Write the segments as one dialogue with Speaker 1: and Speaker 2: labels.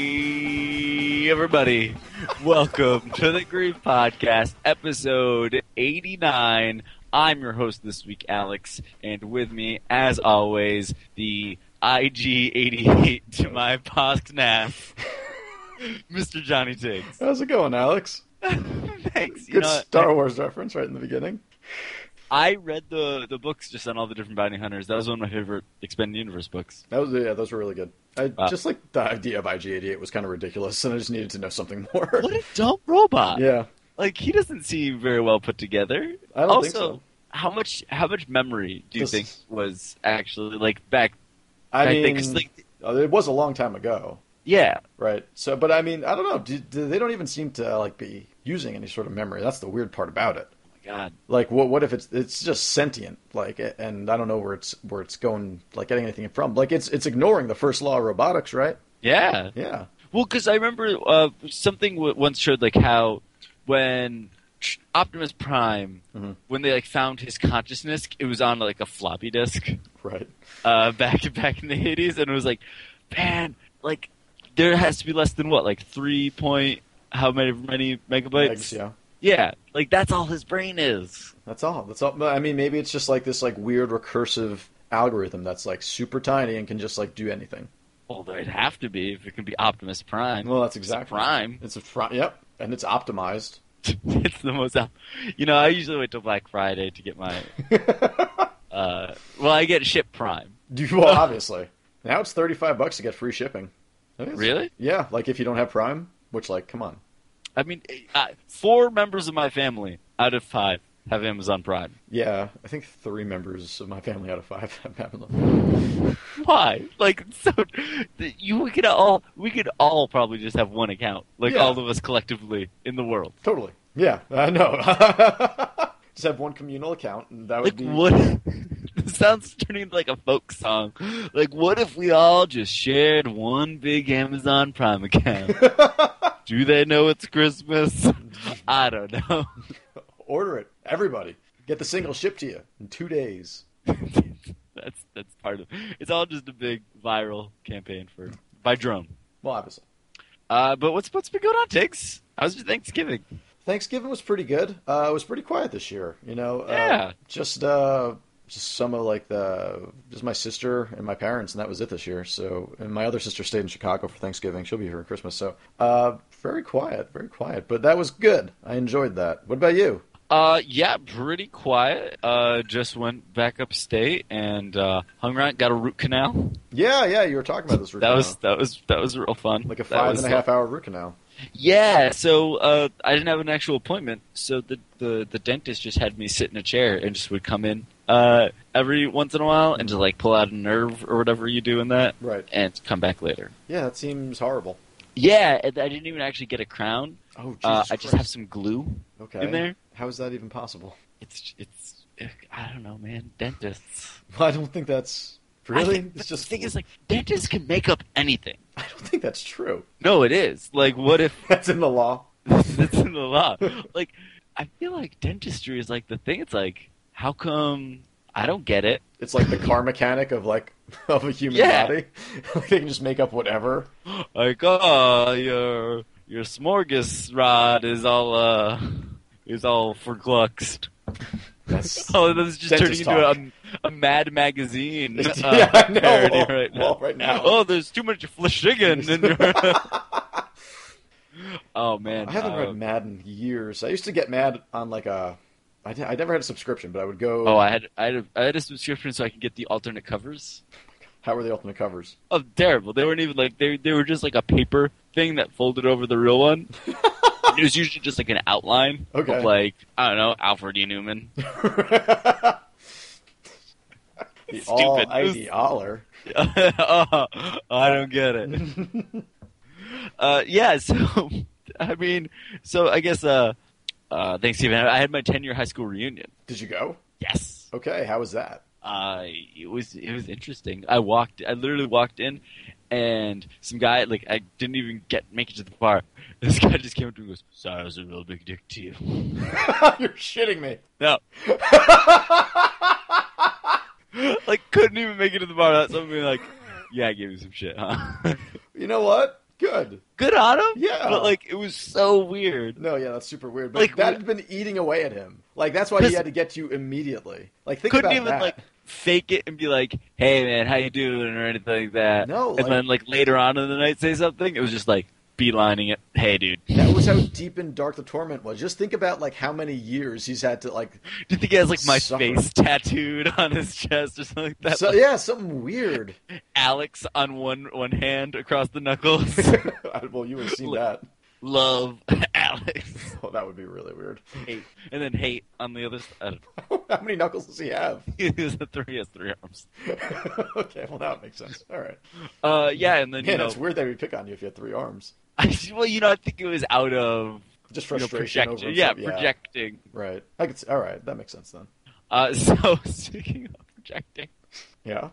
Speaker 1: Hey, everybody. Welcome to the Grief Podcast, episode 89. I'm your host this week, Alex, and with me, as always, the IG88 to my podcast, Mr. Johnny Tiggs.
Speaker 2: How's it going, Alex?
Speaker 1: Thanks. You
Speaker 2: Good
Speaker 1: know,
Speaker 2: Star Wars reference right in the beginning.
Speaker 1: I read the, the books just on all the different bounty hunters. That was one of my favorite Expanded Universe books.
Speaker 2: That was yeah, those were really good. I
Speaker 1: Wow.
Speaker 2: just like the idea of IG88 was kind of ridiculous, and I just needed to know something more.
Speaker 1: What a dumb robot!
Speaker 2: yeah,
Speaker 1: Like he doesn't seem very well put together.
Speaker 2: I don't
Speaker 1: also,
Speaker 2: think so.
Speaker 1: how much how much memory do you
Speaker 2: This-
Speaker 1: think was actually like back?
Speaker 2: I
Speaker 1: back
Speaker 2: mean,
Speaker 1: then? 'Cause, like,
Speaker 2: uh, it was a long time ago,
Speaker 1: yeah, Oh
Speaker 2: right? So, but I mean, I don't know. Do, do, they don't even seem to like be using any sort of memory. That's the weird part about it.
Speaker 1: oh my God,
Speaker 2: Like, what what if it's it's just sentient? Like, and I don't know where it's where it's going, like getting anything from. Like, it's it's ignoring the first law of robotics, right?
Speaker 1: yeah.
Speaker 2: Yeah,
Speaker 1: Well, because I remember uh, something w- once showed like how when Optimus Prime,
Speaker 2: Mhm.
Speaker 1: when they like found his consciousness, it was on like a floppy disk.
Speaker 2: right.
Speaker 1: uh, back back in the eighties, and it was like, man, like there has to be less than what, like three point how many many megabytes?
Speaker 2: Eggs, yeah.
Speaker 1: Yeah, like that's all his brain is.
Speaker 2: That's all. That's all. I mean, maybe it's just like this like weird recursive algorithm that's like super tiny and can just like do anything.
Speaker 1: Well, it'd have to be if it can be Optimus Prime.
Speaker 2: Well, that's
Speaker 1: It's a
Speaker 2: exactly.
Speaker 1: prime.
Speaker 2: It's a prime. Yep, and it's optimized.
Speaker 1: it's the most. op- You know, I usually wait till Black Friday to get my. uh, well, I get ship Prime.
Speaker 2: Do well, obviously. Now it's thirty-five bucks to get free shipping. That is-
Speaker 1: Really?
Speaker 2: Yeah. Like if you don't have Prime, which like, come on.
Speaker 1: I mean, uh, four members of my family out of five have Amazon Prime.
Speaker 2: Yeah, I think three members of my family out of five have Amazon.
Speaker 1: Why? Like so, th- you we could all we could all probably just have one account, like
Speaker 2: Yeah.
Speaker 1: all of us collectively in the world.
Speaker 2: Totally. Yeah, I know. just have one communal account, and that would
Speaker 1: Like
Speaker 2: be
Speaker 1: what? this sounds turning into like a folk song. Like what if we all just shared one big Amazon Prime account? Do they know it's Christmas? I don't know.
Speaker 2: order it. Everybody get the single shipped to you in two days.
Speaker 1: that's that's part of. It's all just a big viral campaign for by drone.
Speaker 2: Well, obviously.
Speaker 1: Uh, but what's what's been going on, Tiggs? How's your Thanksgiving?
Speaker 2: Thanksgiving was pretty good. Uh, it was pretty quiet this year, you know.
Speaker 1: Yeah.
Speaker 2: Uh, just uh, just some of like the just my sister and my parents, and that was it this year. So, and my other sister stayed in Chicago for Thanksgiving. She'll be here at Christmas. So, uh, very quiet, very quiet. But that was good. I enjoyed that. What about you?
Speaker 1: Uh, yeah, pretty quiet. Uh, just went back upstate and uh, hung around. Got a root canal.
Speaker 2: Yeah, yeah. You were talking about this. root
Speaker 1: That was
Speaker 2: canal.
Speaker 1: that was that was real fun.
Speaker 2: like a
Speaker 1: That
Speaker 2: five
Speaker 1: was
Speaker 2: and a half
Speaker 1: fun.
Speaker 2: hour root canal.
Speaker 1: Yeah. So uh, I didn't have an actual appointment, so the, the the dentist just had me sit in a chair and just would come in uh every once in a while and just like pull out a nerve or whatever you do in that
Speaker 2: Right.
Speaker 1: and come back later.
Speaker 2: Yeah, that seems horrible.
Speaker 1: Yeah, and I didn't even actually get a crown.
Speaker 2: Oh, Jesus
Speaker 1: Uh, I just have
Speaker 2: Christ.
Speaker 1: some glue
Speaker 2: okay.
Speaker 1: in there.
Speaker 2: How is that even possible?
Speaker 1: It's it's I don't know, man. Dentists.
Speaker 2: Well, I don't think that's
Speaker 1: I
Speaker 2: really.
Speaker 1: think- but
Speaker 2: it's just
Speaker 1: the thing is like dentists can make up anything.
Speaker 2: I don't think that's true.
Speaker 1: No, it is. Like, what if
Speaker 2: That's in the law.
Speaker 1: it's in the law? Like, I feel like dentistry is like the thing. It's like, how come I don't get it?
Speaker 2: It's like the car mechanic of like of a human
Speaker 1: Yeah.
Speaker 2: body. they can just make up whatever.
Speaker 1: Like, oh, your your smorgasrod is all uh is all vergluxed.
Speaker 2: That's
Speaker 1: Oh, this is just
Speaker 2: Dentist
Speaker 1: turning into a, a Mad Magazine uh,
Speaker 2: yeah, I know.
Speaker 1: parody
Speaker 2: Well,
Speaker 1: right now.
Speaker 2: well, right now.
Speaker 1: Oh, there's too much flishingen in your. oh man,
Speaker 2: I haven't
Speaker 1: uh,
Speaker 2: read Mad in years. I used to get mad on like a. I, d- I never had a subscription, but I would go.
Speaker 1: Oh, I had I had a, I had a subscription so I could get the alternate covers.
Speaker 2: How were the ultimate covers?
Speaker 1: Oh, terrible! They weren't even like they they were just like a paper thing that folded over the real one. And it was usually just like an outline
Speaker 2: Okay.
Speaker 1: of like I don't know Alfred E. Newman.
Speaker 2: the
Speaker 1: Stupid.
Speaker 2: all
Speaker 1: It was-
Speaker 2: ID Oller.
Speaker 1: oh, I don't get it. Uh, yeah, so I mean, so I guess uh, uh, Thanksgiving I had my ten year high school reunion.
Speaker 2: Did you go?
Speaker 1: Yes.
Speaker 2: Okay, how was that?
Speaker 1: uh, it was it was interesting. I walked, I literally walked in, and some guy like I didn't even get make it to the bar. This guy just came up to me and goes, "Sorry, I was a real big dick to you."
Speaker 2: You're shitting me.
Speaker 1: No, like couldn't even make it to the bar. That's something like, yeah, I gave you some shit, huh?
Speaker 2: You know what? Good.
Speaker 1: Good on him.
Speaker 2: Yeah.
Speaker 1: but like it was so weird.
Speaker 2: No, yeah, that's super weird. But
Speaker 1: Like,
Speaker 2: that
Speaker 1: we-
Speaker 2: had been eating away at him. Like that's why he
Speaker 1: This-
Speaker 2: had to get to you immediately. Like think
Speaker 1: Couldn't
Speaker 2: about
Speaker 1: even
Speaker 2: that.
Speaker 1: like fake it and be like, "Hey, man, how you doing?" or anything like that.
Speaker 2: No, like-
Speaker 1: and then like later on in the night, say something. It was just like beelining it. Hey, dude,
Speaker 2: That was how deep and dark the torment was. Just think about like how many years he's had to like.
Speaker 1: Do you think he has like my
Speaker 2: Suffer.
Speaker 1: face tattooed on his chest or something like that?
Speaker 2: so,
Speaker 1: Like,
Speaker 2: yeah, something weird.
Speaker 1: Alex on one one hand across the knuckles.
Speaker 2: well, you would have seen
Speaker 1: Look.
Speaker 2: that.
Speaker 1: Love Alex.
Speaker 2: Well, that would be really weird.
Speaker 1: Hate. And then hate on the other side.
Speaker 2: how many knuckles does he have?
Speaker 1: He has the three he has three arms.
Speaker 2: okay, well that makes sense. All right.
Speaker 1: Uh yeah, and then
Speaker 2: Man,
Speaker 1: you know
Speaker 2: it's weird that we pick on you if you had three arms.
Speaker 1: I, well, you know, I think it was out of
Speaker 2: Just
Speaker 1: you know,
Speaker 2: frustration
Speaker 1: project-
Speaker 2: over
Speaker 1: yeah,
Speaker 2: himself.
Speaker 1: projecting.
Speaker 2: Right. I could. s- All right, that makes sense then.
Speaker 1: Uh so speaking of projecting.
Speaker 2: Yeah.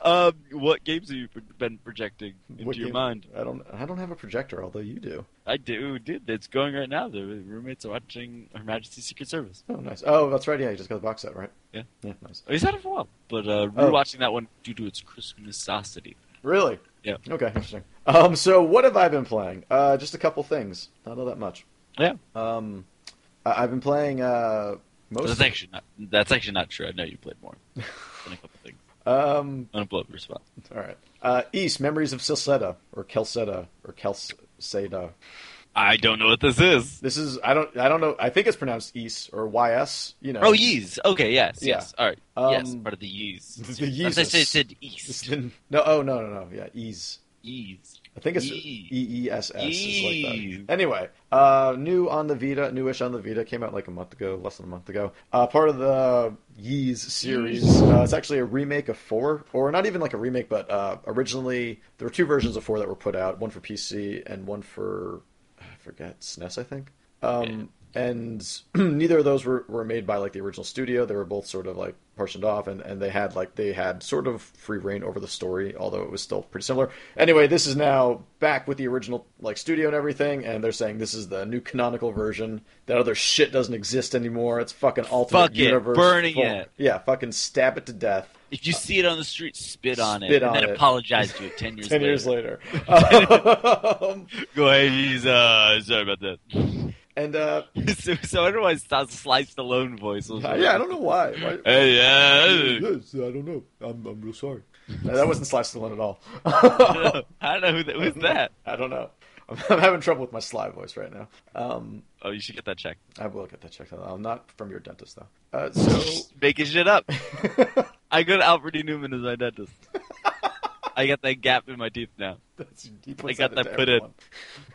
Speaker 1: Um what games have you been projecting into
Speaker 2: What
Speaker 1: your
Speaker 2: game-
Speaker 1: mind?
Speaker 2: I don't. I don't have a projector, although you do.
Speaker 1: I do, dude. It's going right now. The roommates are watching Her Majesty's Secret Service.
Speaker 2: Oh, nice. Oh, that's right. Yeah, you just got the box set, right?
Speaker 1: Yeah.
Speaker 2: Yeah, nice.
Speaker 1: He's had it for a while, but uh,
Speaker 2: Oh.
Speaker 1: rewatching that one due to its Christmasosity.
Speaker 2: Really?
Speaker 1: Yeah.
Speaker 2: Okay, interesting. Um, so what have I been playing? Uh, just a couple things. Not all that much.
Speaker 1: Yeah,
Speaker 2: Um, I- I've been playing uh,
Speaker 1: that's
Speaker 2: most.
Speaker 1: actually not. That's actually not true. I know you played more than a couple things.
Speaker 2: Um,
Speaker 1: Unblown response.
Speaker 2: all right. Uh, East Memories of Silseta or Kelseta or Kelseda.
Speaker 1: I don't know what this is.
Speaker 2: This is I don't I don't know. I think it's pronounced East or YS. You know.
Speaker 1: Oh, yees. Okay, yes,
Speaker 2: Yeah.
Speaker 1: yes. All right,
Speaker 2: Um,
Speaker 1: yes. Part of the yees.
Speaker 2: The
Speaker 1: I said,
Speaker 2: Yeezus.
Speaker 1: said
Speaker 2: It's
Speaker 1: east.
Speaker 2: been- no. Oh no no no. Yeah, Ease.
Speaker 1: Yees.
Speaker 2: I think it's E
Speaker 1: Yee.
Speaker 2: E S S is
Speaker 1: Yee.
Speaker 2: like that. Anyway, uh, new on the Vita, newish on the Vita, came out like a month ago, less than a month ago. Uh, part of the Yeez series. Uh, it's actually a remake of four, or not even like a remake, but uh, originally there were two versions of four that were put out, one for PC and one for I forget SNES, I think. Um, and neither of those were, were made by like the original studio. They were both sort of like portioned off, and, and they had like they had sort of free reign over the story, although it was still pretty similar. Anyway, this is now back with the original like studio and everything, and they're saying this is the new canonical version. That other shit doesn't exist anymore. It's fucking alternate
Speaker 1: Fuck it.
Speaker 2: universe.
Speaker 1: Burning
Speaker 2: folk.
Speaker 1: it.
Speaker 2: Yeah, fucking stab it to death.
Speaker 1: If you see it on the street, spit on it,
Speaker 2: Spit
Speaker 1: and
Speaker 2: on
Speaker 1: then
Speaker 2: it.
Speaker 1: apologize to it ten years
Speaker 2: Ten
Speaker 1: later.
Speaker 2: years later. um,
Speaker 1: Go, hey, yeez, uh, sorry about that.
Speaker 2: and uh,
Speaker 1: so, so I don't know why it's sliced alone voice. was like-
Speaker 2: yeah, I don't know why. why
Speaker 1: Hey, yeah.
Speaker 2: Yes, I don't know. I'm, I'm real sorry. No, that wasn't Sly Stallone at all.
Speaker 1: I don't know who that, who's that.
Speaker 2: I don't know. I'm, I'm having trouble with my Sly voice right now. Um,
Speaker 1: Oh, you should get that checked.
Speaker 2: I will get that checked out. I'm not from your dentist though. Uh, so
Speaker 1: Making shit up. I go to Albert E. Newman as my dentist. I got that gap in my teeth now.
Speaker 2: that's deep
Speaker 1: I got
Speaker 2: inside
Speaker 1: that
Speaker 2: into
Speaker 1: put in.
Speaker 2: everyone.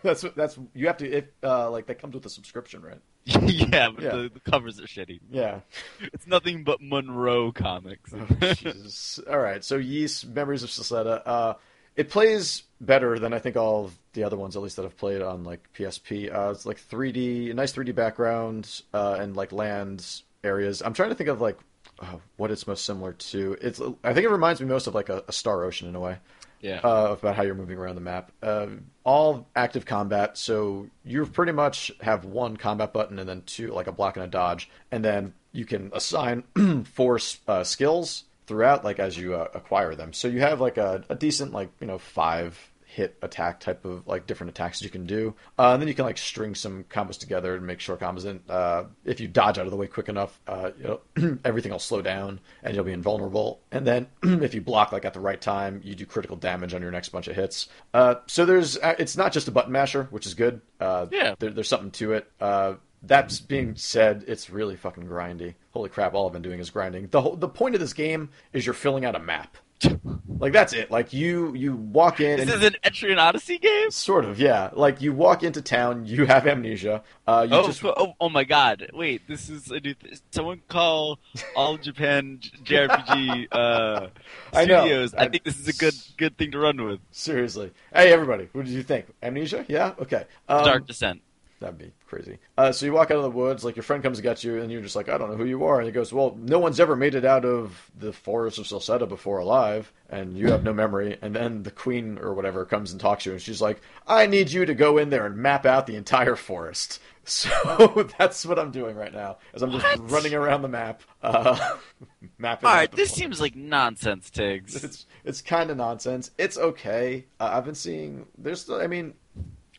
Speaker 2: That's what- that's you have to if uh, like that comes with a subscription, right?
Speaker 1: yeah, but
Speaker 2: Yeah.
Speaker 1: The, the covers are shitty.
Speaker 2: Yeah.
Speaker 1: It's nothing but Monroe comics.
Speaker 2: Oh, Jesus. All right. So Yeast Memories of Sosetta. Uh, it plays better than I think all of the other ones, at least that I've played on like PSP. Uh, it's like 3D, a nice 3D background, uh, and like lands areas. I'm trying to think of like oh, what it's most similar to. It's I think it reminds me most of like a, a Star Ocean in a way
Speaker 1: yeah.
Speaker 2: uh, about how you're moving around the map. Uh, all active combat, so you pretty much have one combat button and then two, like a block and a dodge, and then you can assign four uh, skills throughout, like as you uh, acquire them. So you have like a, a decent, like you know, five hit attack type of like different attacks that you can do uh, and then you can like string some combos together and make short combos and uh, if you dodge out of the way quick enough uh, you know, everything will slow down and you'll be invulnerable and then if you block like at the right time you do critical damage on your next bunch of hits uh, so there's uh, it's not just a button masher which is good uh,
Speaker 1: Yeah.
Speaker 2: there, there's something to it uh, that's being said, it's really fucking grindy. Holy crap! All I've been doing is grinding. the whole, The point of this game is you're filling out a map. Like that's it. Like you, you walk in. and
Speaker 1: this is an Etrian Odyssey game?
Speaker 2: Sort of, yeah. Like you walk into town, you have amnesia. Uh, you
Speaker 1: Oh,
Speaker 2: just
Speaker 1: oh, oh my god. Wait, this is a new th- Someone call All Japan JRPG uh,
Speaker 2: I know.
Speaker 1: Studios. I
Speaker 2: I'm-
Speaker 1: think this is a good good thing to run with.
Speaker 2: seriously. Hey, everybody, what did you think? Amnesia? Yeah. Okay. Um,
Speaker 1: Dark Descent.
Speaker 2: that'd be crazy. Uh, so you walk out of the woods, like your friend comes to get you, and you're just like, I don't know who you are. And he goes, Well, no one's ever made it out of the forest of Salsetta before alive, and you have no memory. And then the queen or whatever comes and talks to you, and she's like, I need you to go in there and map out the entire forest. So that's what I'm doing right now, is I'm just
Speaker 1: What?
Speaker 2: running around the map, uh, mapping.
Speaker 1: All
Speaker 2: out
Speaker 1: right,
Speaker 2: the
Speaker 1: this
Speaker 2: forest.
Speaker 1: seems like nonsense, Tiggs.
Speaker 2: It's it's kind of nonsense. It's okay. Uh, I've been seeing. There's. Still, I mean,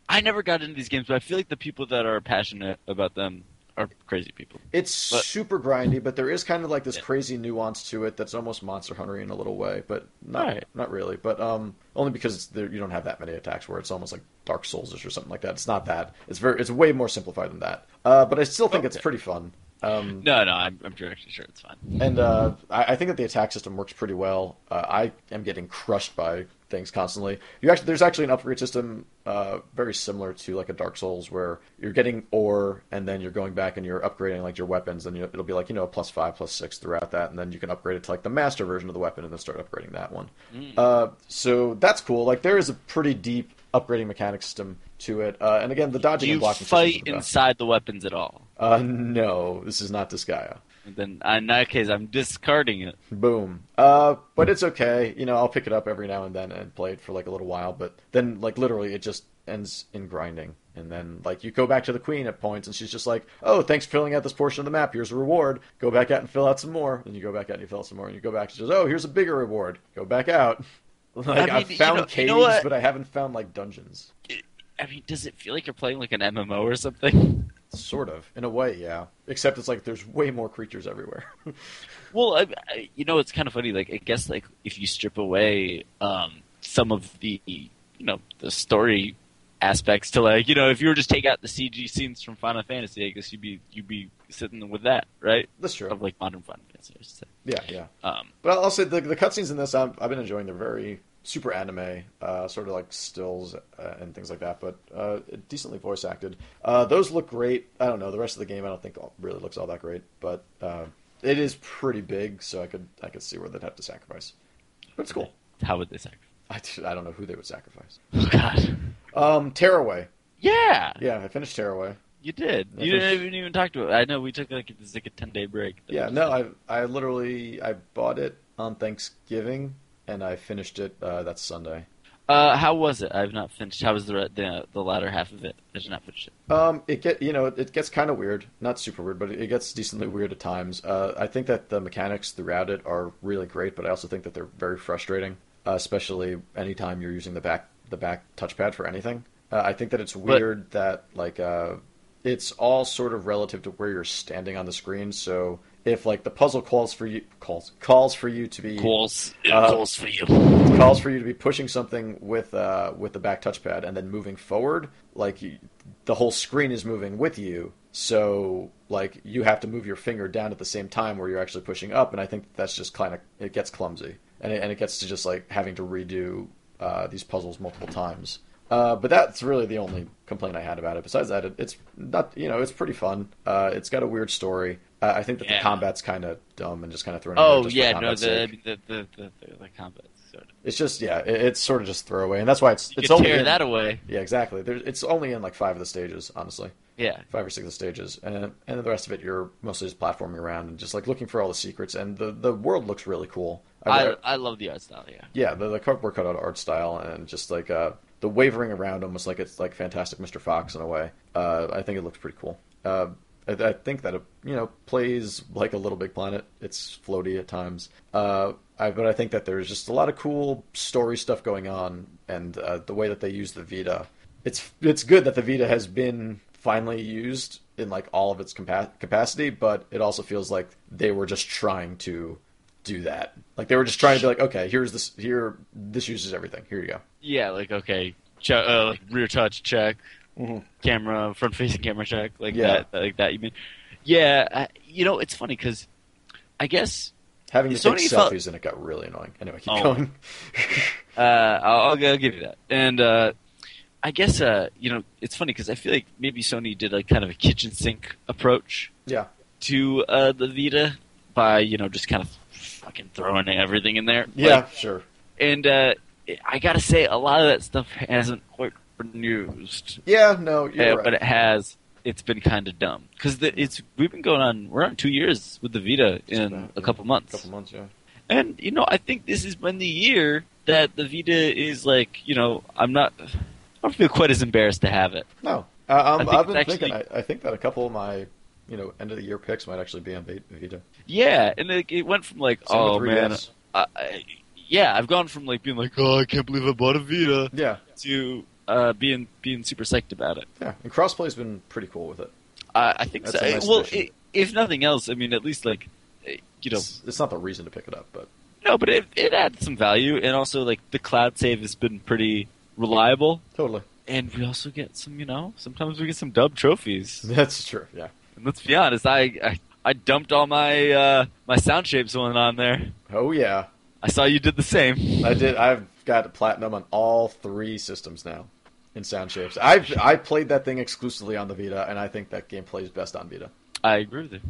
Speaker 1: I never got into these games, but I feel like the people that are passionate about them are crazy people.
Speaker 2: It's
Speaker 1: But-
Speaker 2: super grindy, but there is kind of like this
Speaker 1: Yeah.
Speaker 2: crazy nuance to it that's almost Monster Hunter in a little way, but not
Speaker 1: Right.
Speaker 2: not really. But um, only because it's there, you don't have that many attacks where it's almost like Dark Souls ish or something like that. It's not that. It's very. It's way more simplified than that. Uh, but I still think it's
Speaker 1: Okay.
Speaker 2: pretty fun. Um,
Speaker 1: No, no, I'm, I'm actually sure it's fine.
Speaker 2: and uh, I, I think that the attack system works pretty well. Uh, I am getting crushed by things constantly. You actually, there's actually an upgrade system uh, very similar to like a Dark Souls, where you're getting ore, and then you're going back and you're upgrading like your weapons, and you, it'll be like you know plus five, plus six throughout that, and then you can upgrade it to like the master version of the weapon, and then start upgrading that one.
Speaker 1: Mm.
Speaker 2: Uh, so that's cool. Like there is a pretty deep upgrading mechanic system to it, uh, and again, the
Speaker 1: Do
Speaker 2: dodging
Speaker 1: you
Speaker 2: and blocking. systems
Speaker 1: fight
Speaker 2: are the best.
Speaker 1: inside the weapons at all?
Speaker 2: Uh, no, this is not Disgaea.
Speaker 1: Then uh, in that case, I'm discarding it.
Speaker 2: Boom. Uh, but it's okay. You know, I'll pick it up every now and then and play it for like a little while. But then, like literally, it just ends in grinding. And then, like, you go back to the queen at points, and she's just like, "Oh, thanks for filling out this portion of the map. Here's a reward. Go back out and fill out some more." And you go back out and you fill out some more, and you go back. She says, "Oh, here's a bigger reward. Go back out." Like
Speaker 1: mean,
Speaker 2: I have
Speaker 1: you
Speaker 2: found
Speaker 1: know- you
Speaker 2: caves,
Speaker 1: know what?
Speaker 2: but I haven't found like dungeons.
Speaker 1: I mean, does it feel like you're playing like an MMO or something?
Speaker 2: Sort of, in a way, yeah. Except it's like there's way more creatures everywhere.
Speaker 1: Well, I, I, you know, it's kind of funny. Like, I guess like if you strip away um, some of the you know the story aspects to like you know if you were just take out the CG scenes from Final Fantasy, I guess you'd be you'd be sitting with that, right?
Speaker 2: That's true.
Speaker 1: Of like modern Final Fantasy. I should say.
Speaker 2: Yeah, yeah.
Speaker 1: Um,
Speaker 2: But I'll say the the cutscenes in this, I'm, I've been enjoying. They're very super anime, uh, sort of like stills uh, and things like that, but uh, decently voice acted. Uh, those look great. I don't know the rest of the game. I don't think all- really looks all that great, but uh, it is pretty big, so I could I could see where they'd have to sacrifice. But it's cool.
Speaker 1: How would they sacrifice?
Speaker 2: I, I don't know who they would sacrifice.
Speaker 1: Oh God.
Speaker 2: Um, Tearaway.
Speaker 1: Yeah,
Speaker 2: Yeah, I finished Tearaway.
Speaker 1: you did.
Speaker 2: I
Speaker 1: You
Speaker 2: think-
Speaker 1: didn't even talk to it. I know we took like this like a ten day break.
Speaker 2: Yeah, no, I I literally I bought it on Thanksgiving and I finished it uh, that Sunday.
Speaker 1: Uh, how was it? I've not finished. How was the re- the, the latter half of it? I did not finish it.
Speaker 2: Um, it get you know it gets kind of weird, not super weird, but it gets decently weird at times. Uh, I think that the mechanics throughout it are really great, but I also think that they're very frustrating, uh, especially anytime you're using the back the back touchpad for anything. Uh, I think that it's weird that like uh, it's all sort of relative to where you're standing on the screen. So if like the puzzle calls for you calls calls for you to be
Speaker 1: Calls,
Speaker 2: Uh,
Speaker 1: calls for you.
Speaker 2: calls for you to be pushing something with uh, with the back touchpad and then moving forward. Like you, the whole screen is moving with you, so like you have to move your finger down at the same time where you're actually pushing up. And I think that's just kind of it gets clumsy, and it, and it gets to just like having to redo uh, these puzzles multiple times. Uh, but that's really the only complaint I had about it. Besides that, it, it's not you know it's pretty fun. Uh, it's got a weird story. Uh, I think that
Speaker 1: Yeah.
Speaker 2: the combat's kind of dumb and just kind of thrown. in there
Speaker 1: Oh
Speaker 2: just for
Speaker 1: yeah, no,
Speaker 2: combat's
Speaker 1: the
Speaker 2: sake.
Speaker 1: the, the the the the combat. Sort of.
Speaker 2: It's just yeah, it, it's sort of just throwaway, and that's why it's
Speaker 1: You
Speaker 2: it's
Speaker 1: could
Speaker 2: only
Speaker 1: tear
Speaker 2: in,
Speaker 1: that away.
Speaker 2: yeah exactly. There's, it's only in like five of the stages, honestly,
Speaker 1: Yeah,
Speaker 2: five or six of the stages, and and the rest of it you're mostly just platforming around and just like looking for all the secrets. And the the world looks really cool.
Speaker 1: I I love the art style. Yeah,
Speaker 2: yeah, the, the cardboard cutout art style and just like uh, the wavering around, almost like it's like Fantastic Mr. Fox in a way. Uh, I think it looks pretty cool. Uh, I, I think that it you know plays like a Little Big Planet. It's floaty at times, uh, I, but I think that there's just a lot of cool story stuff going on, and uh, the way that they use the Vita, it's it's good that the Vita has been finally used in like all of its compa- capacity, but it also feels like they were just trying to do that. Like they were just trying to be like, okay, here's this here this uses everything. Here you go.
Speaker 1: yeah. Like okay, che- uh, like rear touch check, camera front facing camera check, like
Speaker 2: Mm-hmm. Yeah.
Speaker 1: that, like that. You mean? Yeah, I, you know it's funny because I guess
Speaker 2: Having to
Speaker 1: Sony
Speaker 2: take
Speaker 1: felt-
Speaker 2: selfies and it got really annoying. Anyway, keep
Speaker 1: Oh.
Speaker 2: going.
Speaker 1: uh, I'll, I'll, I'll give you that. And uh, I guess uh, you know it's funny because I feel like maybe Sony did like kind of a kitchen sink approach
Speaker 2: yeah.
Speaker 1: to uh, the Vita by you know just kind of fucking throwing everything in there.
Speaker 2: Yeah,
Speaker 1: Like,
Speaker 2: sure.
Speaker 1: and uh, I gotta say, a lot of that stuff hasn't quite news,
Speaker 2: Yeah, no, you're
Speaker 1: yeah,
Speaker 2: right.
Speaker 1: but it has. It's been kind of dumb because it's we've been going on. We're on two years with the Vita
Speaker 2: Just
Speaker 1: in
Speaker 2: about,
Speaker 1: a
Speaker 2: yeah.
Speaker 1: couple months.
Speaker 2: couple months, yeah.
Speaker 1: And you know, I think this has been the year that the Vita is like, you know, I'm not. I don't feel quite as embarrassed to have it.
Speaker 2: No, uh,
Speaker 1: I
Speaker 2: um,
Speaker 1: think
Speaker 2: I've
Speaker 1: it's
Speaker 2: been
Speaker 1: actually-
Speaker 2: thinking. I, I think that a couple of my, you know, end of the year picks might actually be on Be- Vita.
Speaker 1: Yeah, and like it went from like,
Speaker 2: Same
Speaker 1: oh
Speaker 2: with
Speaker 1: man,
Speaker 2: 3DS.
Speaker 1: I, I- yeah, I've gone from like being like, oh, I can't believe I bought a Vita
Speaker 2: Yeah,
Speaker 1: to uh, being being super psyched about it.
Speaker 2: yeah. And crossplay's been pretty cool with it.
Speaker 1: I, I think
Speaker 2: That's
Speaker 1: so.
Speaker 2: a nice
Speaker 1: well,
Speaker 2: addition.
Speaker 1: i if nothing else, I mean, at least like, eh, you know,
Speaker 2: It's, it's not the reason to pick it up, but
Speaker 1: no, but it it adds some value, and also like the cloud save has been pretty reliable,
Speaker 2: totally.
Speaker 1: and we also get some, you know, sometimes we get some dub trophies.
Speaker 2: That's true. Yeah.
Speaker 1: And let's be honest, I, I I dumped all my uh my sound shapes one on there.
Speaker 2: Oh yeah,
Speaker 1: I saw you did the same.
Speaker 2: I did. I've got platinum on all three systems now, in sound shapes. I I played that thing exclusively on the Vita, and I think that game plays best on Vita.
Speaker 1: I agree with you.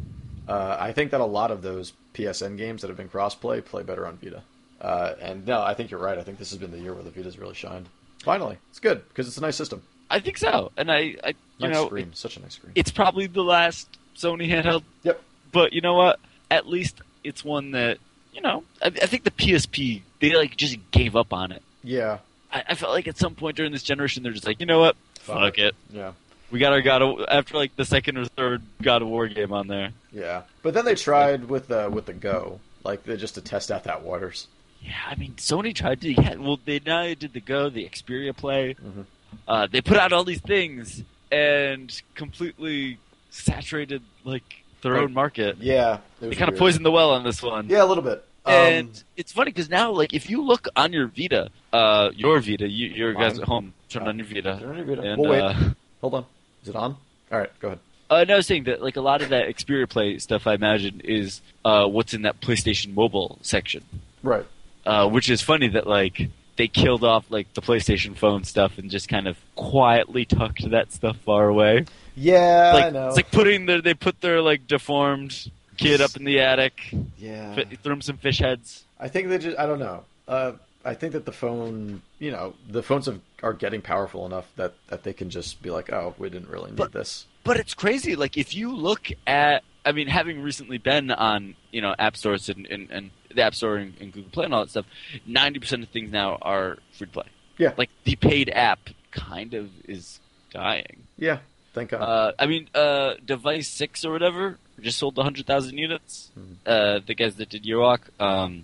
Speaker 2: Uh, I think that a lot of those PSN games that have been crossplay play better on Vita. Uh, and no, I think you're right. I think this has been the year where the Vita's really shined. Finally, it's good because it's a nice system.
Speaker 1: I think so. And I, I you
Speaker 2: Nice
Speaker 1: know
Speaker 2: screen, such a nice screen.
Speaker 1: it's probably the last Sony handheld,
Speaker 2: yep.
Speaker 1: but you know what? At least it's one that you know. I, I think the PSP they like just gave up on it.
Speaker 2: Yeah.
Speaker 1: I, I felt like at some point during this generation they're just like, you know what? Fuck,
Speaker 2: Fuck
Speaker 1: it.
Speaker 2: Yeah.
Speaker 1: We got our God of, after like the second or third God of War game on there.
Speaker 2: Yeah. But then they tried with the with the Go, like they, just to test out that waters.
Speaker 1: Yeah, I mean, Sony tried to. Yeah, well, they now they did the Go, the Xperia Play.
Speaker 2: Mhm.
Speaker 1: Uh, they put out all these things and completely saturated like their
Speaker 2: Right.
Speaker 1: own market.
Speaker 2: Yeah. It
Speaker 1: They
Speaker 2: was
Speaker 1: kind of
Speaker 2: weird.
Speaker 1: poisoned the well on this one.
Speaker 2: Yeah, a little bit. Um,
Speaker 1: And it's funny because now, like, if you look on your Vita, uh, your Vita, you, your guys
Speaker 2: Mine?
Speaker 1: at home, turn
Speaker 2: Oh.
Speaker 1: on your Vita. And,
Speaker 2: well, wait.
Speaker 1: uh,
Speaker 2: Hold on. Is it on? All right. Go ahead.
Speaker 1: uh, no, I was saying that like a lot of that Xperia Play stuff, I imagine, is uh, what's in that PlayStation Mobile section.
Speaker 2: Right.
Speaker 1: uh, which is funny that like they killed off like the PlayStation Phone stuff and just kind of quietly tucked that stuff far away.
Speaker 2: Yeah,
Speaker 1: Like
Speaker 2: I know.
Speaker 1: it's like putting their they put their like deformed kid up in the attic,
Speaker 2: yeah.
Speaker 1: fi- threw him some fish heads.
Speaker 2: I think they just, I don't know. Uh, I think that the phone, you know, the phones have, are getting powerful enough that, that they can just be like, oh, we didn't really need
Speaker 1: But-
Speaker 2: this.
Speaker 1: But it's crazy. Like if you look at, I mean, having recently been on you know app stores and and, and the App Store and, and Google Play and all that stuff, ninety percent of things now are free to play.
Speaker 2: Yeah.
Speaker 1: like the paid app kind of is dying.
Speaker 2: Yeah, thank God.
Speaker 1: Uh, I mean, uh, Device Six or whatever just sold 100,000 units.
Speaker 2: Mhm.
Speaker 1: Uh, the guys that did Yorok, um,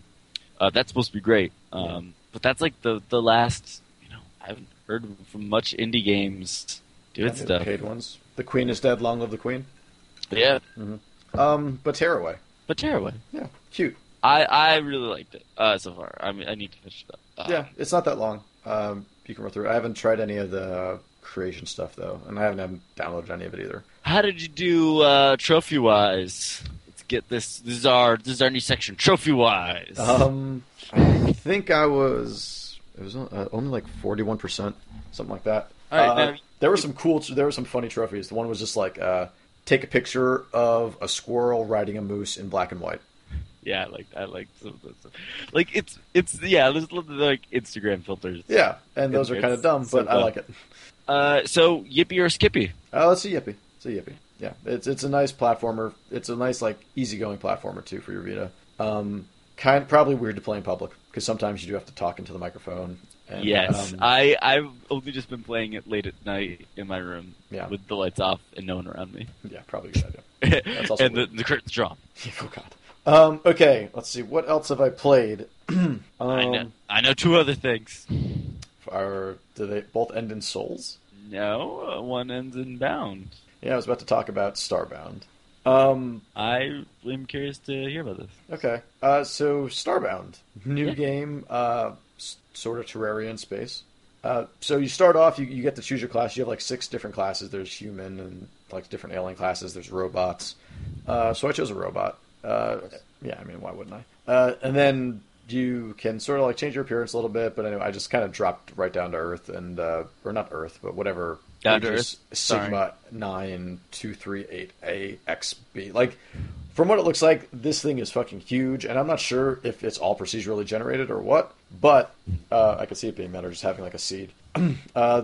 Speaker 1: uh, that's supposed to be great. Um, But that's like the the last. You know, I haven't heard from much indie games doing
Speaker 2: And the
Speaker 1: stuff.
Speaker 2: Paid ones. The Queen is dead. Long live the Queen.
Speaker 1: Yeah,
Speaker 2: Um, but Tearaway.
Speaker 1: but Tearaway,
Speaker 2: Yeah, cute.
Speaker 1: I I really liked it uh, so far. I mean, I need to finish it up. Uh,
Speaker 2: yeah, it's not that long. Um, you can run through. it. I haven't tried any of the creation stuff though, and I haven't, haven't downloaded any of it either.
Speaker 1: How did you do uh, trophy wise? Let's get this. This is our this is our new section. Trophy wise.
Speaker 2: Um, I think I was. It was uh, only like forty-one percent, something like that.
Speaker 1: All right,
Speaker 2: Uh,
Speaker 1: now-
Speaker 2: there were some cool. There were some funny trophies. The one was just like uh, take a picture of a squirrel riding a moose in black and white.
Speaker 1: Yeah, I like I like some of those. Like it's it's yeah, there's little, like Instagram filters.
Speaker 2: Yeah, and those
Speaker 1: It-
Speaker 2: are kind of
Speaker 1: it's
Speaker 2: dumb,
Speaker 1: so
Speaker 2: but I
Speaker 1: dumb.
Speaker 2: like it.
Speaker 1: Uh, so Yippee or Skippy?
Speaker 2: Oh, let's see Yippee. It's a Yippee. Yeah, it's it's a nice platformer. It's a nice like easygoing platformer too for your Vita. Um, kind probably weird to play in public because sometimes you do have to talk into the microphone. And,
Speaker 1: yes,
Speaker 2: um,
Speaker 1: I I've only just been playing it late at night in my room
Speaker 2: Yeah.
Speaker 1: with the lights off and no one around me,
Speaker 2: yeah, probably a good idea. also
Speaker 1: and the,
Speaker 2: weird.
Speaker 1: the curtains drawn.
Speaker 2: oh God. Um, okay, let's see. What else have I played? um,
Speaker 1: I know I know two other things.
Speaker 2: Are do they both end in souls?
Speaker 1: No, uh, one ends in bound.
Speaker 2: Yeah, I was about to talk about Starbound. Um,
Speaker 1: I am curious to hear about this.
Speaker 2: okay. Uh, so Starbound, new
Speaker 1: Yeah.
Speaker 2: game, uh, s- sort of Terraria in space. Uh, so you start off, you, you get to choose your class. You have like six different classes. There's human and like different alien classes. There's robots. Uh, so I chose a robot. Uh, yeah, I mean, why wouldn't I? Uh, and then you can sort of like change your appearance a little bit, but anyway, I just kind of dropped right down to Earth and uh, or not Earth, but whatever.
Speaker 1: Down to
Speaker 2: Aegis
Speaker 1: Earth? Sorry.
Speaker 2: Sigma nine two three eight A X B. Like from what it looks like, this thing is fucking huge, and I'm not sure if it's all procedurally generated or what, but uh, I could see it being better just having like a seed. uh,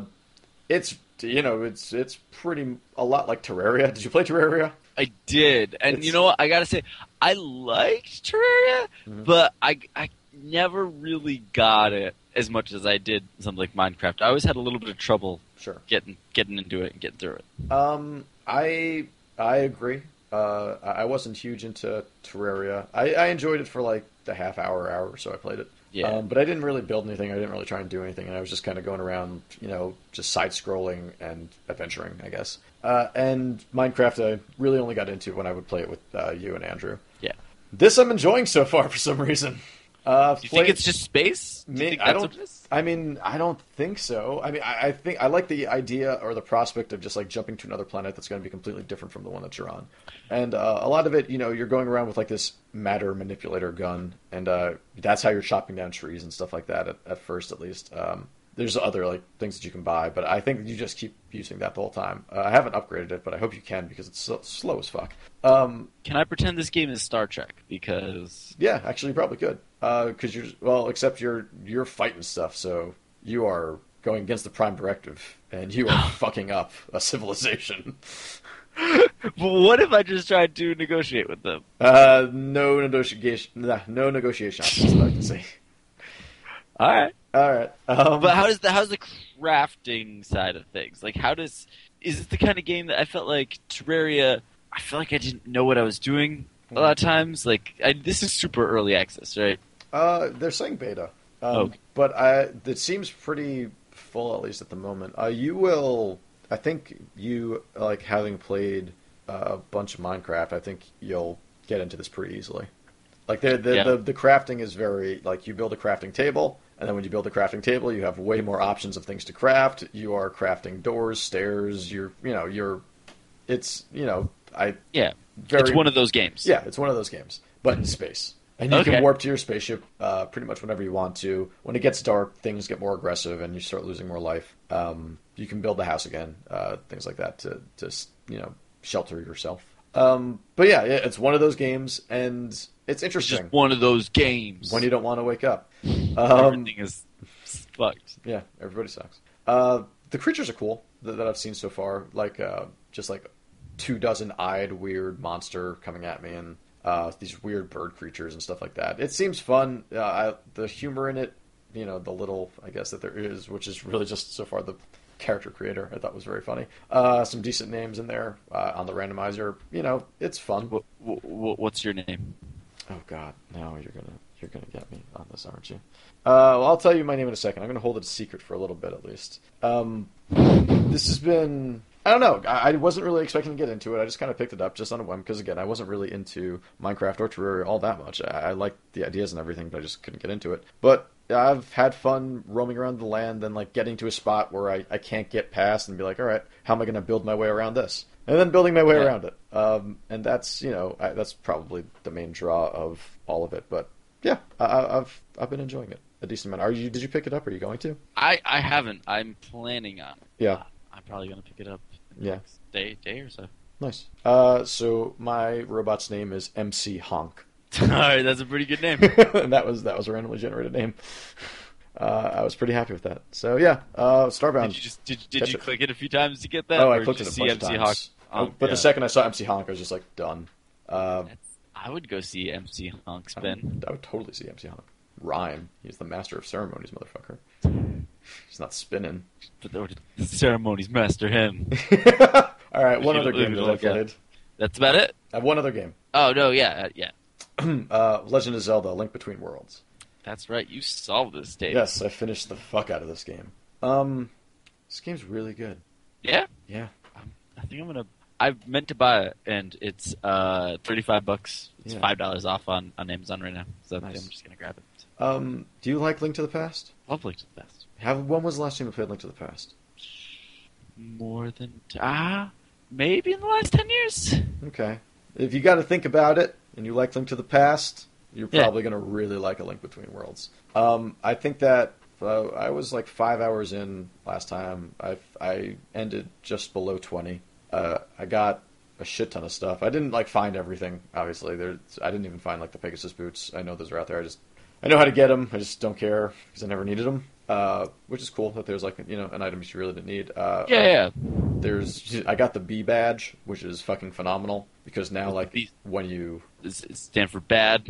Speaker 2: it's you know it's it's pretty a lot like Terraria. Did you play Terraria?
Speaker 1: I did, and
Speaker 2: It's-
Speaker 1: you know what? I gotta say, I liked Terraria,
Speaker 2: Mhm.
Speaker 1: but I I never really got it as much as I did something like Minecraft. I always had a little bit of trouble
Speaker 2: Sure.
Speaker 1: getting getting into it and getting through it.
Speaker 2: Um, I I agree. Uh, I I wasn't huge into Terraria. I, I enjoyed it for like the half hour, hour or so I played it.
Speaker 1: Yeah.
Speaker 2: Um, but I didn't really build anything. I didn't really try and do anything, and I was just kind of going around, you know, just side scrolling and adventuring, I guess. Uh, and Minecraft, I really only got into when I would play it with uh, you and Andrew.
Speaker 1: Yeah.
Speaker 2: This I'm enjoying so far for some reason. Uh,
Speaker 1: Do you
Speaker 2: play-
Speaker 1: think it's just space? Do you
Speaker 2: Me-
Speaker 1: think
Speaker 2: I
Speaker 1: that's
Speaker 2: don't.
Speaker 1: what it is?
Speaker 2: I mean, I don't think so. I mean, I, I think I like the idea or the prospect of just like jumping to another planet that's going to be completely different from the one that you're on. And uh, a lot of it, you know, you're going around with like this matter manipulator gun, and uh, that's how you're chopping down trees and stuff like that. At, at first, at least. Um, there's other like things that you can buy, but I think you just keep using that the whole time. Uh, I haven't upgraded it, but I hope you can because it's so, slow as fuck. Um,
Speaker 1: Can I pretend this game is Star Trek? Because
Speaker 2: yeah, actually, you probably could. Because you're well, except you're you're fighting stuff, so you are going against the prime directive, and you are fucking up a civilization.
Speaker 1: but what if I just tried to negotiate with them?
Speaker 2: Uh, no negotiation. Nah, no negotiation options. that I can see.
Speaker 1: All right.
Speaker 2: All right. Um,
Speaker 1: But how does the how's the crafting side of things? Like how does is this the kind of game that I felt like Terraria I feel like I didn't know what I was doing a lot
Speaker 2: Hmm.
Speaker 1: of times. Like I, this is super early access, right?
Speaker 2: Uh, they're saying beta, um,
Speaker 1: Okay.
Speaker 2: but I, it seems pretty full at least at the moment. Uh, you will, I think you like having played uh, a bunch of Minecraft. I think you'll get into this pretty easily. Like the the,
Speaker 1: Yeah.
Speaker 2: the the crafting is very like you build a crafting table, and then when you build a crafting table, you have way more options of things to craft. You are crafting doors, stairs. You're you know you're, it's you know I
Speaker 1: Yeah.
Speaker 2: very
Speaker 1: It's one of those games.
Speaker 2: yeah, it's one of those games, but in space. And you
Speaker 1: Okay.
Speaker 2: can warp to your spaceship uh, pretty much whenever you want to. When it gets dark, things get more aggressive, and you start losing more life. Um, you can build the house again, uh, things like that to to you know shelter yourself. Um, but yeah, yeah, it's one of those games, and it's
Speaker 1: It's just
Speaker 2: interesting
Speaker 1: one of those games.
Speaker 2: when you don't want to wake up. Um,
Speaker 1: everything is fucked.
Speaker 2: yeah, everybody sucks. Uh, the creatures are cool that, that I've seen so far. Like uh, just like two dozen eyed weird monster coming at me, and uh, these weird bird creatures and stuff like that. It seems fun. Uh, I, the humor in it, you know, the little I guess that there is, which is really just so far the character creator. I thought was very funny. Uh, some decent names in there uh, on the randomizer. You know, it's fun.
Speaker 1: What, what, what's your name?
Speaker 2: Oh God, now you're gonna you're gonna get me on this, aren't you? Uh, well, I'll tell you my name in a second. I'm gonna hold it a secret for a little bit at least. Um, this has been I don't know. I, I wasn't really expecting to get into it. I just kind of picked it up just on a whim because again, I wasn't really into Minecraft or Terraria all that much. I, I liked the ideas and everything, but I just couldn't get into it. But I've had fun roaming around the land and like getting to a spot where I, I can't get past and be like, all right, how am I going to build my way around this? And then building my way
Speaker 1: Yeah.
Speaker 2: around it. Um, and that's you know I, that's probably the main draw of all of it. But yeah, I, I- I've I've been enjoying it a decent amount. Are you? Did you pick it up? Are you going to?
Speaker 1: I I haven't. I'm planning on. it.
Speaker 2: Yeah.
Speaker 1: I'm probably gonna pick it up. in the
Speaker 2: Yeah.
Speaker 1: next Day day or so.
Speaker 2: Nice. Uh, so my robot's name is MC Honk.
Speaker 1: All right, that's a pretty good name.
Speaker 2: and that was that was a randomly generated name. Uh, I was pretty happy with that. So yeah, uh, Starbound.
Speaker 1: Did you just did, did
Speaker 2: That's
Speaker 1: you
Speaker 2: it.
Speaker 1: click it a few times to get that?
Speaker 2: oh, I
Speaker 1: or
Speaker 2: clicked it
Speaker 1: just
Speaker 2: a bunch of
Speaker 1: CMC
Speaker 2: times.
Speaker 1: Hawk?
Speaker 2: Oh,
Speaker 1: Oh,
Speaker 2: but
Speaker 1: yeah.
Speaker 2: the second I saw MC Honk, I was just like done. Uh,
Speaker 1: That's- I would go see MC Honk
Speaker 2: I
Speaker 1: Spin.
Speaker 2: would, I would totally see MC Honk. Rhyme. He's the master of ceremonies, motherfucker. He's not spinning.
Speaker 1: But the, the ceremonies master him.
Speaker 2: All right,
Speaker 1: If
Speaker 2: one
Speaker 1: you
Speaker 2: other
Speaker 1: believe
Speaker 2: game
Speaker 1: it
Speaker 2: that
Speaker 1: all,
Speaker 2: I played.
Speaker 1: That's about it.
Speaker 2: I have one other game.
Speaker 1: Oh no, yeah, uh, yeah.
Speaker 2: uh, Legend of Zelda: Link Between Worlds.
Speaker 1: That's right. You solved this, Dave.
Speaker 2: Yes, I finished the fuck out of this game. Um, this game's really good.
Speaker 1: Yeah.
Speaker 2: Yeah.
Speaker 1: I think I'm gonna. I meant to buy it, and it's uh 35 bucks. It's
Speaker 2: Yeah.
Speaker 1: five dollars off on, on Amazon right now. So I think
Speaker 2: Nice.
Speaker 1: I'm just gonna grab it.
Speaker 2: Um, do you like Link to the Past?
Speaker 1: Lovely to the best.
Speaker 2: Have when was the last time you played Link to the Past?
Speaker 1: More than ah, maybe in the last ten years.
Speaker 2: Okay. If you got to think about it, and you like Link to the Past, you're
Speaker 1: Yeah.
Speaker 2: probably going to really like A Link Between Worlds. Um, I think that uh, I was like five hours in last time. I I ended just below twenty. Uh, I got a shit ton of stuff. I didn't like find everything. Obviously, there I didn't even find like the Pegasus boots. I know those are out there. I just I know how to get them. I just don't care because I never needed them. uh, which is cool that there's like you know an item you really didn't need. Uh,
Speaker 1: Yeah, yeah.
Speaker 2: There's I got the B badge, which is fucking phenomenal because now like
Speaker 1: B?
Speaker 2: when you
Speaker 1: Does it stand for bad?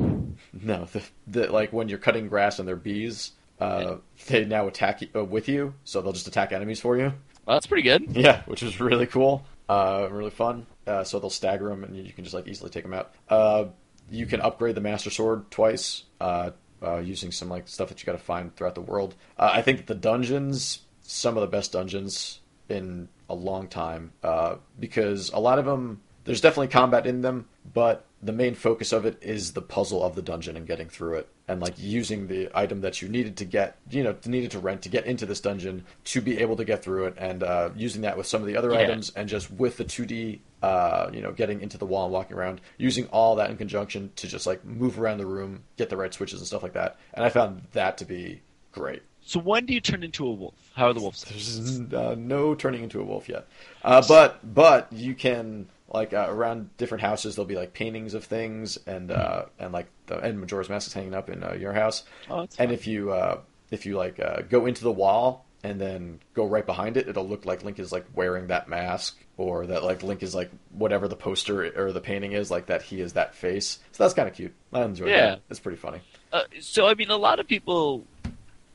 Speaker 2: no the, the like when you're cutting grass and they're bees, uh, they now attack you, uh, with you, so they'll just attack enemies for you.
Speaker 1: Well, that's pretty good.
Speaker 2: Yeah, which is really cool, uh, really fun. Uh, so they'll stagger them, and you can just like easily take them out. Uh, you can upgrade the master sword twice uh, uh, using some like stuff that you got to find throughout the world. Uh, I think that the dungeons, some of the best dungeons in a long time, uh, because a lot of them there's definitely combat in them, but the main focus of it is the puzzle of the dungeon and getting through it, and like using the item that you needed to get, you know, needed to rent to get into this dungeon to be able to get through it, and uh, using that with some of the other
Speaker 1: Yeah.
Speaker 2: items, and just with the 2D, uh, you know, getting into the wall and walking around, using all that in conjunction to just like move around the room, get the right switches and stuff like that, and I found that to be great.
Speaker 1: So when do you turn into a wolf? How are the wolves?
Speaker 2: There's uh, no turning into a wolf yet, uh, but but you can like uh, around different houses there'll be like paintings of things and uh, and like the and Majora's Mask is hanging up in uh, your house,
Speaker 1: Oh, that's
Speaker 2: and
Speaker 1: fun.
Speaker 2: if you uh, if you like uh, go into the wall and then go right behind it, it'll look like Link is like wearing that mask or that like Link is like whatever the poster or the painting is like that he is that face. So that's kind of cute. I enjoyed
Speaker 1: Yeah.
Speaker 2: that. It's pretty funny.
Speaker 1: Uh, so I mean, a lot of people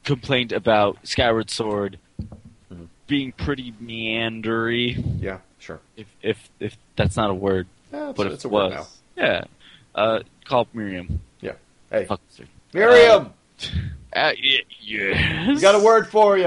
Speaker 1: complained about Skyward Sword
Speaker 2: Mhm.
Speaker 1: being pretty meandery,
Speaker 2: Yeah, sure.
Speaker 1: if if if that's not a word,
Speaker 2: Yeah, it's,
Speaker 1: but
Speaker 2: it's
Speaker 1: if it
Speaker 2: a word
Speaker 1: was,
Speaker 2: now.
Speaker 1: yeah. Uh, call Miriam.
Speaker 2: Hey,
Speaker 1: Fuck her.
Speaker 2: Miriam,
Speaker 1: Uh, y- yes.
Speaker 2: we got a word for you.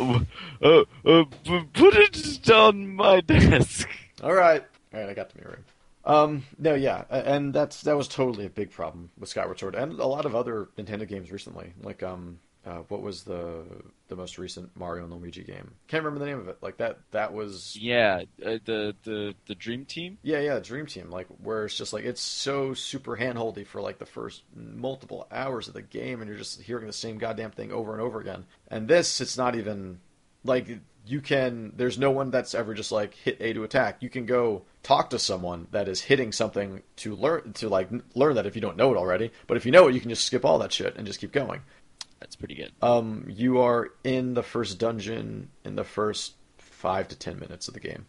Speaker 1: Uh, uh, p- put it on my desk.
Speaker 2: All right. All right, I got the mirror. Um, no, yeah, a- and that's that was totally a big problem with Skyward Sword and a lot of other Nintendo games recently. Like, um, uh, what was the the most recent Mario and Luigi game? Can't remember the name of it. Like that that was
Speaker 1: Yeah, uh, the the the dream team.
Speaker 2: yeah yeah Dream Team. Like where it's just like it's so super handholdy for like the first multiple hours of the game, and you're just hearing the same goddamn thing over and over again. And this, it's not even like you can there's no one that's ever just like hit a to attack you can go talk to someone that is hitting something to learn to like n- learn that if you don't know it already but if you know it you can just skip all that shit and just keep going
Speaker 1: That's pretty good.
Speaker 2: um you are in the first dungeon in the first five to ten minutes of the game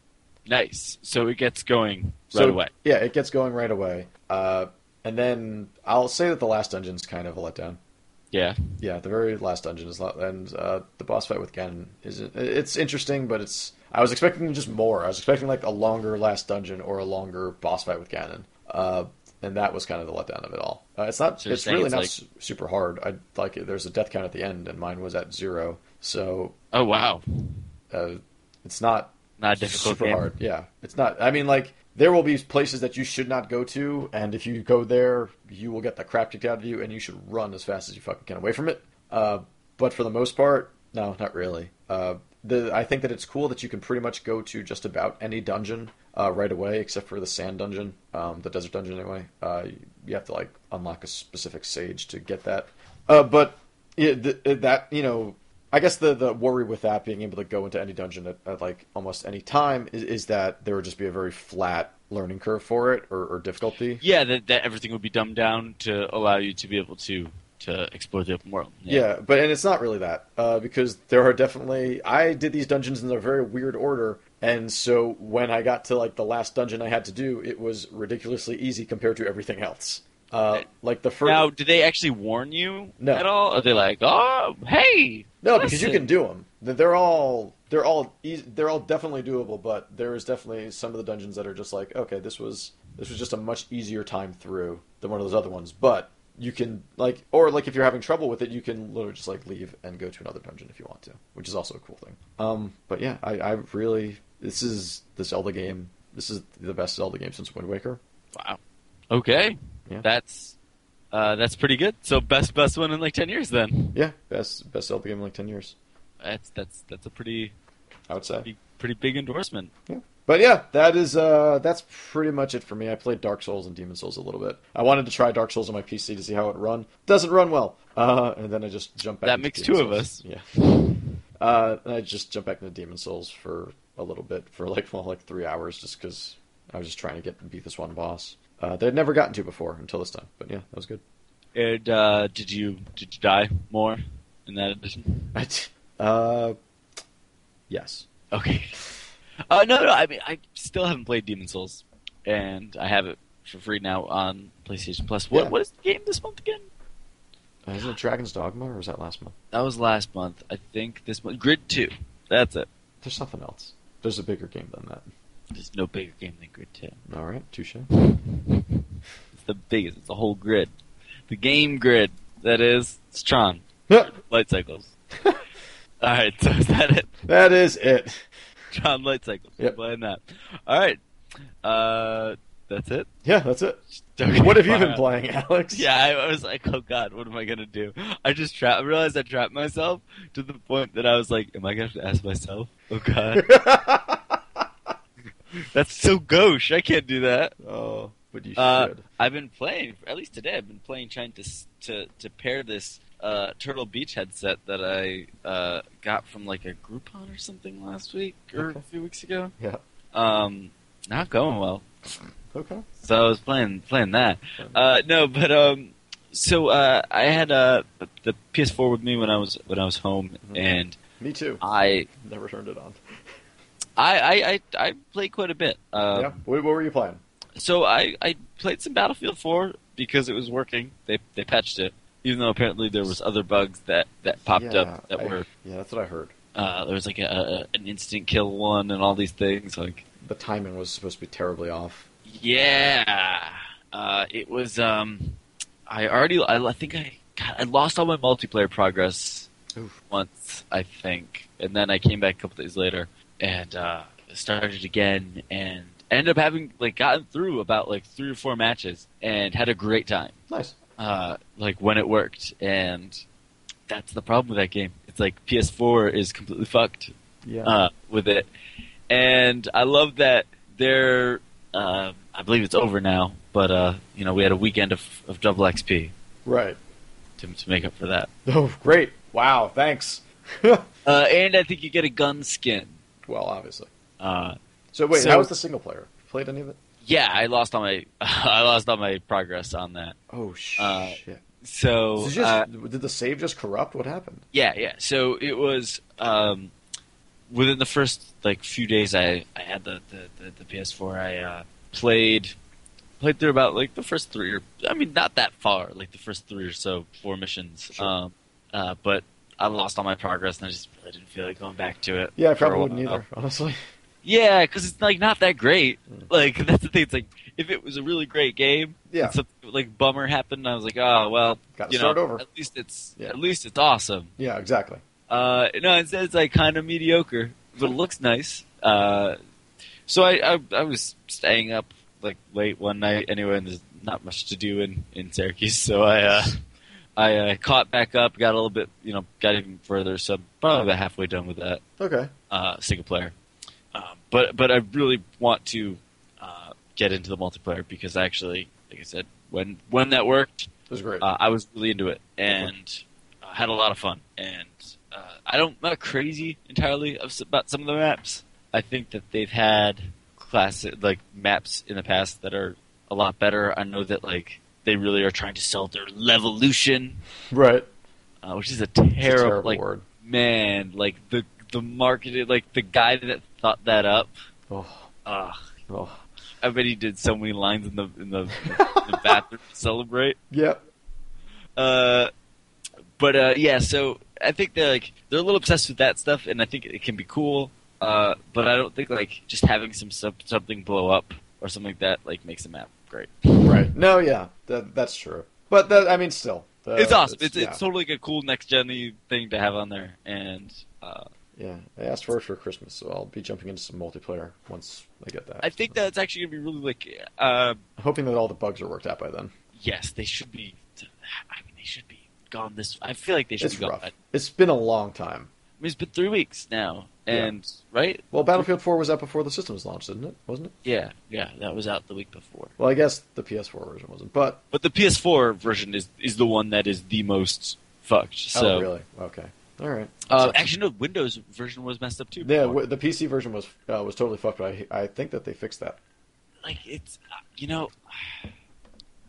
Speaker 1: Nice. So it gets going
Speaker 2: So-
Speaker 1: right away.
Speaker 2: yeah it gets going right away uh and then i'll say that the last dungeon's kind of a letdown
Speaker 1: Yeah.
Speaker 2: yeah, the very last dungeon is not, and uh, the boss fight with Ganon is it's interesting, but it's I was expecting just more. I was expecting like a longer last dungeon or a longer boss fight with Ganon, uh, and that was kind of the letdown of it all. Uh, it's not.
Speaker 1: So you're
Speaker 2: it's
Speaker 1: saying
Speaker 2: really
Speaker 1: it's
Speaker 2: not
Speaker 1: like-
Speaker 2: su- super hard. I like it- there's a death count at the end, and mine was at zero, so
Speaker 1: Oh wow.
Speaker 2: uh, it's not
Speaker 1: Not a difficult.
Speaker 2: super
Speaker 1: game.
Speaker 2: hard. Yeah, it's not. I mean, like there will be places that you should not go to, and if you go there, you will get the crap kicked out of you, and you should run as fast as you fucking can away from it. Uh, but for the most part, no, not really. Uh, the I think that it's cool that you can pretty much go to just about any dungeon uh, right away, except for the sand dungeon, um, the desert dungeon anyway. Uh, you have to like unlock a specific sage to get that. Uh, but yeah, th- uh, that you know I guess the, the worry with that being able to go into any dungeon at, at like almost any time is, is that there would just be a very flat learning curve for it or, or difficulty.
Speaker 1: Yeah, that, that everything would be dumbed down to allow you to be able to to explore the open world.
Speaker 2: Yeah, but and it's not really that uh, because there are definitely I did these dungeons in a very weird order, and so when I got to like the last dungeon I had to do, it was ridiculously easy compared to everything else. Uh, like the first
Speaker 1: Now, do they actually warn you
Speaker 2: No.
Speaker 1: at all? Are they like, oh, hey?
Speaker 2: No, because you
Speaker 1: listen."
Speaker 2: can do them. They're all they're all eas they're all definitely doable, but there is definitely some of the dungeons that are just like, okay, this was this was just a much easier time through than one of those other ones. But you can like, or like if you're having trouble with it, you can literally just like leave and go to another dungeon if you want to, which is also a cool thing. Um, but yeah, I, I really this is the Zelda game. This is the best Zelda game since Wind Waker.
Speaker 1: Wow. Okay.
Speaker 2: Yeah.
Speaker 1: That's uh, that's pretty good. So best best one in like ten years then.
Speaker 2: Yeah, best best Zelda game in like ten years,
Speaker 1: That's that's that's a pretty
Speaker 2: I would say.
Speaker 1: pretty, pretty big endorsement.
Speaker 2: But yeah, that is uh that's pretty much it for me. I played Dark Souls and Demon Souls a little bit. I wanted to try Dark Souls on my PC to see how it run. Doesn't run well. Uh and then I just jumped back
Speaker 1: That
Speaker 2: into
Speaker 1: makes
Speaker 2: Demon
Speaker 1: two of
Speaker 2: Souls.
Speaker 1: us.
Speaker 2: Yeah. Uh and I just jumped back into Demon Souls for a little bit for like well like 3 hours just cuz I was just trying to get beat this one boss. Uh that I'd never gotten to before until this time. But yeah, that was good.
Speaker 1: And uh, did you did you die more? in that edition?
Speaker 2: uh, yes.
Speaker 1: Okay. Uh, no, no. I mean, I still haven't played Demon Souls, and I have it for free now on PlayStation Plus. What
Speaker 2: Yeah.
Speaker 1: What is the game this month again?
Speaker 2: Uh, Isn't it Dragon's Dogma, or was that last month?
Speaker 1: That was last month. I think this month. Grid Two. That's it.
Speaker 2: There's something else. There's a bigger game than that.
Speaker 1: There's no bigger game than Grid Two.
Speaker 2: All right, touche.
Speaker 1: It's the biggest. It's the whole grid. The game grid. That is. It's Tron. Light cycles. All right. So is that it?
Speaker 2: that is it.
Speaker 1: Tron light cycles.
Speaker 2: Yep.
Speaker 1: Playing that. All right. Uh, that's it.
Speaker 2: Yeah, that's it.
Speaker 1: Okay,
Speaker 2: What have you been
Speaker 1: fine.
Speaker 2: playing, Alex?
Speaker 1: Yeah, I, I was like, oh god, what am I gonna do? I just trapped. I realized I trapped myself to the point that I was like, am I gonna have to ask myself? Oh god, that's so gauche. I can't do that.
Speaker 2: oh, but you should.
Speaker 1: Uh, I've been playing, at least today, I've been playing trying to s- to to pair this uh, Turtle Beach headset that I uh, got from like a Groupon or something last week or
Speaker 2: Okay.
Speaker 1: a few weeks ago.
Speaker 2: Yeah.
Speaker 1: Um, not going well.
Speaker 2: okay.
Speaker 1: So I was playing playing that. Uh, no, but um, so uh, I had uh, the PS4 with me when I was when I was home,
Speaker 2: Mhm.
Speaker 1: and
Speaker 2: Me too.
Speaker 1: I
Speaker 2: Never turned it on.
Speaker 1: I I I, I played quite a bit. Uh,
Speaker 2: yeah. What, what were you playing?
Speaker 1: So I I played some Battlefield 4 because it was working. They they patched it, even though apparently there was other bugs that that popped up
Speaker 2: Yeah,
Speaker 1: that
Speaker 2: I-
Speaker 1: were
Speaker 2: Yeah, that's what I heard.
Speaker 1: uh, there was like a, a an instant kill one and all these things like
Speaker 2: The timing was supposed to be terribly off.
Speaker 1: Yeah, uh, it was. Um, I already. I, I think I. God, I lost all my multiplayer progress
Speaker 2: Oof.
Speaker 1: once, I think, and then I came back a couple days later and uh, started again, and ended up having like gotten through about like three or four matches and had a great time.
Speaker 2: Nice.
Speaker 1: Uh, like when it worked, and that's the problem with that game. It's like PS4 is completely fucked
Speaker 2: Yeah.
Speaker 1: uh, with it. And I love that they're, uh, I believe it's over now, but, uh, you know, we had a weekend of, of double XP
Speaker 2: right.
Speaker 1: to, to make up for that.
Speaker 2: Oh, great. Wow. Thanks.
Speaker 1: Uh, and I think you get a gun skin.
Speaker 2: well, obviously.
Speaker 1: Uh,
Speaker 2: So wait,
Speaker 1: So-
Speaker 2: how was the single player? Played any of it?
Speaker 1: yeah, I lost all my, I lost all my progress on that.
Speaker 2: Oh shit.
Speaker 1: Uh,
Speaker 2: Did,
Speaker 1: So,
Speaker 2: you just-
Speaker 1: uh,
Speaker 2: did the save just corrupt? What happened?
Speaker 1: Yeah, yeah. So it was um, within the first like few days I, I had the, the, the, the PS4. I uh, played played through about like the first three or I mean not that far, like the first three or so four missions.
Speaker 2: Sure.
Speaker 1: Um, uh, but I lost all my progress and I just really didn't feel like going back to it.
Speaker 2: Yeah, I
Speaker 1: for a
Speaker 2: probably wouldn't
Speaker 1: while.
Speaker 2: either, honestly.
Speaker 1: Yeah, because it's like not that great.
Speaker 2: Mm.
Speaker 1: Like that's the thing. It's like if it was a really great game,
Speaker 2: Yeah.
Speaker 1: and something like bummer happened. I was like, oh well,
Speaker 2: Gotta
Speaker 1: you know,
Speaker 2: start over.
Speaker 1: at least it's
Speaker 2: Yeah.
Speaker 1: at least it's awesome.
Speaker 2: Yeah, exactly.
Speaker 1: Uh, no, it says like kind of mediocre, but it looks nice. Uh, so I, I I was staying up like late one night anyway, and there's not much to do in in Syracuse, so I uh, I uh, caught back up, got a little bit, you know, got even further. So I'm probably about halfway done with that
Speaker 2: Okay.
Speaker 1: uh, single player. Um, but but I really want to uh, get into the multiplayer because I actually, like I said, when when that worked,
Speaker 2: It was great.
Speaker 1: uh, I was really into it and uh, had a lot of fun. And uh, I don't I'm not crazy entirely of, s- about some of the maps. I think that they've had classic like maps in the past that are a lot better. I know that like they really are trying to sell their Levolution,
Speaker 2: right. It's
Speaker 1: uh, which is a
Speaker 2: a
Speaker 1: terrible,
Speaker 2: terrible
Speaker 1: like
Speaker 2: word.
Speaker 1: man like the the marketed like the guy that thought that up.
Speaker 2: Oh,
Speaker 1: Ugh,
Speaker 2: oh.
Speaker 1: I bet he did so many lines in the in the, in the bathroom to celebrate.
Speaker 2: Yeah.
Speaker 1: Uh, but uh, yeah, so I think they're like they're a little obsessed with that stuff, and I think it can be cool. Uh, but I don't think like just having some sub- something blow up or something like that like makes a map great.
Speaker 2: Right. No, yeah. That, that's true. But that, I mean, still. uh,
Speaker 1: it's awesome. It's, it's,
Speaker 2: yeah.
Speaker 1: totally like a cool next gen thing to have on there, and uh,
Speaker 2: Yeah, I asked for it for Christmas, so I'll be jumping into some multiplayer once I get that.
Speaker 1: I think that's actually gonna be really like uh,
Speaker 2: I'm hoping that all the bugs are worked out by then.
Speaker 1: yes, they should be. I mean, they should be gone this. I feel like they should
Speaker 2: It's
Speaker 1: be gone.
Speaker 2: rough.
Speaker 1: I mean,
Speaker 2: It's been a long time.
Speaker 1: it's been three weeks now,
Speaker 2: Yeah.
Speaker 1: and right?
Speaker 2: Well, Battlefield 4 was out before the system was launched, didn't it? Wasn't it?
Speaker 1: Yeah, yeah, that was out the week before.
Speaker 2: Well, I guess the PS4 version wasn't, but
Speaker 1: But the PS4 version is is the one that is the most fucked. So
Speaker 2: oh, really? Okay, all right.
Speaker 1: uh, actually, no, Windows version was messed up too. before.
Speaker 2: yeah, w- the PC version was uh, was totally fucked. But I I think that they fixed that.
Speaker 1: like it's uh, you know,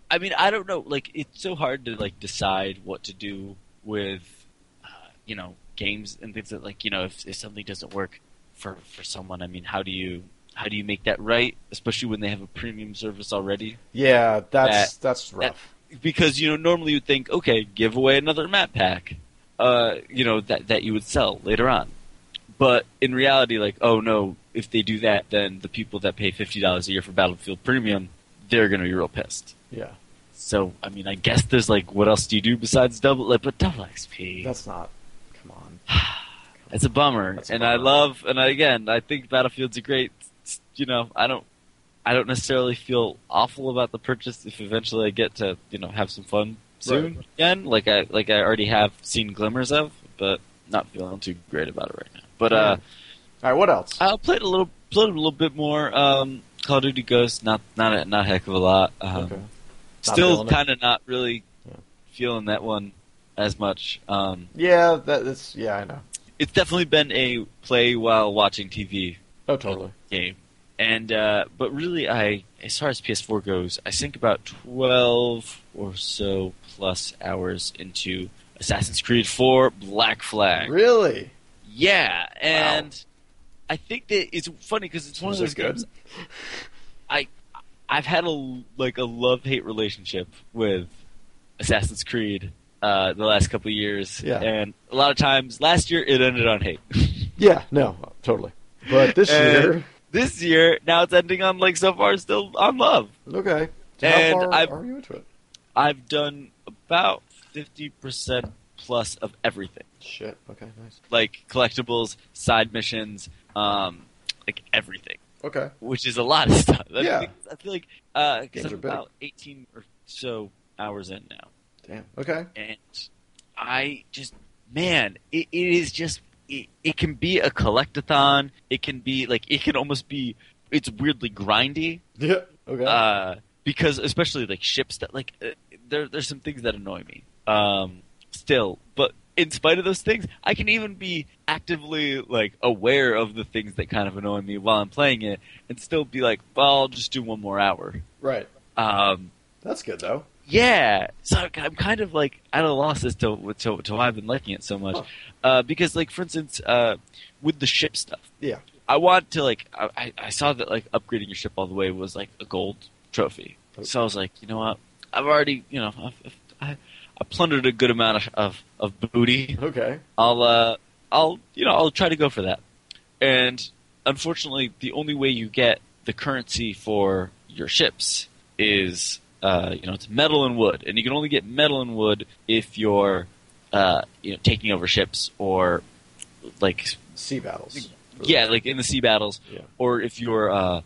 Speaker 1: I mean, I don't know. Like it's so hard to like decide what to do with uh, you know games and things that like you know if, if something doesn't work for for someone, I mean, how do you how do you make that right? Especially when they have a premium service already,
Speaker 2: Yeah, that's that's rough.
Speaker 1: because you know normally you'd think, okay, give away another map pack, uh, you know that that you would sell later on, but in reality, like, oh no, if they do that, then the people that pay fifty dollars a year for Battlefield Premium, they're gonna be real pissed.
Speaker 2: yeah,
Speaker 1: So I mean, I guess there's like, what else do you do besides double? Like, but double XP.
Speaker 2: that's not. Come on.
Speaker 1: It's a bummer,
Speaker 2: That's a
Speaker 1: and
Speaker 2: bummer.
Speaker 1: I love, and I, again, I think Battlefield's a great. You know, I don't, I don't necessarily feel awful about the purchase if eventually I get to, you know, have some fun soon again, like I like I already have seen glimmers of, but not feeling too great about it right now. But uh,
Speaker 2: All right, what else?
Speaker 1: I played a little, played a little bit more um, Call of Duty Ghost, not not a, not a heck of a lot. Um,
Speaker 2: okay. Not
Speaker 1: Still,
Speaker 2: feeling it.
Speaker 1: kind of not really
Speaker 2: Yeah.
Speaker 1: feeling that one as much. Um,
Speaker 2: Yeah, that, that's yeah, I know.
Speaker 1: it's definitely been a play while watching TV
Speaker 2: Oh, totally.
Speaker 1: game. And uh, but really, I as far as PS4 goes, I sink about twelve or so plus hours into Assassin's Creed 4 Black Flag.
Speaker 2: Really?
Speaker 1: Yeah, and I think that it's funny because it's one
Speaker 2: Was
Speaker 1: of those
Speaker 2: it good?
Speaker 1: games I've had a like a love hate relationship with Assassin's Creed uh, the last couple of years,
Speaker 2: Yeah.
Speaker 1: and a lot of times last year it ended on hate.
Speaker 2: Yeah, no, totally. But this
Speaker 1: And-
Speaker 2: year,
Speaker 1: this year now it's ending on like so far still on love
Speaker 2: okay. So
Speaker 1: And
Speaker 2: how far
Speaker 1: I've-
Speaker 2: are you into it?
Speaker 1: i've done about 50% plus of everything
Speaker 2: Shit. Okay, nice.
Speaker 1: like collectibles side missions um like everything
Speaker 2: Okay.
Speaker 1: which is a lot of stuff I
Speaker 2: Yeah.
Speaker 1: think- i feel like uh 'cause
Speaker 2: Games
Speaker 1: i'm
Speaker 2: are big.
Speaker 1: about 18 or so hours in now
Speaker 2: Damn. Okay.
Speaker 1: and I just man, it, it is just it, it can be a collectathon. It can be like it can almost be it's weirdly grindy
Speaker 2: Yeah. Okay.
Speaker 1: uh, because especially like ships that like uh, there there's some things that annoy me um, still, but in spite of those things, I can even be actively like aware of the things that kind of annoy me while I'm playing it, and still be like, well, I'll just do one more hour.
Speaker 2: right.
Speaker 1: Um,
Speaker 2: That's good though.
Speaker 1: yeah, so I'm- I'm kind of like at a loss as to to, to why I've been liking it so much,
Speaker 2: Huh.
Speaker 1: uh, because like for instance, uh, with the ship stuff,
Speaker 2: Yeah.
Speaker 1: I want to like I, I- I saw that like upgrading your ship all the way was like a gold trophy,
Speaker 2: Oh.
Speaker 1: so I was like, you know what, I've already you know I've, I've- I I plundered a good amount of of, of booty,
Speaker 2: Okay.
Speaker 1: I'll uh, I'll you know I'll try to go for that, and unfortunately, the only way you get the currency for your ships is uh, you know it's metal and wood, and you can only get metal and wood if you're uh, you know taking over ships or like
Speaker 2: Sea battles.
Speaker 1: yeah like in the sea battles
Speaker 2: Yeah.
Speaker 1: or if you're uh,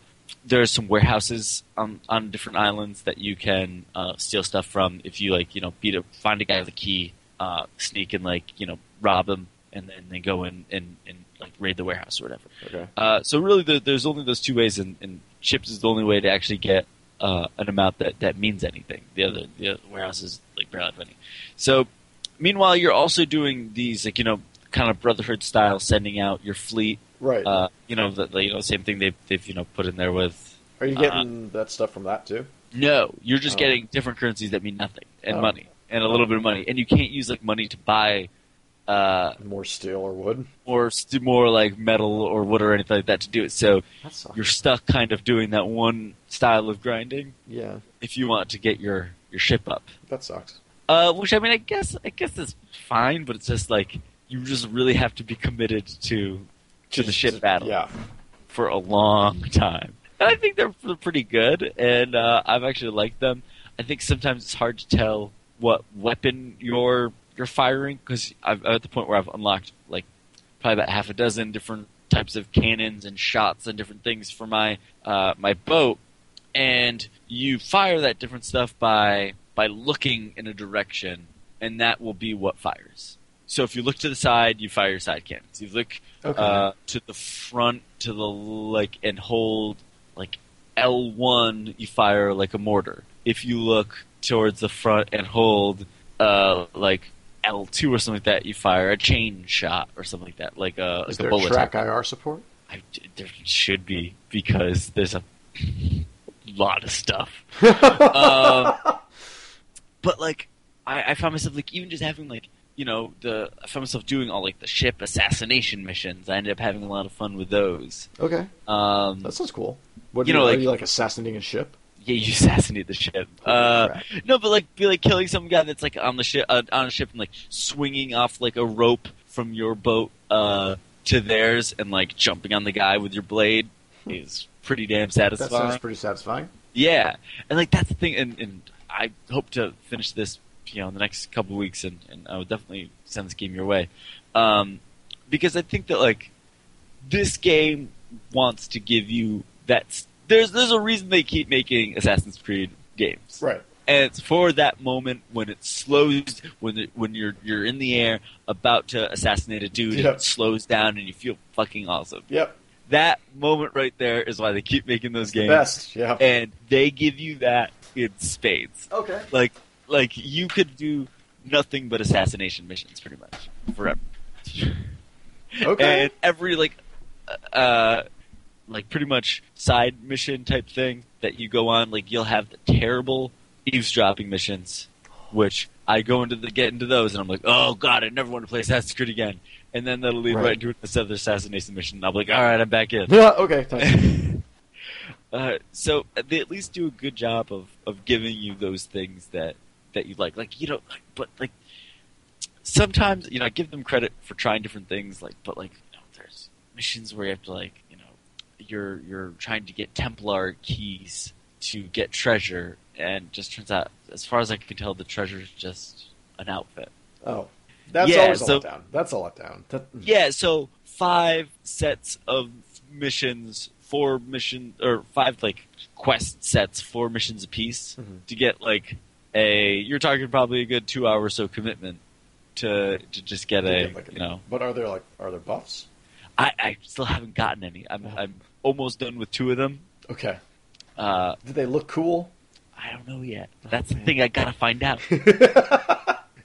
Speaker 1: there are some warehouses on on different islands that you can uh, steal stuff from if you like you know beat a find a guy with a key uh, sneak and like you know rob him and then they go in and, and like raid the warehouse or whatever
Speaker 2: Okay.
Speaker 1: uh, so really there, there's only those two ways and, and chips is the only way to actually get uh, an amount that, that means anything the other the other warehouse is like barely have any so meanwhile you're also doing these like you know kind of brotherhood style sending out your fleet
Speaker 2: Right.
Speaker 1: uh, you know, the, the you know, same thing they've, they've you know put in there with.
Speaker 2: are you getting
Speaker 1: uh,
Speaker 2: that stuff from that too?
Speaker 1: No, you're just
Speaker 2: Oh.
Speaker 1: getting different currencies that mean nothing and
Speaker 2: Oh.
Speaker 1: money and a little bit of money, and you can't use like money to buy uh,
Speaker 2: More steel or wood?
Speaker 1: more st- more like metal or wood or anything like that to do it. So
Speaker 2: That sucks.
Speaker 1: you're stuck kind of doing that one style of grinding
Speaker 2: Yeah.
Speaker 1: if you want to get your your ship up.
Speaker 2: That sucks.
Speaker 1: Uh, which I mean, I guess I guess is fine, but it's just like you just really have to be committed to to the ship battle.
Speaker 2: Yeah.
Speaker 1: for a long time. And I think they're, they're pretty good, and uh, I've actually liked them. I think sometimes it's hard to tell what weapon you're you're firing because I'm at the point where I've unlocked like probably about half a dozen different types of cannons and shots and different things for my uh, my boat, and you fire that different stuff by by looking in a direction, and that will be what fires. So if you look to the side, you fire your side cannons. You look
Speaker 2: Okay.
Speaker 1: uh, to the front, to the like, and hold like L one. You fire like a mortar. If you look towards the front and hold uh, like L two or something like that, you fire a chain shot or something like that, like a like
Speaker 2: Is
Speaker 1: a
Speaker 2: there
Speaker 1: bullet.
Speaker 2: track IR support?
Speaker 1: I, there should be because there's a lot of stuff Uh, but like I, I found myself like even just having like you know, the I found myself doing all like the ship assassination missions. I ended up having a lot of fun with those.
Speaker 2: Okay,
Speaker 1: Um,
Speaker 2: that sounds cool. What
Speaker 1: You
Speaker 2: do
Speaker 1: know,
Speaker 2: are
Speaker 1: like-
Speaker 2: you like assassinating a ship?
Speaker 1: yeah, you assassinate the ship. Uh,
Speaker 2: Crap.
Speaker 1: no, but like, be like killing some guy that's like on the ship, uh, on a ship, and like swinging off like a rope from your boat uh, to theirs, and like jumping on the guy with your blade is pretty damn
Speaker 2: that
Speaker 1: satisfying.
Speaker 2: sounds pretty satisfying.
Speaker 1: Yeah, and like that's the thing, and, and I hope to finish this, you know, in the next couple of weeks, and, and I would definitely send this game your way, um, because I think that like this game wants to give you that. s- There's there's a reason they keep making Assassin's Creed games,
Speaker 2: Right.
Speaker 1: and it's for that moment when it slows, when it, when you're you're in the air about to assassinate a dude, and
Speaker 2: Yep.
Speaker 1: it slows down, and you feel fucking awesome.
Speaker 2: Yep.
Speaker 1: That moment right there is why they keep making those games
Speaker 2: Best. Yeah.
Speaker 1: and they give you that in spades.
Speaker 2: Okay.
Speaker 1: Like, like you could do nothing but assassination missions pretty much forever.
Speaker 2: Okay.
Speaker 1: And every like, uh, like pretty much side mission type thing that you go on, like you'll have the terrible eavesdropping missions, which I go into the get into those, and I'm like, oh god, I never want to play Assassin's Creed again. And then that'll lead
Speaker 2: Right.
Speaker 1: right, to this other assassination mission. and I'll be like, all right, I'm back in.
Speaker 2: yeah. Okay. thanks.
Speaker 1: Uh, so they at least do a good job of, of giving you those things that, that you like. Like you know, like, but like sometimes you know, I give them credit for trying different things. Like, but like you know, there's missions where you have to like you know, you're you're trying to get Templar keys to get treasure, and just turns out, as far as I can tell, the treasure's just an outfit.
Speaker 2: Oh, that's
Speaker 1: Yeah,
Speaker 2: always a
Speaker 1: so-
Speaker 2: letdown. That's a letdown. That, mm-hmm.
Speaker 1: Yeah, so five sets of missions, four mission or five like quest sets, four missions apiece
Speaker 2: Mhm.
Speaker 1: to get like a. You're talking probably a good two hour or so commitment to to just get
Speaker 2: Yeah,
Speaker 1: a.
Speaker 2: like-
Speaker 1: you know,
Speaker 2: But are there like are there buffs?
Speaker 1: I, I still haven't gotten any. I'm
Speaker 2: Yeah.
Speaker 1: I'm almost done with two of them.
Speaker 2: Okay.
Speaker 1: Uh,
Speaker 2: Did they look cool?
Speaker 1: I don't know yet. That's the thing I gotta find out.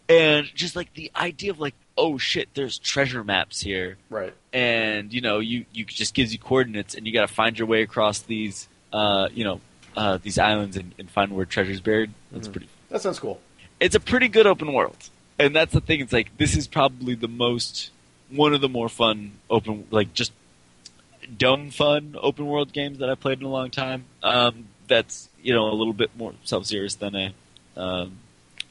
Speaker 1: And just like the idea of like, oh shit, there's treasure maps here.
Speaker 2: right.
Speaker 1: and you know you you just gives you coordinates and you got to find your way across these uh you know uh these islands and, and find where treasure's buried that's
Speaker 2: Mhm.
Speaker 1: pretty
Speaker 2: That sounds cool.
Speaker 1: it's a pretty good open world and that's the thing it's like this is probably the most one of the more fun open like just dumb fun open world games that i played in a long time um that's you know a little bit more self-serious than a um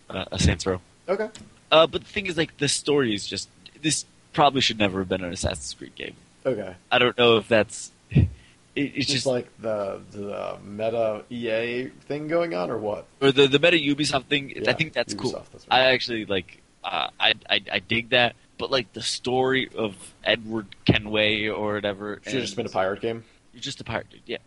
Speaker 1: a a saints row
Speaker 2: Okay.
Speaker 1: uh but the thing is like the story is just this probably should never have been an assassin's creed game
Speaker 2: Okay.
Speaker 1: I don't know if that's. It, it's
Speaker 2: It's
Speaker 1: just
Speaker 2: just
Speaker 1: like
Speaker 2: like the the meta EA thing going on, or what?
Speaker 1: or the the meta Ubisoft thing. I think that's cool.
Speaker 2: Ubisoft, that's
Speaker 1: I
Speaker 2: right.
Speaker 1: actually like. Uh, I, I I dig that, but like the story of Edward Kenway or whatever.
Speaker 2: Should have just been a pirate game,
Speaker 1: You're just a pirate, dude. Yeah,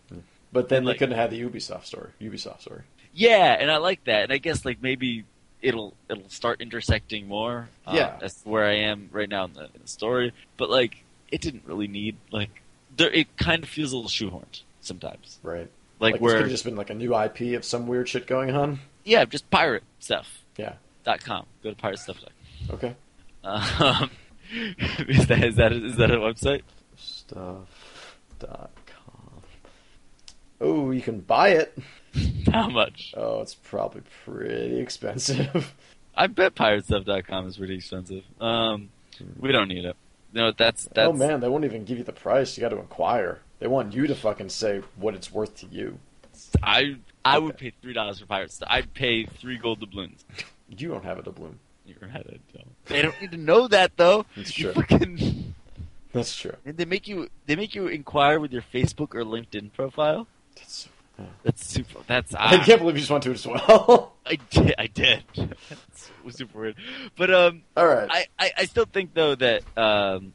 Speaker 2: but then
Speaker 1: And,
Speaker 2: they
Speaker 1: like-
Speaker 2: couldn't have the Ubisoft story. Ubisoft story.
Speaker 1: yeah, and I like that. And I guess like maybe it'll it'll start intersecting more. Uh,
Speaker 2: Yeah.
Speaker 1: that's where I am right now in the, in the story. But like, it didn't really need like. There, it kind of feels a little shoehorned sometimes.
Speaker 2: Right.
Speaker 1: Like,
Speaker 2: this could
Speaker 1: where
Speaker 2: have just been like a new IP of some weird shit going on.
Speaker 1: yeah, just pirate stuff.
Speaker 2: Yeah.
Speaker 1: dot com. Go to pirate stuff.
Speaker 2: Okay.
Speaker 1: Um, is that is that is that a website?
Speaker 2: Stuff.com. Oh, you can buy it.
Speaker 1: How much?
Speaker 2: Oh, it's probably pretty expensive.
Speaker 1: I bet piratestuff.com is pretty expensive. Um, we don't need it. No, that's that's
Speaker 2: Oh man, they won't even give you the price. You got to inquire. They want you to fucking say what it's worth to you.
Speaker 1: I I would
Speaker 2: Okay.
Speaker 1: pay three dollars for pirate stuff. I'd pay three gold doubloons.
Speaker 2: You don't have a doubloon.
Speaker 1: You're at it, Joe. They don't need to know that though.
Speaker 2: That's
Speaker 1: You
Speaker 2: true.
Speaker 1: fucking,
Speaker 2: That's true.
Speaker 1: and they make you they make you inquire with your Facebook or LinkedIn profile.
Speaker 2: That's,
Speaker 1: That's super. That's
Speaker 2: I can't believe you just went to it as well.
Speaker 1: I did I did. That's super weird. But um,
Speaker 2: All right.
Speaker 1: I, I, I still think though that um,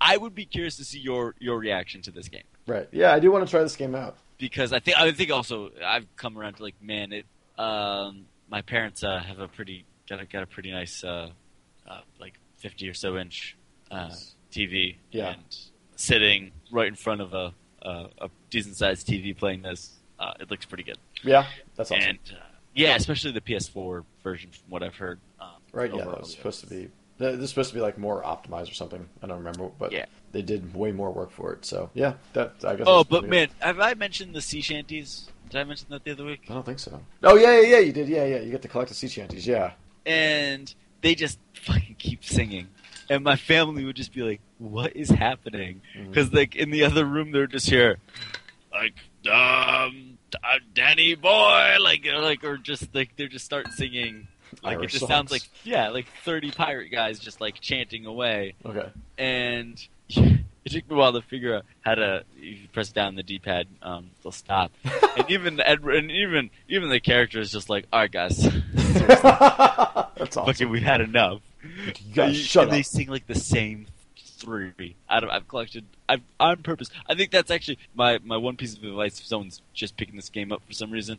Speaker 1: I would be curious to see your your reaction to this game
Speaker 2: right. Yeah, I do want to try this game out.
Speaker 1: because I think I think also I've come around to like man it um, my parents uh, have a pretty got a, got a pretty nice uh, uh, like fifty or so inch uh, TV
Speaker 2: Yeah.
Speaker 1: and sitting right in front of a a, a decent sized TV playing this uh, it looks pretty good
Speaker 2: Yeah, that's awesome.
Speaker 1: and uh, yeah especially the PS4 version from what I've heard um,
Speaker 2: right. Yeah,
Speaker 1: overall,
Speaker 2: that was supposed to be. th- This is supposed to be like more optimized or something. I don't remember, but
Speaker 1: Yeah.
Speaker 2: they did way more work for it. So yeah, that I guess.
Speaker 1: Oh,
Speaker 2: that's
Speaker 1: but
Speaker 2: pretty-
Speaker 1: man, have I mentioned the sea shanties? Did I mention that the other week?
Speaker 2: I don't think so. Oh yeah, yeah, yeah. You did. Yeah, yeah. You get to collect the sea shanties. Yeah.
Speaker 1: And they just fucking singing. And my family would just be like, what is happening?
Speaker 2: Mm-hmm.
Speaker 1: Because, like, in the other room, they're just here, like, um, uh, Danny boy, like, or, like, or just, like, they're just start singing. Like,
Speaker 2: Irish
Speaker 1: it just
Speaker 2: songs.
Speaker 1: sounds like, yeah, like 30 pirate guys just, like, chanting away
Speaker 2: Okay.
Speaker 1: and it took me a while to figure out how to. If you press down the D-pad, um, they'll stop. and even Edward, and even even the character is just like, "All right, guys,
Speaker 2: That's awesome.
Speaker 1: fucking, we've had enough."
Speaker 2: You guys,
Speaker 1: And
Speaker 2: shut
Speaker 1: and They
Speaker 2: up.
Speaker 1: sing like the same three. I don't, I've collected. I've on purpose. I think that's actually my my one piece of advice. If someone's just picking this game up for some reason,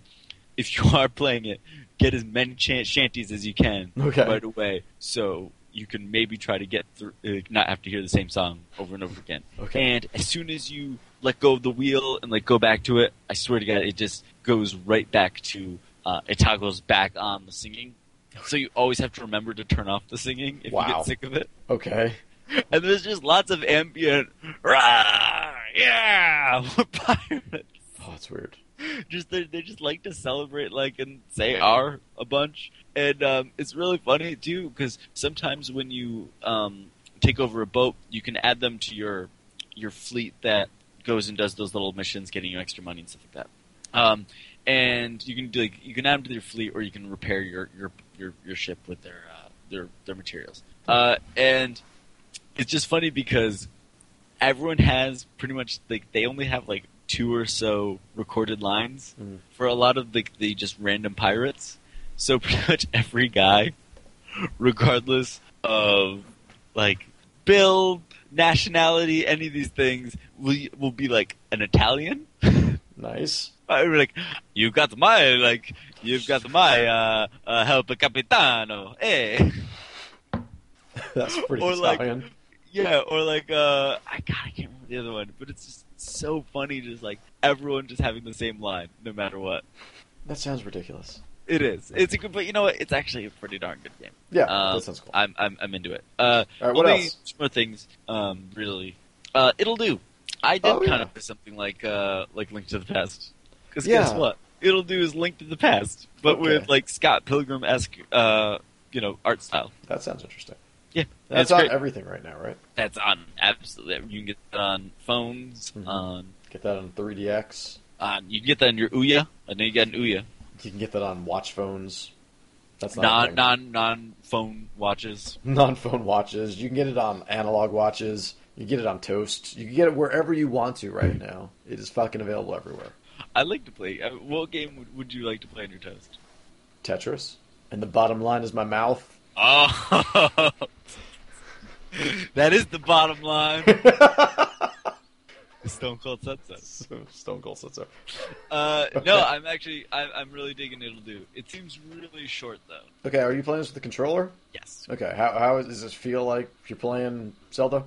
Speaker 1: if you are playing it, get as many chan- shanties as you can
Speaker 2: Okay.
Speaker 1: right away, so you can maybe try to get through, uh, not have to hear the same song over and over again.
Speaker 2: Okay.
Speaker 1: And as soon as you let go of the wheel and like go back to it, I swear to God, it just goes right back to uh, it toggles back on the singing. So you always have to remember to turn off the singing if you
Speaker 2: Wow.
Speaker 1: get sick of it.
Speaker 2: Okay.
Speaker 1: And there's just lots of ambient, rah, yeah, pirates.
Speaker 2: Oh, that's weird.
Speaker 1: Just they, they just like to celebrate like and say "r" a bunch, and um, it's really funny too because sometimes when you um, take over a boat, you can add them to your your fleet that goes and does those little missions, getting you extra money and stuff like that. Um, and you can do like you can add them to your fleet, or you can repair your your your, your ship with their uh, their their materials. Uh, and it's just funny because everyone has pretty much like they only have like two or so recorded lines
Speaker 2: Mm.
Speaker 1: for a lot of the, the just random pirates. So pretty much every guy, regardless of like build, nationality, any of these things, will will be like an Italian.
Speaker 2: Nice.
Speaker 1: I would be like, you've got my like, you've got my uh, uh help capitano, eh?
Speaker 2: That's pretty
Speaker 1: Or, like,
Speaker 2: Italian.
Speaker 1: Yeah, or like uh, I God, I can't remember the other one, but it's just so funny, just like everyone just having the same line, no matter what.
Speaker 2: That sounds ridiculous.
Speaker 1: It is. It's a good, but you know what? It's actually a pretty darn good game.
Speaker 2: Yeah,
Speaker 1: Um,
Speaker 2: that sounds cool.
Speaker 1: I'm I'm, I'm into it. Uh,
Speaker 2: All right, what
Speaker 1: only
Speaker 2: else?
Speaker 1: Two more things. Um, really, uh, it'll do. I did
Speaker 2: Oh,
Speaker 1: kind
Speaker 2: yeah.
Speaker 1: of do something like uh, like Link to the Past. Because
Speaker 2: Yeah.
Speaker 1: guess what? It'll do is Link to the Past, but
Speaker 2: Okay.
Speaker 1: with like Scott Pilgrim esque, uh, you know, art style.
Speaker 2: That sounds interesting.
Speaker 1: Yeah,
Speaker 2: That's
Speaker 1: it's
Speaker 2: on
Speaker 1: great.
Speaker 2: everything right now, right?
Speaker 1: That's on absolutely. You can get that on phones.
Speaker 2: Mhm.
Speaker 1: On,
Speaker 2: Get that on 3DX.
Speaker 1: on Uh, you can get that on your Ouya. I know you got an Ouya.
Speaker 2: You can get that on watch phones. That's
Speaker 1: Non
Speaker 2: not
Speaker 1: non non phone watches.
Speaker 2: non phone watches. You can get it on analog watches. You can get it on Toast. You can get it wherever you want to right now. It is fucking available everywhere.
Speaker 1: I like to play. uh, What game would, would you like to play on your toast?
Speaker 2: Tetris. And the bottom line is my mouth.
Speaker 1: Oh, that is the bottom line. Stone Cold Sunset.
Speaker 2: So, Stone Cold said so.
Speaker 1: Uh, no, I'm actually, I, I'm really digging It'll Do. It seems really short though.
Speaker 2: Okay, are you playing this with the controller?
Speaker 1: Yes.
Speaker 2: Okay, how, how is, does this feel like you're playing Zelda?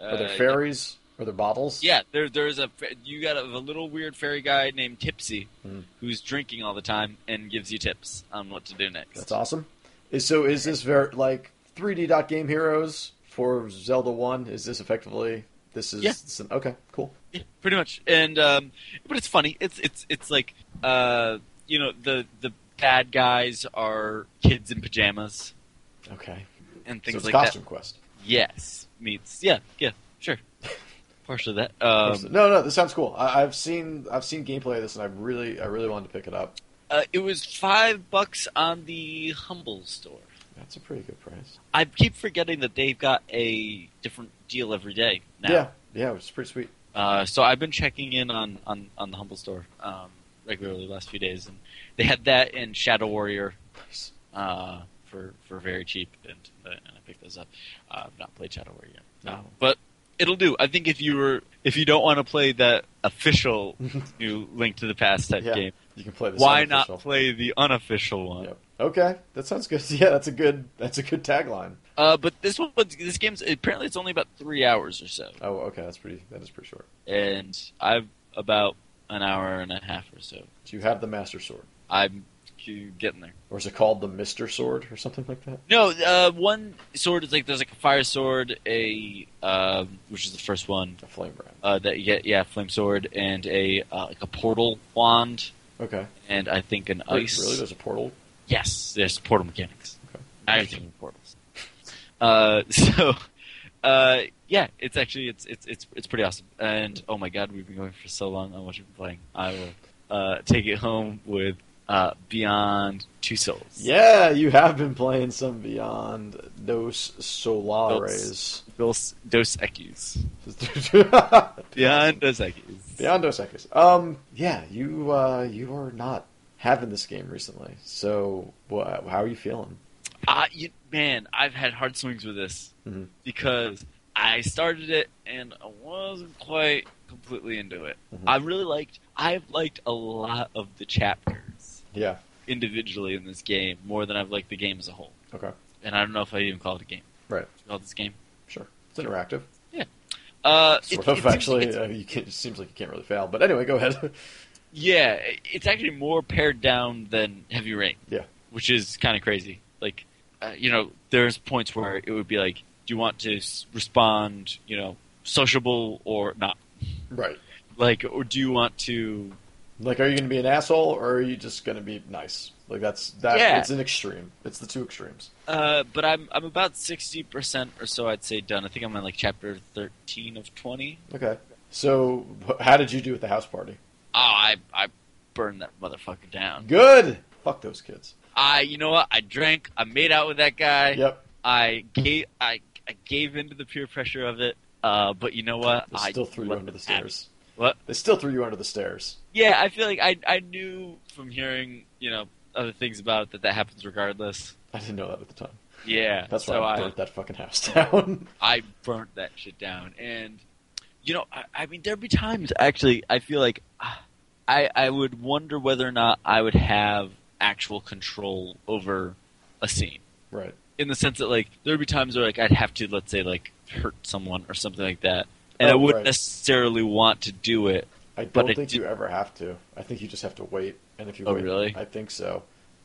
Speaker 2: Are
Speaker 1: Uh,
Speaker 2: there fairies? Are there bottles?
Speaker 1: Yeah, there, there's a fa- you got a, a little weird fairy guy named Tipsy
Speaker 2: Mm.
Speaker 1: who's drinking all the time and gives you tips on what to do next.
Speaker 2: That's awesome. Is- So is this very like 3D dot game heroes for Zelda One? Is this effectively this is
Speaker 1: Yeah.
Speaker 2: this- okay? Cool.
Speaker 1: Yeah, pretty much. And um, but it's funny. It's it's it's like uh, you know the the bad guys are kids in pajamas
Speaker 2: Okay.
Speaker 1: and
Speaker 2: So
Speaker 1: things
Speaker 2: it's
Speaker 1: like
Speaker 2: costume quest.
Speaker 1: that. Yes, meets. Yeah, yeah, sure. Partially that. Um,
Speaker 2: no, no, this sounds cool. I, I've seen I've seen gameplay of this, and I really I really wanted to pick it up.
Speaker 1: uh, it was five bucks on the humble store.
Speaker 2: That's a pretty good price.
Speaker 1: I keep forgetting that they've got a different deal every day now.
Speaker 2: Yeah, yeah, it's pretty sweet.
Speaker 1: Uh, so I've been checking in on, on, on the Humble Store um, regularly the last few days, and they had that and Shadow Warrior
Speaker 2: Nice.
Speaker 1: uh, for for very cheap, and, uh, and I picked those up. Uh, I've not played Shadow Warrior yet, no.
Speaker 2: No.
Speaker 1: but it'll do. I think if you were if you don't want to play that official new Link to the Past type
Speaker 2: Yeah,
Speaker 1: game,
Speaker 2: You can play this.
Speaker 1: why
Speaker 2: unofficial.
Speaker 1: not play the unofficial one?
Speaker 2: Yep. Okay, that sounds good. Yeah, that's a good that's a good tagline.
Speaker 1: Uh, but this one, this game's apparently it's only about three hours or so,
Speaker 2: Oh, okay, that's pretty that is pretty short.
Speaker 1: and I've about an hour and a half or so.
Speaker 2: Do you have the Master Sword,
Speaker 1: I'm getting there.
Speaker 2: or is it called the Mister Sword or something like that?
Speaker 1: No, uh, one sword is like there's like a fire sword, a um, which is the first one
Speaker 2: A flame brand.
Speaker 1: uh, that you get, yeah, flame sword, and a uh, like a portal wand,
Speaker 2: Okay.
Speaker 1: and I think an
Speaker 2: Wait,
Speaker 1: ice.
Speaker 2: Really? There's a portal?
Speaker 1: Yes, there's portal mechanics.
Speaker 2: Okay.
Speaker 1: Everything in portals. Uh, so, uh, yeah, it's actually it's it's it's it's pretty awesome. And oh my god, we've been going for so long on what you've been playing. I will uh, take it home with uh, Beyond Two Souls.
Speaker 2: Yeah, you have been playing some Beyond Dos Solares.
Speaker 1: Dos Dos Equis. Beyond Dos Equis.
Speaker 2: Beyond Dos Equis. Um, yeah, you uh, you are not having this game recently. So, wha how are you feeling?
Speaker 1: Uh, you, man, I've had hard swings with this
Speaker 2: Mhm.
Speaker 1: because I started it and I wasn't quite completely into it.
Speaker 2: Mhm.
Speaker 1: I really liked. I've liked a lot of the chapters
Speaker 2: Yeah.
Speaker 1: individually in this game more than I've liked the game as a whole.
Speaker 2: Okay.
Speaker 1: And I don't know if I even call it a game.
Speaker 2: Right.
Speaker 1: Do you call this game?
Speaker 2: Sure. It's interactive.
Speaker 1: Uh,
Speaker 2: Sort
Speaker 1: it- it
Speaker 2: of.
Speaker 1: seems like
Speaker 2: actually,
Speaker 1: it's-
Speaker 2: uh, you can, it seems like you can't really fail. But anyway, go ahead.
Speaker 1: yeah, it- it's actually more pared down than Heavy Rain.
Speaker 2: Yeah.
Speaker 1: which is kind of crazy. Like, uh, you know, there's points where it would be like, do you want to s- respond, you know, sociable or not?
Speaker 2: right.
Speaker 1: Like, or do you want to?
Speaker 2: Like, are you going to be an asshole or are you just going to be nice? Like, that's that.
Speaker 1: Yeah.
Speaker 2: It's an extreme. It's the two extremes.
Speaker 1: Uh, but I'm I'm about sixty percent or so, I'd say done. I think I'm in like chapter thirteen of twenty.
Speaker 2: Okay. So, wh- how did you do at the house party?
Speaker 1: Oh, I I burned that motherfucker down.
Speaker 2: Good. Fuck those kids.
Speaker 1: I you know what? I drank. I made out with that guy.
Speaker 2: Yep.
Speaker 1: I gave I, I gave into the peer pressure of it. Uh, but you know what?
Speaker 2: They
Speaker 1: I
Speaker 2: still threw you
Speaker 1: let
Speaker 2: under the
Speaker 1: it happen.
Speaker 2: stairs.
Speaker 1: What?
Speaker 2: They still threw you under the stairs.
Speaker 1: Yeah, I feel like I I knew from hearing you know other things about it that that happens regardless.
Speaker 2: I didn't know that at the time.
Speaker 1: Yeah,
Speaker 2: That's why
Speaker 1: so
Speaker 2: I
Speaker 1: I
Speaker 2: burnt that fucking house down.
Speaker 1: I burnt that shit down, and you know I, I mean there'd be times actually I feel like ah, I I would wonder whether or not I would have actual control over a scene.
Speaker 2: right.
Speaker 1: in the sense that like there'd be times where like I'd have to let's say like hurt someone or something like that, and
Speaker 2: Oh,
Speaker 1: I wouldn't
Speaker 2: right.
Speaker 1: necessarily want to do it.
Speaker 2: I
Speaker 1: But
Speaker 2: don't
Speaker 1: it
Speaker 2: think
Speaker 1: did-
Speaker 2: you ever have to. I think you just have to wait. And if you
Speaker 1: Oh,
Speaker 2: wait,
Speaker 1: really?
Speaker 2: I think so.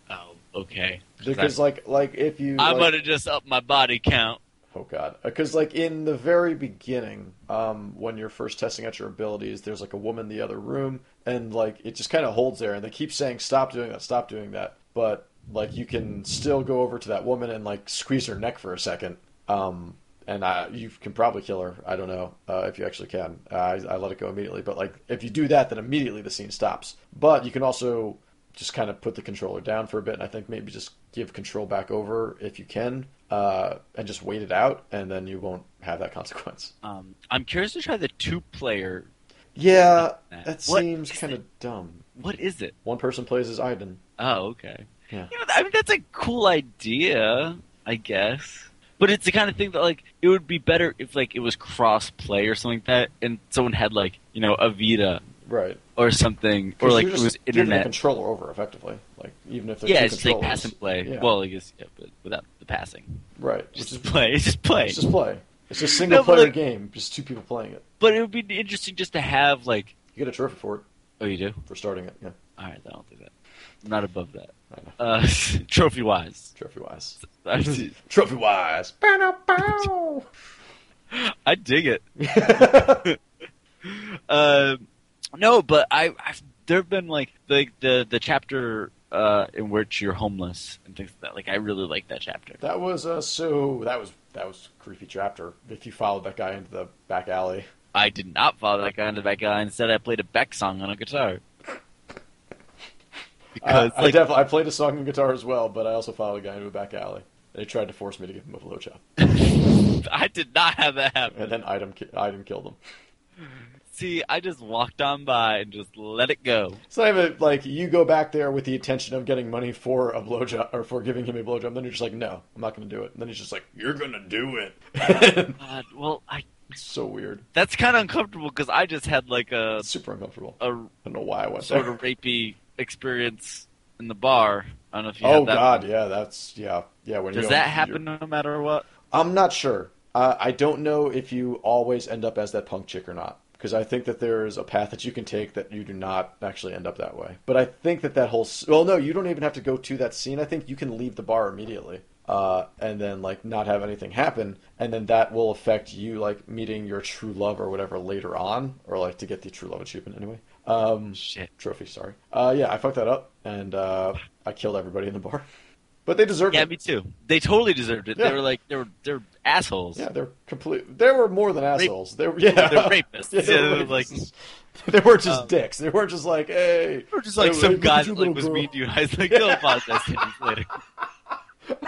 Speaker 1: Oh, okay.
Speaker 2: Because like like if you
Speaker 1: I'm
Speaker 2: like-
Speaker 1: gonna just up my body count.
Speaker 2: oh god because like in the very beginning um when you're first testing out your abilities there's like a woman in the other room and like it just kind of holds there and they keep saying stop doing that stop doing that but like you can still go over to that woman and like squeeze her neck for a second um and I, you can probably kill her. I don't know uh, if you actually can. Uh, I, I let it go immediately, but like if you do that, then immediately the scene stops. But you can also just kind of put the controller down for a bit, and I think maybe just give control back over if you can, uh, and just wait it out, and then you won't have that consequence.
Speaker 1: Um, I'm curious to try the two player.
Speaker 2: Yeah,
Speaker 1: Nah.
Speaker 2: Uh, that
Speaker 1: What
Speaker 2: seems
Speaker 1: is
Speaker 2: kind
Speaker 1: it?
Speaker 2: of dumb.
Speaker 1: What is it?
Speaker 2: One person plays as Iden.
Speaker 1: Oh, okay.
Speaker 2: Yeah.
Speaker 1: You know, I mean that's a cool idea, I guess. But it's the kind of thing that like it would be better if like it was cross play or something like that, and someone had like you know a Vita
Speaker 2: Right.
Speaker 1: or something, or
Speaker 2: 'Cause
Speaker 1: like
Speaker 2: you're
Speaker 1: it
Speaker 2: just
Speaker 1: was
Speaker 2: giving
Speaker 1: internet.
Speaker 2: the controller over effectively, like even if there's
Speaker 1: yeah,
Speaker 2: two
Speaker 1: it's just like
Speaker 2: controllers.
Speaker 1: pass and play.
Speaker 2: Yeah.
Speaker 1: Well, I guess yeah, but without the passing,
Speaker 2: right, which
Speaker 1: just
Speaker 2: is
Speaker 1: play, just play.
Speaker 2: It's just play. It's a
Speaker 1: No,
Speaker 2: single
Speaker 1: but,
Speaker 2: player
Speaker 1: like-
Speaker 2: game, just two people playing it.
Speaker 1: But it would be interesting just to have like.
Speaker 2: You get a trophy for it
Speaker 1: Oh, you do?
Speaker 2: for starting it. Yeah,
Speaker 1: All right, then I'll do that. I'm not above that.
Speaker 2: I know.
Speaker 1: Uh, trophy wise,
Speaker 2: Trophy wise.
Speaker 1: I,
Speaker 2: Trophy wise. Bow, bow.
Speaker 1: I dig it. Uh, no, but I I've, there've been like like the the chapter uh, in which you're homeless and things like that. Like I really like that chapter.
Speaker 2: that was uh, so. That was that was a creepy chapter. If you followed that guy into the back alley,
Speaker 1: I did not follow that guy into that guy. Instead, I played a Beck song on a guitar.
Speaker 2: I,
Speaker 1: Because
Speaker 2: Uh, I
Speaker 1: like,
Speaker 2: definitely I played a song and guitar as well, but I also followed a guy into a back alley. They tried to force me to give him a blowjob,
Speaker 1: I did not have that happen.
Speaker 2: and then Item ki- Item killed him.
Speaker 1: See, I just walked on by and just let it go.
Speaker 2: It's not even like you go back there with the intention of getting money for a blowjob or for giving him a blowjob. Then you're just like, no, I'm not going to do it. And then he's just like, you're going to do it.
Speaker 1: God, well, I
Speaker 2: it's so weird.
Speaker 1: that's kind of uncomfortable because I just had like a
Speaker 2: It's super uncomfortable.
Speaker 1: a
Speaker 2: I don't know why I went
Speaker 1: sort
Speaker 2: there.
Speaker 1: of rapey experience in the bar. I don't know if you.
Speaker 2: Oh
Speaker 1: had that.
Speaker 2: God, yeah, that's yeah, yeah. When you
Speaker 1: Does
Speaker 2: go
Speaker 1: that
Speaker 2: into
Speaker 1: happen
Speaker 2: your-
Speaker 1: no matter what?
Speaker 2: I'm not sure. Uh, I don't know if you always end up as that punk chick or not, because I think that there is a path that you can take that you do not actually end up that way. But I think that that whole s- well, no, you don't even have to go to that scene. I think you can leave the bar immediately. Uh, and then like not have anything happen, and then that will affect you like meeting your true love or whatever later on, or like to get the true love achievement anyway. Um,
Speaker 1: Shit.
Speaker 2: trophy, sorry. Uh, yeah, I fucked that up, and uh, I killed everybody in the bar. But they deserved
Speaker 1: Yeah,
Speaker 2: it.
Speaker 1: me too. They totally deserved it.
Speaker 2: Yeah.
Speaker 1: They were like they were they're assholes.
Speaker 2: Yeah, they're complete. They were more than assholes. They were yeah,
Speaker 1: They're rapists.
Speaker 2: Yeah, they
Speaker 1: Yeah,
Speaker 2: were
Speaker 1: they're like-
Speaker 2: rapists. they weren't just
Speaker 1: Um,
Speaker 2: dicks. They weren't just like, hey,
Speaker 1: They were just like
Speaker 2: Hey,
Speaker 1: some
Speaker 2: look
Speaker 1: guy
Speaker 2: at you,
Speaker 1: that like
Speaker 2: little
Speaker 1: was
Speaker 2: girl.
Speaker 1: mean to you. I was like, they'll apologize to you later.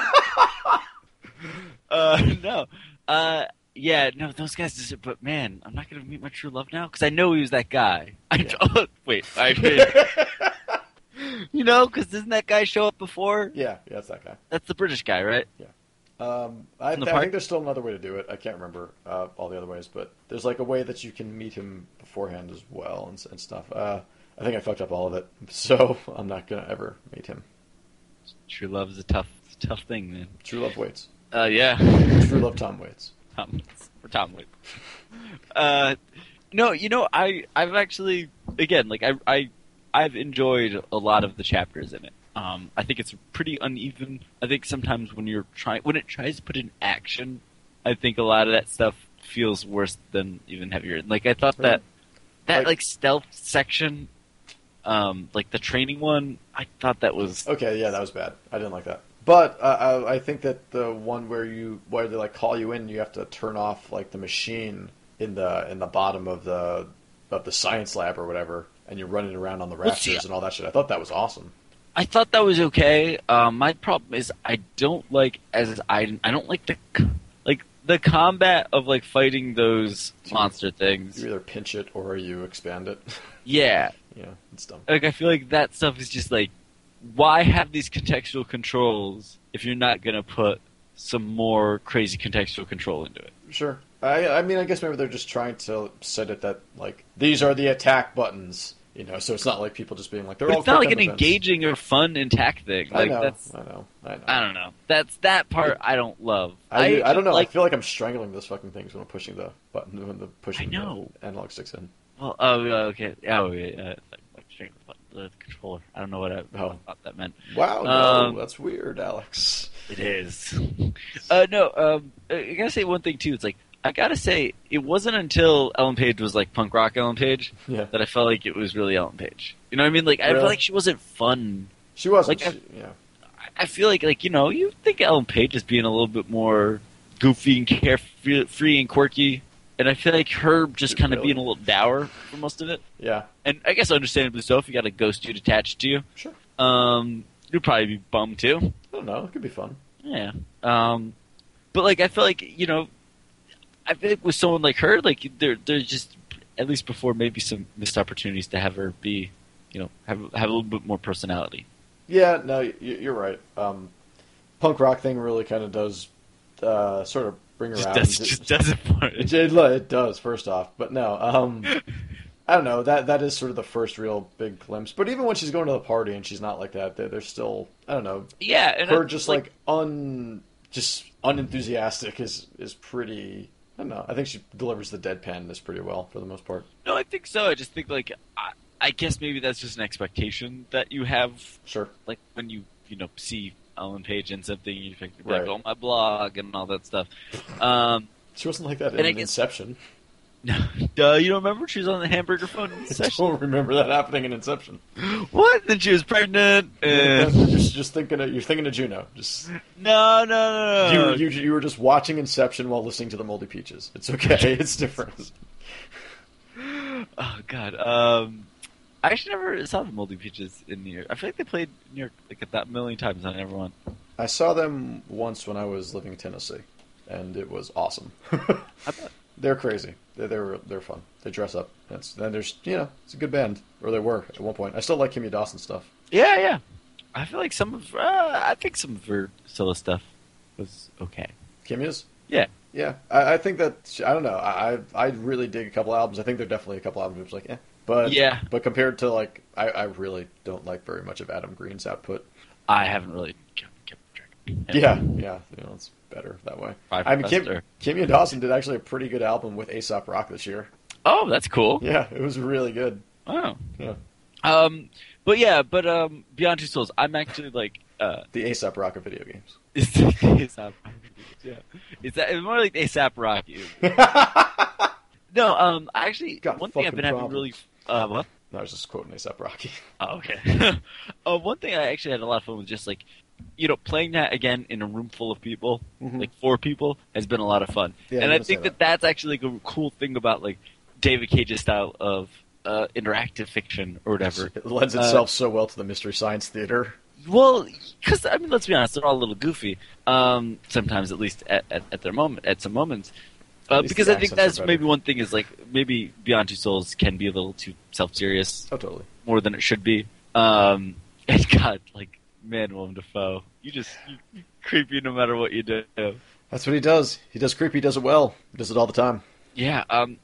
Speaker 1: uh, no, uh, yeah, no, those guys. Just, but man, I'm not gonna meet my true love now because I know he was that guy. I don't, wait, I mean, you know, because doesn't that guy show up before?
Speaker 2: yeah, yeah, it's that guy.
Speaker 1: That's the British guy, right?
Speaker 2: Um, I,
Speaker 1: In the
Speaker 2: I
Speaker 1: park?
Speaker 2: think there's still another way to do it. I can't remember uh, all the other ways, but there's like a way that you can meet him beforehand as well and, and stuff. Uh, I think I fucked up all of it, so I'm not gonna ever meet him.
Speaker 1: True love is a tough, it's a tough thing, man.
Speaker 2: True love waits.
Speaker 1: Uh, yeah.
Speaker 2: True love Tom waits.
Speaker 1: Tom for Tom Waits. Uh, no, you know, I I've actually again like I I I've enjoyed a lot of the chapters in it. Um, I think it's pretty uneven. I think sometimes when you're trying when it tries to put in action, I think a lot of that stuff feels worse than even heavier. Like I thought that that
Speaker 2: Like-
Speaker 1: like, stealth section, um, like the training one, I thought that was
Speaker 2: Okay, yeah, that was bad. I didn't like that. But uh, I, I think that the one where you where they like call you in, you have to turn off like the machine in the in the bottom of the of the science lab or whatever, and you're running around on the
Speaker 1: Well, see,
Speaker 2: rafters and all that shit. I thought that was awesome.
Speaker 1: I thought that was okay. Um, my problem is I don't like as I I don't like the c- like the combat of like fighting those monster
Speaker 2: You
Speaker 1: things.
Speaker 2: either pinch it or you expand it.
Speaker 1: Yeah,
Speaker 2: yeah, it's dumb.
Speaker 1: like I feel like that stuff is just like why have these contextual controls if you're not gonna put some more crazy contextual control into it?
Speaker 2: Sure. I I mean, I guess maybe they're just trying to set it that like these are the attack buttons, you know. So it's not like people just being like they're
Speaker 1: But
Speaker 2: all.
Speaker 1: it's not like
Speaker 2: quick
Speaker 1: an
Speaker 2: end events.
Speaker 1: engaging or fun and tack thing.
Speaker 2: I
Speaker 1: Like
Speaker 2: know.
Speaker 1: that's
Speaker 2: I know. I know.
Speaker 1: I don't know. That's that part I don't love.
Speaker 2: I, I,
Speaker 1: just
Speaker 2: don't know.
Speaker 1: Like
Speaker 2: I feel like I'm strangling those fucking things when I'm pushing the button when the pushing
Speaker 1: I know.
Speaker 2: the analog sticks in.
Speaker 1: Well, oh, yeah, okay. Yeah, Oh, yeah, yeah. Like, like straight with the controller. I don't know what I,
Speaker 2: Oh.
Speaker 1: thought that meant.
Speaker 2: Wow, no,
Speaker 1: Um,
Speaker 2: that's weird, Alex.
Speaker 1: It is. uh, no, um, I I gotta say one thing too. It's like I gotta say it wasn't until Ellen Page was like punk rock Ellen Page
Speaker 2: Yeah,
Speaker 1: that I felt like it was really Ellen Page. You know what I mean? Like I feel
Speaker 2: Really?
Speaker 1: like she wasn't fun.
Speaker 2: she wasn't.
Speaker 1: like,
Speaker 2: she, yeah,
Speaker 1: I- I feel like like you know you think Ellen Page is being a little bit more goofy and carefree free and quirky, and I feel like her just kind of
Speaker 2: Really?
Speaker 1: being a little dour for most of it.
Speaker 2: yeah,
Speaker 1: And I guess understandably so if you got a ghost dude attached to you.
Speaker 2: sure.
Speaker 1: Um, you'd probably be bummed too.
Speaker 2: I don't know. It could be fun.
Speaker 1: Yeah. Um, but like I feel like you know, I feel like with someone like her, like there there's just at least before maybe some missed opportunities to have her be, you know, have have a little bit more personality.
Speaker 2: Yeah, no, you, you're right. Um, punk rock thing really kind of does uh, sort of bring her
Speaker 1: Just
Speaker 2: out.
Speaker 1: does
Speaker 2: and
Speaker 1: just does it for
Speaker 2: It,
Speaker 1: it.
Speaker 2: it, it does, first off, but no, um, I don't know. That that is sort of the first real big glimpse. But even when she's going to the party and she's not like that, there- there's still I don't know.
Speaker 1: Yeah, and
Speaker 2: her
Speaker 1: I-
Speaker 2: just like, un just unenthusiastic is is pretty I don't know. I think she delivers the deadpanness pretty well for the most part.
Speaker 1: no, I think so. I just think like I, I guess maybe that's just an expectation that you have
Speaker 2: Sure.
Speaker 1: like when you you know see Ellen Page in something, you think
Speaker 2: Right.
Speaker 1: like oh my blog and all that stuff. Um,
Speaker 2: She wasn't like that in
Speaker 1: And I guess-
Speaker 2: Inception.
Speaker 1: No, duh, you don't remember? She was on the hamburger phone
Speaker 2: I
Speaker 1: session.
Speaker 2: don't remember that happening in Inception.
Speaker 1: What? Then she was pregnant.
Speaker 2: You're
Speaker 1: And...
Speaker 2: just, just thinking of, you're thinking of Juno. Just
Speaker 1: No, no, no, no.
Speaker 2: you, you you were just watching Inception while listening to the Moldy Peaches. It's okay. It's different.
Speaker 1: Oh God. Um, I actually never saw the Moldy Peaches in New York. I feel like they played New York like a that million times on everyone.
Speaker 2: I saw them once when I was living in Tennessee, and it was awesome.
Speaker 1: bet.
Speaker 2: they're crazy. They're, they're they're fun. They dress up. That's then there's you know it's a good band, or they were at one point. I still like Kimmy Dawson stuff.
Speaker 1: Yeah, yeah. I feel like some of uh, I think some of her solo stuff was okay.
Speaker 2: Kimmy is.
Speaker 1: Yeah.
Speaker 2: Yeah, I, I think that I don't know. I I- I really dig a couple albums. I think there are definitely a couple albums where it's like, eh. But
Speaker 1: Yeah.
Speaker 2: but compared to like, I, I really don't like very much of Adam Green's output.
Speaker 1: I haven't really kept, kept track.
Speaker 2: Yeah, yeah, you know, it's better that way.
Speaker 1: Five
Speaker 2: I mean, Kim,
Speaker 1: Professor.
Speaker 2: Kimmy Dawson did actually a pretty good album with Aesop Rock this year.
Speaker 1: Oh, that's cool.
Speaker 2: Yeah, it was really good.
Speaker 1: Oh.
Speaker 2: Yeah.
Speaker 1: Um, but yeah, but um, Beyond Two Souls. I'm actually like uh.
Speaker 2: The ASAP Rock of video games.
Speaker 1: It's the ASAP Rocky. Yeah. It's, it's more like the ASAP Rocky. No, um, I actually,
Speaker 2: Got
Speaker 1: one thing I've
Speaker 2: fucking
Speaker 1: been having really.
Speaker 2: problems.
Speaker 1: Uh, what?
Speaker 2: No, I was just quoting ASAP Rocky.
Speaker 1: Oh, okay. uh, one thing I actually had a lot of fun with, just like you know, playing that again in a room full of people,
Speaker 2: Mhm.
Speaker 1: like four people, has been a lot of fun.
Speaker 2: Yeah,
Speaker 1: and
Speaker 2: I
Speaker 1: I
Speaker 2: noticed
Speaker 1: think
Speaker 2: that.
Speaker 1: that. that's actually like, a cool thing about like David Cage's style of uh, interactive fiction or whatever.
Speaker 2: It lends
Speaker 1: Uh,
Speaker 2: itself so well to the Mystery Science Theater.
Speaker 1: Well, because I mean, let's be honest, they're all a little goofy. Um, sometimes, at least at, at, at their moment, at some moments. Uh,
Speaker 2: At least
Speaker 1: because I
Speaker 2: the
Speaker 1: think
Speaker 2: accents
Speaker 1: that's
Speaker 2: are better.
Speaker 1: maybe one thing is like maybe Beyond Two Souls can be a little too self-serious,
Speaker 2: Oh, totally.
Speaker 1: more than it should be. Um, and God, like Manuel Defoe, you just you creepy no matter what you do.
Speaker 2: That's what he does. He does creepy. He does it well. He does it all the time.
Speaker 1: Yeah. Um,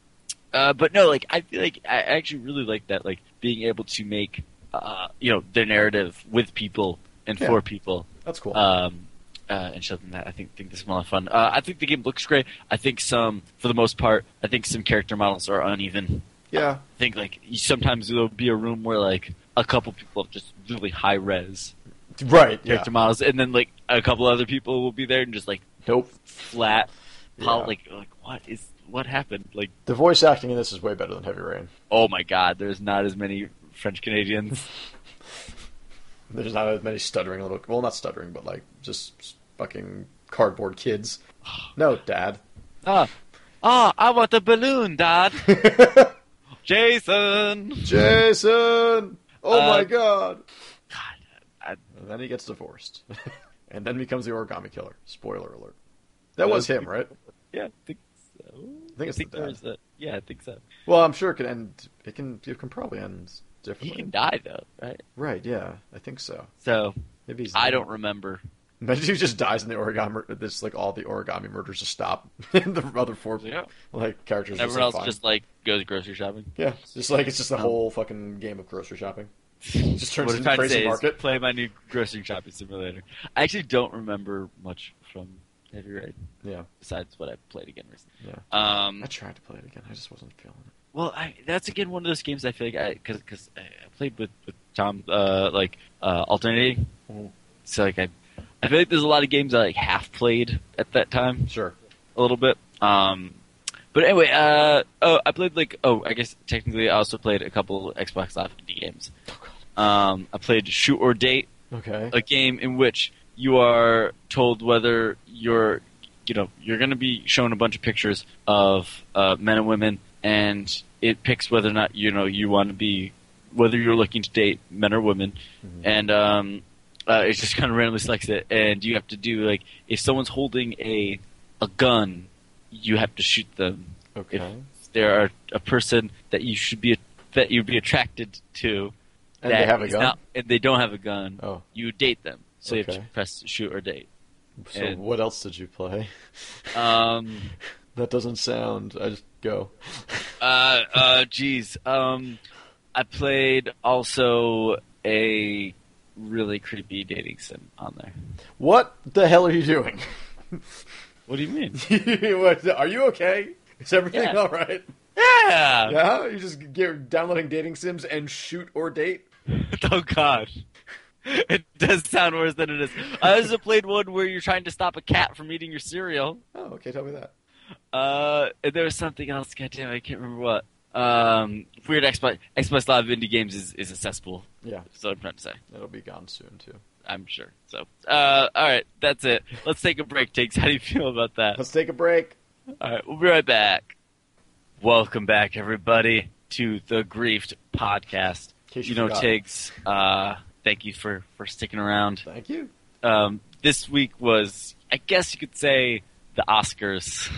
Speaker 1: uh, but no, like I feel like I actually really like that, like being able to make uh, you know their narrative with people and
Speaker 2: Yeah.
Speaker 1: for people.
Speaker 2: That's cool.
Speaker 1: um, uh, and show them that. I think think this is a lot of fun. Uh, I think the game looks great. I think some, for the most part, I think some character models are uneven.
Speaker 2: yeah.
Speaker 1: I think like you- sometimes there'll be a room where like a couple people have just really high res
Speaker 2: Right. Yeah.
Speaker 1: character models, and then like a couple other people will be there and just like
Speaker 2: Nope.
Speaker 1: flat, pol-
Speaker 2: Yeah.
Speaker 1: like like what is what happened? Like
Speaker 2: The voice acting in this is way better than Heavy Rain.
Speaker 1: oh my god, there's not as many French Canadians.
Speaker 2: There's not as many stuttering little. Well, not stuttering, but like just fucking cardboard kids. No, Dad.
Speaker 1: Ah, ah, I want a balloon, Dad. Jason.
Speaker 2: Jason. Oh
Speaker 1: Uh,
Speaker 2: my God.
Speaker 1: I-
Speaker 2: And then he gets divorced, and then becomes the origami killer. Spoiler alert. That was him, right?
Speaker 1: Yeah, I think so.
Speaker 2: I think it's the dad.
Speaker 1: there's a, yeah, I think so.
Speaker 2: Well, I'm sure it can end. It can. It can probably end
Speaker 1: He
Speaker 2: differently.
Speaker 1: can die though, right?
Speaker 2: Right? Yeah, I think so.
Speaker 1: So
Speaker 2: Maybe he's.
Speaker 1: I don't remember.
Speaker 2: Imagine he just dies in the origami. mur- This like all the origami murders just stop. and the other four
Speaker 1: Yeah.
Speaker 2: like characters.
Speaker 1: Everyone else
Speaker 2: just, like, fine.
Speaker 1: just like goes grocery shopping.
Speaker 2: yeah, just like it's just the
Speaker 1: Um,
Speaker 2: whole fucking game of grocery shopping. Just turns
Speaker 1: What I'm
Speaker 2: into
Speaker 1: trying to
Speaker 2: crazy
Speaker 1: say is
Speaker 2: market.
Speaker 1: play my new grocery shopping simulator. I actually don't remember much from Heavy Rain
Speaker 2: Yeah,
Speaker 1: besides what I played again recently.
Speaker 2: yeah.
Speaker 1: Um,
Speaker 2: I tried to play it again. I just wasn't feeling it.
Speaker 1: well, I, that's again one of those games I feel like I because because I I played with with Tom uh, like uh, alternating,
Speaker 2: Mhm.
Speaker 1: so like I I feel like there's a lot of games I like half played at that time.
Speaker 2: Sure.
Speaker 1: a little bit. Um, but anyway, uh, oh, I played like oh, I guess technically I also played a couple Xbox Live indie games. Um, I played Shoot or Date,
Speaker 2: Okay.
Speaker 1: a game in which you are told whether you're, you know, you're going to be shown a bunch of pictures of uh, men and women, and it picks whether or not you know you want to be, whether you're looking to date men or women,
Speaker 2: Mhm.
Speaker 1: and um, uh, it just kind of randomly selects it, and you have to do like if someone's holding a a gun, you have to shoot them.
Speaker 2: okay.
Speaker 1: If there are a person that you should be that you'd be attracted to,
Speaker 2: and
Speaker 1: that
Speaker 2: they have a
Speaker 1: is
Speaker 2: gun.
Speaker 1: not- and they don't have a gun,
Speaker 2: Oh,
Speaker 1: you date them. So you
Speaker 2: Okay.
Speaker 1: have to press shoot or date.
Speaker 2: so
Speaker 1: and-
Speaker 2: what else did you play?
Speaker 1: Um,
Speaker 2: that doesn't sound. I just go.
Speaker 1: uh, uh, geez. Um, I played also a really creepy dating sim on there.
Speaker 2: What the hell are you doing?
Speaker 1: What do you mean?
Speaker 2: What- are you okay? Is everything
Speaker 1: Yeah. Um,
Speaker 2: all right?
Speaker 1: Yeah.
Speaker 2: Yeah, you just get downloading dating sims and shoot or date.
Speaker 1: Oh God. It does sound worse than it is. I also played one where you're trying to stop a cat from eating your cereal.
Speaker 2: Oh, okay, tell me that.
Speaker 1: Uh, and there was something else. God damn, it, I can't remember what. Um, weird Xbox Xbox Live indie games is is a cesspool.
Speaker 2: Yeah,
Speaker 1: So I'm trying to say.
Speaker 2: it'll be gone soon too.
Speaker 1: I'm sure. So, uh, all right, that's it. Let's take a break, Tiggs. How do you feel about that?
Speaker 2: Let's take a break.
Speaker 1: All right, we'll be right back. Welcome back, everybody, to the Griefed podcast.
Speaker 2: In case
Speaker 1: you know,
Speaker 2: forgot.
Speaker 1: Tiggs, uh, thank you for for sticking around.
Speaker 2: Thank you.
Speaker 1: um, this week was, I guess you could say, the Oscars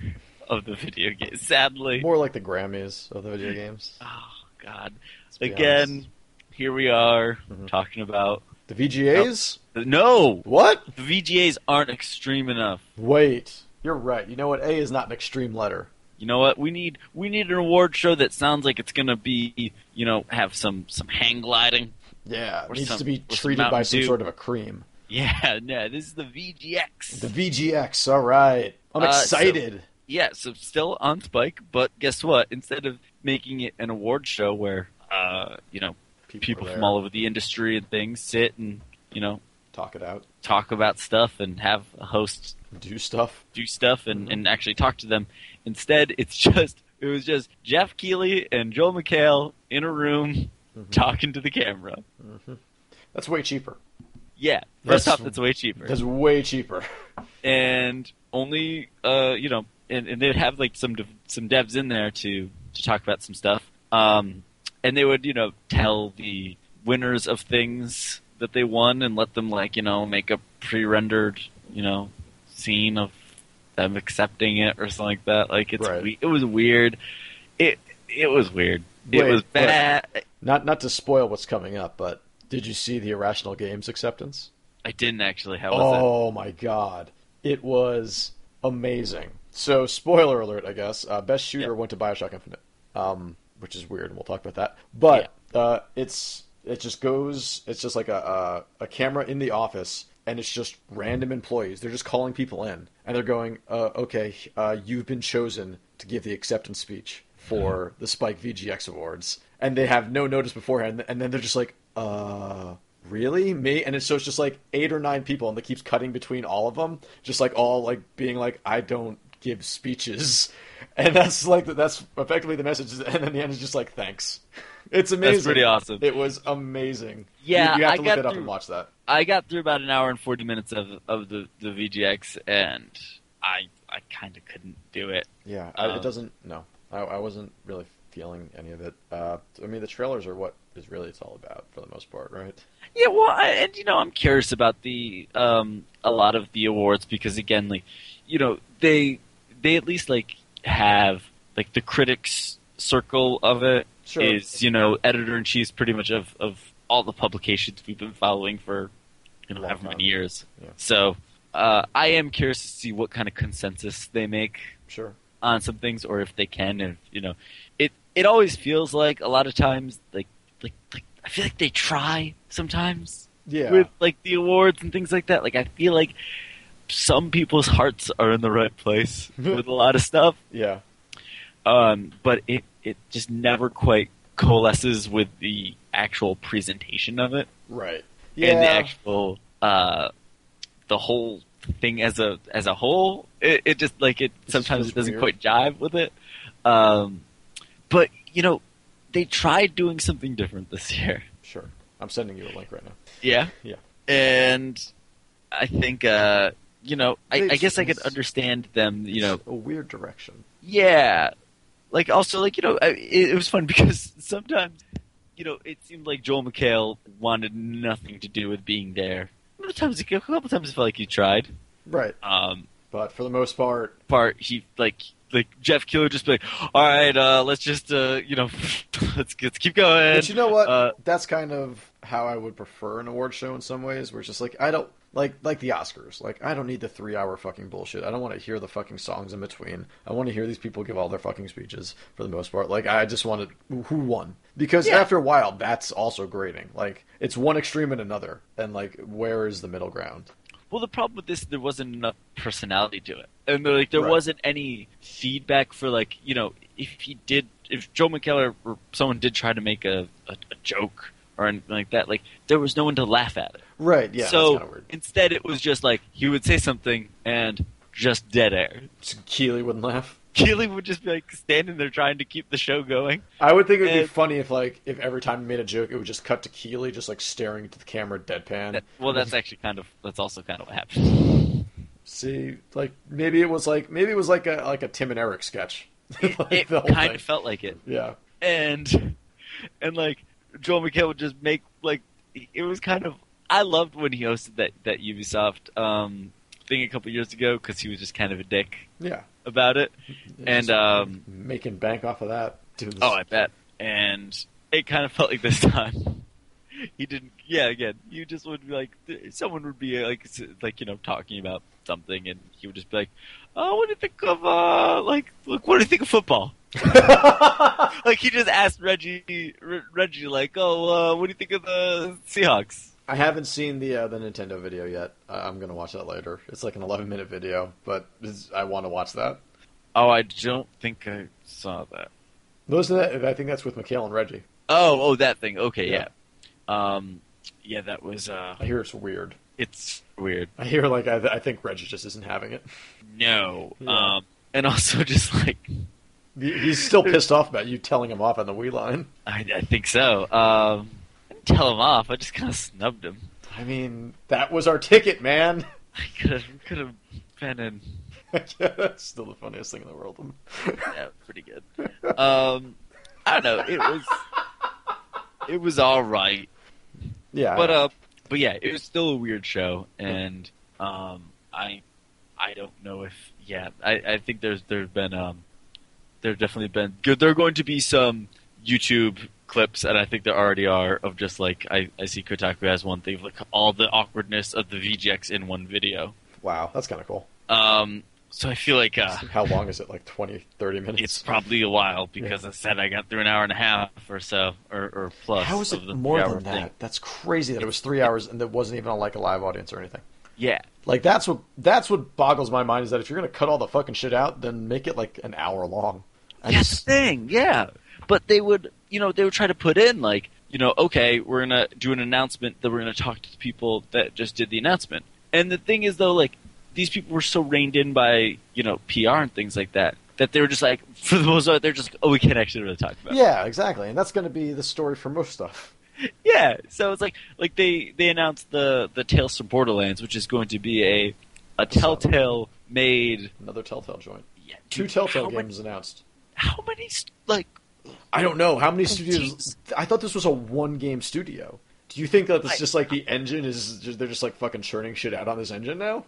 Speaker 1: of the video game. Sadly,
Speaker 2: More like the Grammys of the video games.
Speaker 1: oh god,
Speaker 2: Let's be
Speaker 1: again,
Speaker 2: honest.
Speaker 1: here we are
Speaker 2: Mhm.
Speaker 1: talking about
Speaker 2: the VGAs.
Speaker 1: Oh. no.
Speaker 2: What?
Speaker 1: The VGAs aren't extreme enough.
Speaker 2: Wait, you're right. You know what? A is not an extreme letter.
Speaker 1: You know what? We need we need an award show that sounds like it's gonna be you know have some some hang gliding.
Speaker 2: Yeah, it
Speaker 1: Or
Speaker 2: needs
Speaker 1: some-
Speaker 2: to be
Speaker 1: or some
Speaker 2: treated by
Speaker 1: Mountain
Speaker 2: some
Speaker 1: Dew.
Speaker 2: sort of a cream.
Speaker 1: Yeah, no, this is the VGX.
Speaker 2: The VGX. All right, I'm
Speaker 1: Uh, so-
Speaker 2: excited.
Speaker 1: Yeah, so still on Spike, but guess what? Instead of making it an award show where uh, you know people
Speaker 2: are
Speaker 1: from
Speaker 2: there.
Speaker 1: all over the industry and things sit and you know
Speaker 2: talk it out,
Speaker 1: talk about stuff and have a host
Speaker 2: do stuff.
Speaker 1: do stuff
Speaker 2: Mm-hmm.
Speaker 1: and, and actually talk to them instead it's just it was just jeff keeley and joel mchale in a room
Speaker 2: Mhm.
Speaker 1: talking to the camera
Speaker 2: That's way cheaper.
Speaker 1: Yeah, first
Speaker 2: That's-
Speaker 1: off, that's way cheaper,
Speaker 2: That's way cheaper.
Speaker 1: and only uh, you know, and, and they'd have like some dev- some devs in there to to talk about some stuff, um, and they would you know tell the winners of things that they won and let them like you know make a pre-rendered you know scene of them accepting it or something like that. Like it's
Speaker 2: Right.
Speaker 1: we- it was weird. It it was weird.
Speaker 2: Wait,
Speaker 1: it was
Speaker 2: wait.
Speaker 1: bad.
Speaker 2: Not not to spoil what's coming up, but did you see the Irrational Games acceptance?
Speaker 1: I didn't actually. How was it?
Speaker 2: Oh my god, it was amazing. So spoiler alert, I guess. Uh, best shooter
Speaker 1: Yeah.
Speaker 2: went to Bioshock Infinite, um, which is weird, and we'll talk about that. But uh, it's it just goes. It's just like a, a a camera in the office. And it's just random employees. They're just calling people in, and they're going, uh, "Okay, uh, you've been chosen to give the acceptance speech
Speaker 1: Mm-hmm.
Speaker 2: for the Spike VGX Awards," and they have no notice beforehand. And then they're just like, "Uh, really me and it's so it's just like eight or nine people and they keeps cutting between all of them just like all like being like i don't give speeches and that's like that's effectively the message and then the end is just like thanks it's amazing
Speaker 1: pretty awesome.
Speaker 2: it was amazing
Speaker 1: Yeah,
Speaker 2: you, you have
Speaker 1: I
Speaker 2: to look
Speaker 1: got
Speaker 2: that up
Speaker 1: through-
Speaker 2: and watch that
Speaker 1: I got through about an hour and forty minutes of of the the VGX, and I I kind of couldn't do it.
Speaker 2: yeah I,
Speaker 1: Um,
Speaker 2: it doesn't no I, I wasn't really feeling any of it uh i mean the trailers are what is really it's all about for the most part right
Speaker 1: Yeah, well, I, and you know, I'm curious about the um a lot of the awards because again, like you know, they they at least like have like the critics circle of it is
Speaker 2: sure
Speaker 1: you know editor in chief pretty much of of all the publications we've been following for you know
Speaker 2: Long
Speaker 1: however
Speaker 2: time.
Speaker 1: many years.
Speaker 2: Yeah.
Speaker 1: So uh, I am curious to see what kind of consensus they make
Speaker 2: sure
Speaker 1: on some things or if they can if you know it it always feels like a lot of times like like, like I feel like they try sometimes
Speaker 2: yeah
Speaker 1: with like the awards and things like that like I feel like some people's hearts are in the right place with a lot of stuff
Speaker 2: yeah
Speaker 1: um but it it just never quite coalesces with the actual presentation of it
Speaker 2: right yeah
Speaker 1: and the actual uh the whole thing as a as a whole it, it just like it
Speaker 2: This
Speaker 1: sometimes
Speaker 2: feels
Speaker 1: it doesn't quite
Speaker 2: weird.
Speaker 1: jive with it um but you know they tried doing something different this year
Speaker 2: sure i'm sending you a link right now
Speaker 1: yeah
Speaker 2: Yeah.
Speaker 1: and i think uh you know i,
Speaker 2: They-
Speaker 1: I guess i could
Speaker 2: it's-
Speaker 1: understand them you know
Speaker 2: It's a weird direction
Speaker 1: Yeah, like also like you know I, it, it was fun because sometimes you know it seemed like Joel McHale wanted nothing to do with being there. Other times, a couple times, it felt like he tried.
Speaker 2: right
Speaker 1: Um,
Speaker 2: but for the most part
Speaker 1: part he like like Jeff Keeler just be like, all right, uh, let's just uh, you know let's let's keep going.
Speaker 2: but you know what
Speaker 1: uh,
Speaker 2: that's kind of how i would prefer an award show in some ways where it's just like i don't like like the oscars like i don't need the three hour fucking bullshit i don't want to hear the fucking songs in between i want to hear these people give all their fucking speeches for the most part like i just wanted who won because
Speaker 1: Yeah.
Speaker 2: after a while that's also grading like it's one extreme and another and like where is the middle ground
Speaker 1: Well, the problem with this, there wasn't enough personality to it, and there, like there
Speaker 2: Right.
Speaker 1: wasn't any feedback for like you know if he did, if Joe McKellar or someone did try to make a, a, a joke or anything like that, like there was no one to laugh at it.
Speaker 2: right yeah
Speaker 1: so
Speaker 2: that's kind of weird
Speaker 1: instead, it was just like he would say something and just dead air.
Speaker 2: So keely wouldn't laugh
Speaker 1: Keely would just be like standing there trying to keep the show going.
Speaker 2: I would think it would be
Speaker 1: And-
Speaker 2: funny if, like, if every time he made a joke, it would just cut to Keeley just like staring into the camera, deadpan.
Speaker 1: That- well, that's actually kind of that's also kind of what happened.
Speaker 2: See, like, maybe it was like maybe it was like a like a Tim and Eric sketch. Like,
Speaker 1: it
Speaker 2: the
Speaker 1: kind
Speaker 2: whole
Speaker 1: of
Speaker 2: thing.
Speaker 1: felt like it.
Speaker 2: yeah,
Speaker 1: and and like Joel McHale would just make like it was kind of I loved when he hosted that that Ubisoft um, thing a couple years ago because he was just kind of a dick
Speaker 2: yeah,
Speaker 1: about it, and
Speaker 2: Just
Speaker 1: um,
Speaker 2: making bank off of that. Dude, this-
Speaker 1: oh I bet, and it kind of felt like this time. He didn't. Yeah, again, you just would be like, th- someone would be like, s- like you know, talking about something, and he would just be like, "Oh, what do you think of uh, like, look, what do you think of football?" like he just asked Reggie, R- Reggie, like, "Oh, uh, what do you think of the Seahawks?"
Speaker 2: I haven't seen the uh, the Nintendo video yet. I- I'm gonna watch that later. It's like an 11 minute video, but it's- I want to watch that.
Speaker 1: Oh, I don't think I saw that.
Speaker 2: Those are that. I think that's with Mikhail and Reggie.
Speaker 1: Oh, oh, that thing. Okay,
Speaker 2: Yeah.
Speaker 1: yeah, yeah. um, yeah, that was. Uh,
Speaker 2: I hear it's weird.
Speaker 1: it's weird.
Speaker 2: I hear like I, I think Reggie just isn't having it.
Speaker 1: No,
Speaker 2: Yeah.
Speaker 1: um, and also just like
Speaker 2: He- He's still pissed off about you telling him off on the Wii line.
Speaker 1: I, I think so. Um, I didn't tell him off. I just kind of snubbed him.
Speaker 2: I mean, that was our ticket, man.
Speaker 1: I could have could have been in.
Speaker 2: yeah, that's still the funniest thing in the world.
Speaker 1: Yeah, pretty good. Um, I don't know. It was it was all right,
Speaker 2: yeah.
Speaker 1: but uh, but yeah, it was still a weird show, and um, I I don't know if yeah, I, I think there's there's been um, there definitely been good. There are going to be some YouTube clips, and I think there already are of just like I, I see Kotaku has one thing of like all the awkwardness of the VGX in one video.
Speaker 2: wow, that's kind of cool.
Speaker 1: Um, so I feel like uh,
Speaker 2: How long is it? Like 20, 30 minutes?
Speaker 1: it's probably a while because I said I got through an hour and a half or so, or, or plus.
Speaker 2: How is
Speaker 1: of
Speaker 2: it
Speaker 1: the
Speaker 2: more
Speaker 1: three-hour
Speaker 2: than that?
Speaker 1: thing.
Speaker 2: That's crazy that it was three hours and there wasn't even like a live audience or anything.
Speaker 1: Yeah,
Speaker 2: Like that's what that's what boggles my mind is that if you're gonna cut all the fucking shit out, then make it like an hour long. I
Speaker 1: that's
Speaker 2: just-
Speaker 1: the thing. Yeah, but they would, you know, they would try to put in like, you know, okay, we're gonna do an announcement that we're gonna talk to the people that just did the announcement. And the thing is though, like these people were so reined in by you know PR and things like that that they were just like, for the most part, they're just oh, we can't actually really talk about. it.
Speaker 2: yeah, exactly, and that's gonna be the story for most stuff.
Speaker 1: Yeah, so it's like like they they announced the the Tales from Borderlands, which is going to be a a Telltale made
Speaker 2: Another Telltale joint,
Speaker 1: yeah,
Speaker 2: two
Speaker 1: dude,
Speaker 2: Telltale
Speaker 1: how many-
Speaker 2: games announced.
Speaker 1: how many s- like
Speaker 2: I don't know how many
Speaker 1: Oh,
Speaker 2: studios.
Speaker 1: geez.
Speaker 2: I thought this was a one game studio. Do you think that it's
Speaker 1: I-
Speaker 2: just like the engine is? Just, they're just like fucking churning shit out on this engine now.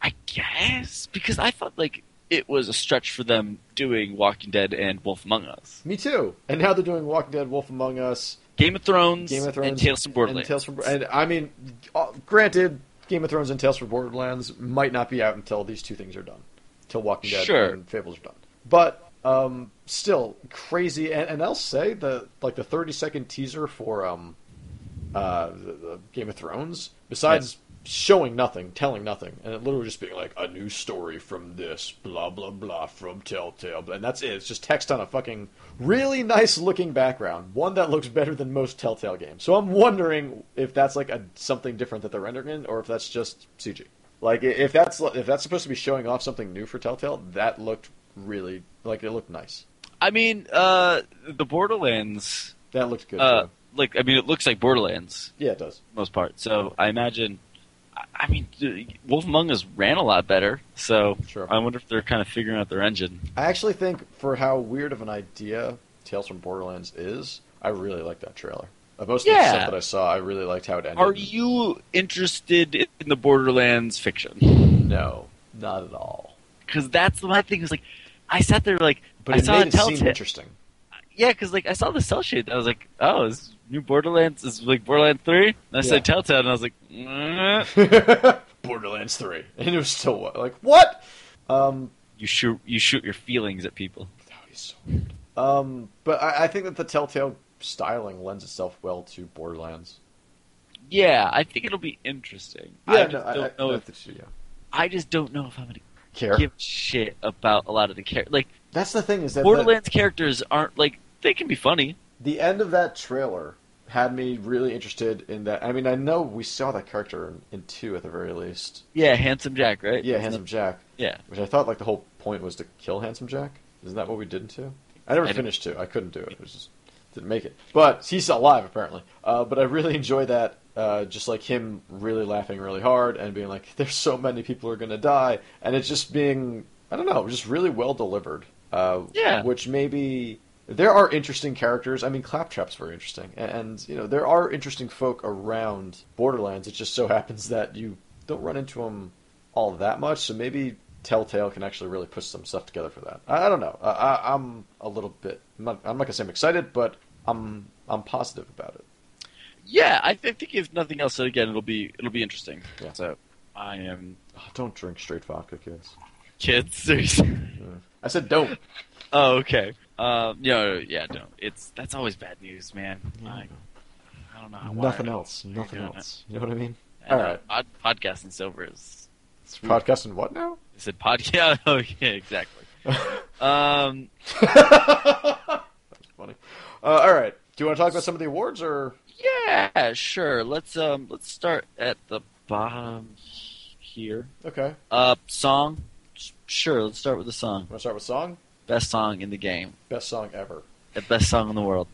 Speaker 1: I guess because I thought like it was a stretch for them doing Walking Dead and Wolf Among Us,
Speaker 2: Me too. And now they're doing Walking Dead, Wolf Among Us,
Speaker 1: Game of Thrones,
Speaker 2: Game of Thrones,
Speaker 1: and Tales from Borderlands.
Speaker 2: And Tales from and I mean, uh, granted, Game of Thrones and Tales from Borderlands might not be out until these two things are done, till Walking Dead
Speaker 1: Sure.
Speaker 2: and Fables are done. But um, still crazy, and, and I'll say the like the thirty second teaser for um, uh, the, the Game of Thrones, besides showing nothing, telling nothing, and it literally just being like a new story from this, blah blah blah, from Telltale, and that's it. It's just text on a fucking really nice looking background, one that looks better than most Telltale games. So I'm wondering if that's like a something different that they're rendering, in, or if that's just CG. Like i- if that's if that's supposed to be showing off something new for Telltale, that looked really like it looked nice.
Speaker 1: I mean, uh, the Borderlands,
Speaker 2: That looked good.
Speaker 1: uh,
Speaker 2: too.
Speaker 1: like I mean, it looks like Borderlands
Speaker 2: Yeah, it does.
Speaker 1: for the most part. So I imagine, I- I mean, Wolf Among Us ran a lot better. So
Speaker 2: Sure.
Speaker 1: I wonder if they're kind of figuring out their engine.
Speaker 2: I actually think for how weird of an idea Tales from Borderlands is, I really like that trailer. Of most of the
Speaker 1: Yeah.
Speaker 2: stuff that I saw, I really liked how it ended.
Speaker 1: Are you interested in the Borderlands fiction?
Speaker 2: No, not at all.
Speaker 1: Because that's my thing. Is like, I sat there like,
Speaker 2: But
Speaker 1: I
Speaker 2: it
Speaker 1: saw
Speaker 2: made
Speaker 1: a
Speaker 2: it seem
Speaker 1: Telltale-
Speaker 2: interesting.
Speaker 1: yeah, because like I saw the cell shade. I was like, oh, this is new Borderlands this is like Borderlands Three. And I
Speaker 2: Yeah.
Speaker 1: said Telltale, and I was like, mm,
Speaker 2: Borderlands Three, and it was still what? Like what? Um,
Speaker 1: you shoot you shoot your feelings at people.
Speaker 2: that would be so weird. Um, but I, I think that the Telltale styling lends itself well to Borderlands.
Speaker 1: Yeah, I think it'll be interesting. I just don't know. if, I just don't know if I'm gonna
Speaker 2: care.
Speaker 1: give a shit about a lot of the characters. Like
Speaker 2: That's the thing is that that-
Speaker 1: Borderlands characters aren't like they can be funny.
Speaker 2: the end of that trailer had me really interested in that. I mean, I know we saw that character in, in two at the very least.
Speaker 1: Yeah, handsome Jack, right?
Speaker 2: Yeah, Handsome Jack,
Speaker 1: Yeah,
Speaker 2: which I thought like the whole point was to kill Handsome Jack. Isn't that what we did in two? I never
Speaker 1: I don't-
Speaker 2: finished two. I couldn't do it. It was just didn't make it. But he's alive apparently. Uh, but I really enjoy that. Uh, just like him really laughing really hard and being like, "There's so many people who are gonna die," and it's just being I don't know, just really well delivered. Uh,
Speaker 1: Yeah.
Speaker 2: Which maybe there are interesting characters. I mean, Claptrap's very interesting, and, and you know there are interesting folk around Borderlands. It just so happens that you don't run into them all that much. So maybe Telltale can actually really put some stuff together for that. I, I don't know. I, I, I'm a little bit. I'm not, I'm not gonna say I'm excited, but I'm I'm positive about it.
Speaker 1: yeah. I, th- I think if nothing else, again, it'll be it'll be interesting.
Speaker 2: Yeah.
Speaker 1: So I am
Speaker 2: Oh, don't drink straight vodka, kids.
Speaker 1: kids. Seriously.
Speaker 2: I said don't.
Speaker 1: Oh, okay. Um, yeah, no, yeah, no. It's that's always bad news, man. I, I don't know. How
Speaker 2: Nothing
Speaker 1: wired.
Speaker 2: else.
Speaker 1: You're
Speaker 2: Nothing
Speaker 1: doing
Speaker 2: else. You know what I mean?
Speaker 1: I know.
Speaker 2: Alright.
Speaker 1: Pod, podcasting silver is. It's weird.
Speaker 2: Podcasting what now?
Speaker 1: I said pod. Yeah. Oh, yeah. Exactly. um.
Speaker 2: That's funny. Uh, all right. Do you want to talk about some of the awards, or
Speaker 1: Yeah. Sure. Let's um. Let's start at the bottom here.
Speaker 2: okay?
Speaker 1: Uh. Song. Sure. Let's start with the song.
Speaker 2: Want to start with song?
Speaker 1: Best song in the game.
Speaker 2: Best song ever.
Speaker 1: The best song in the world.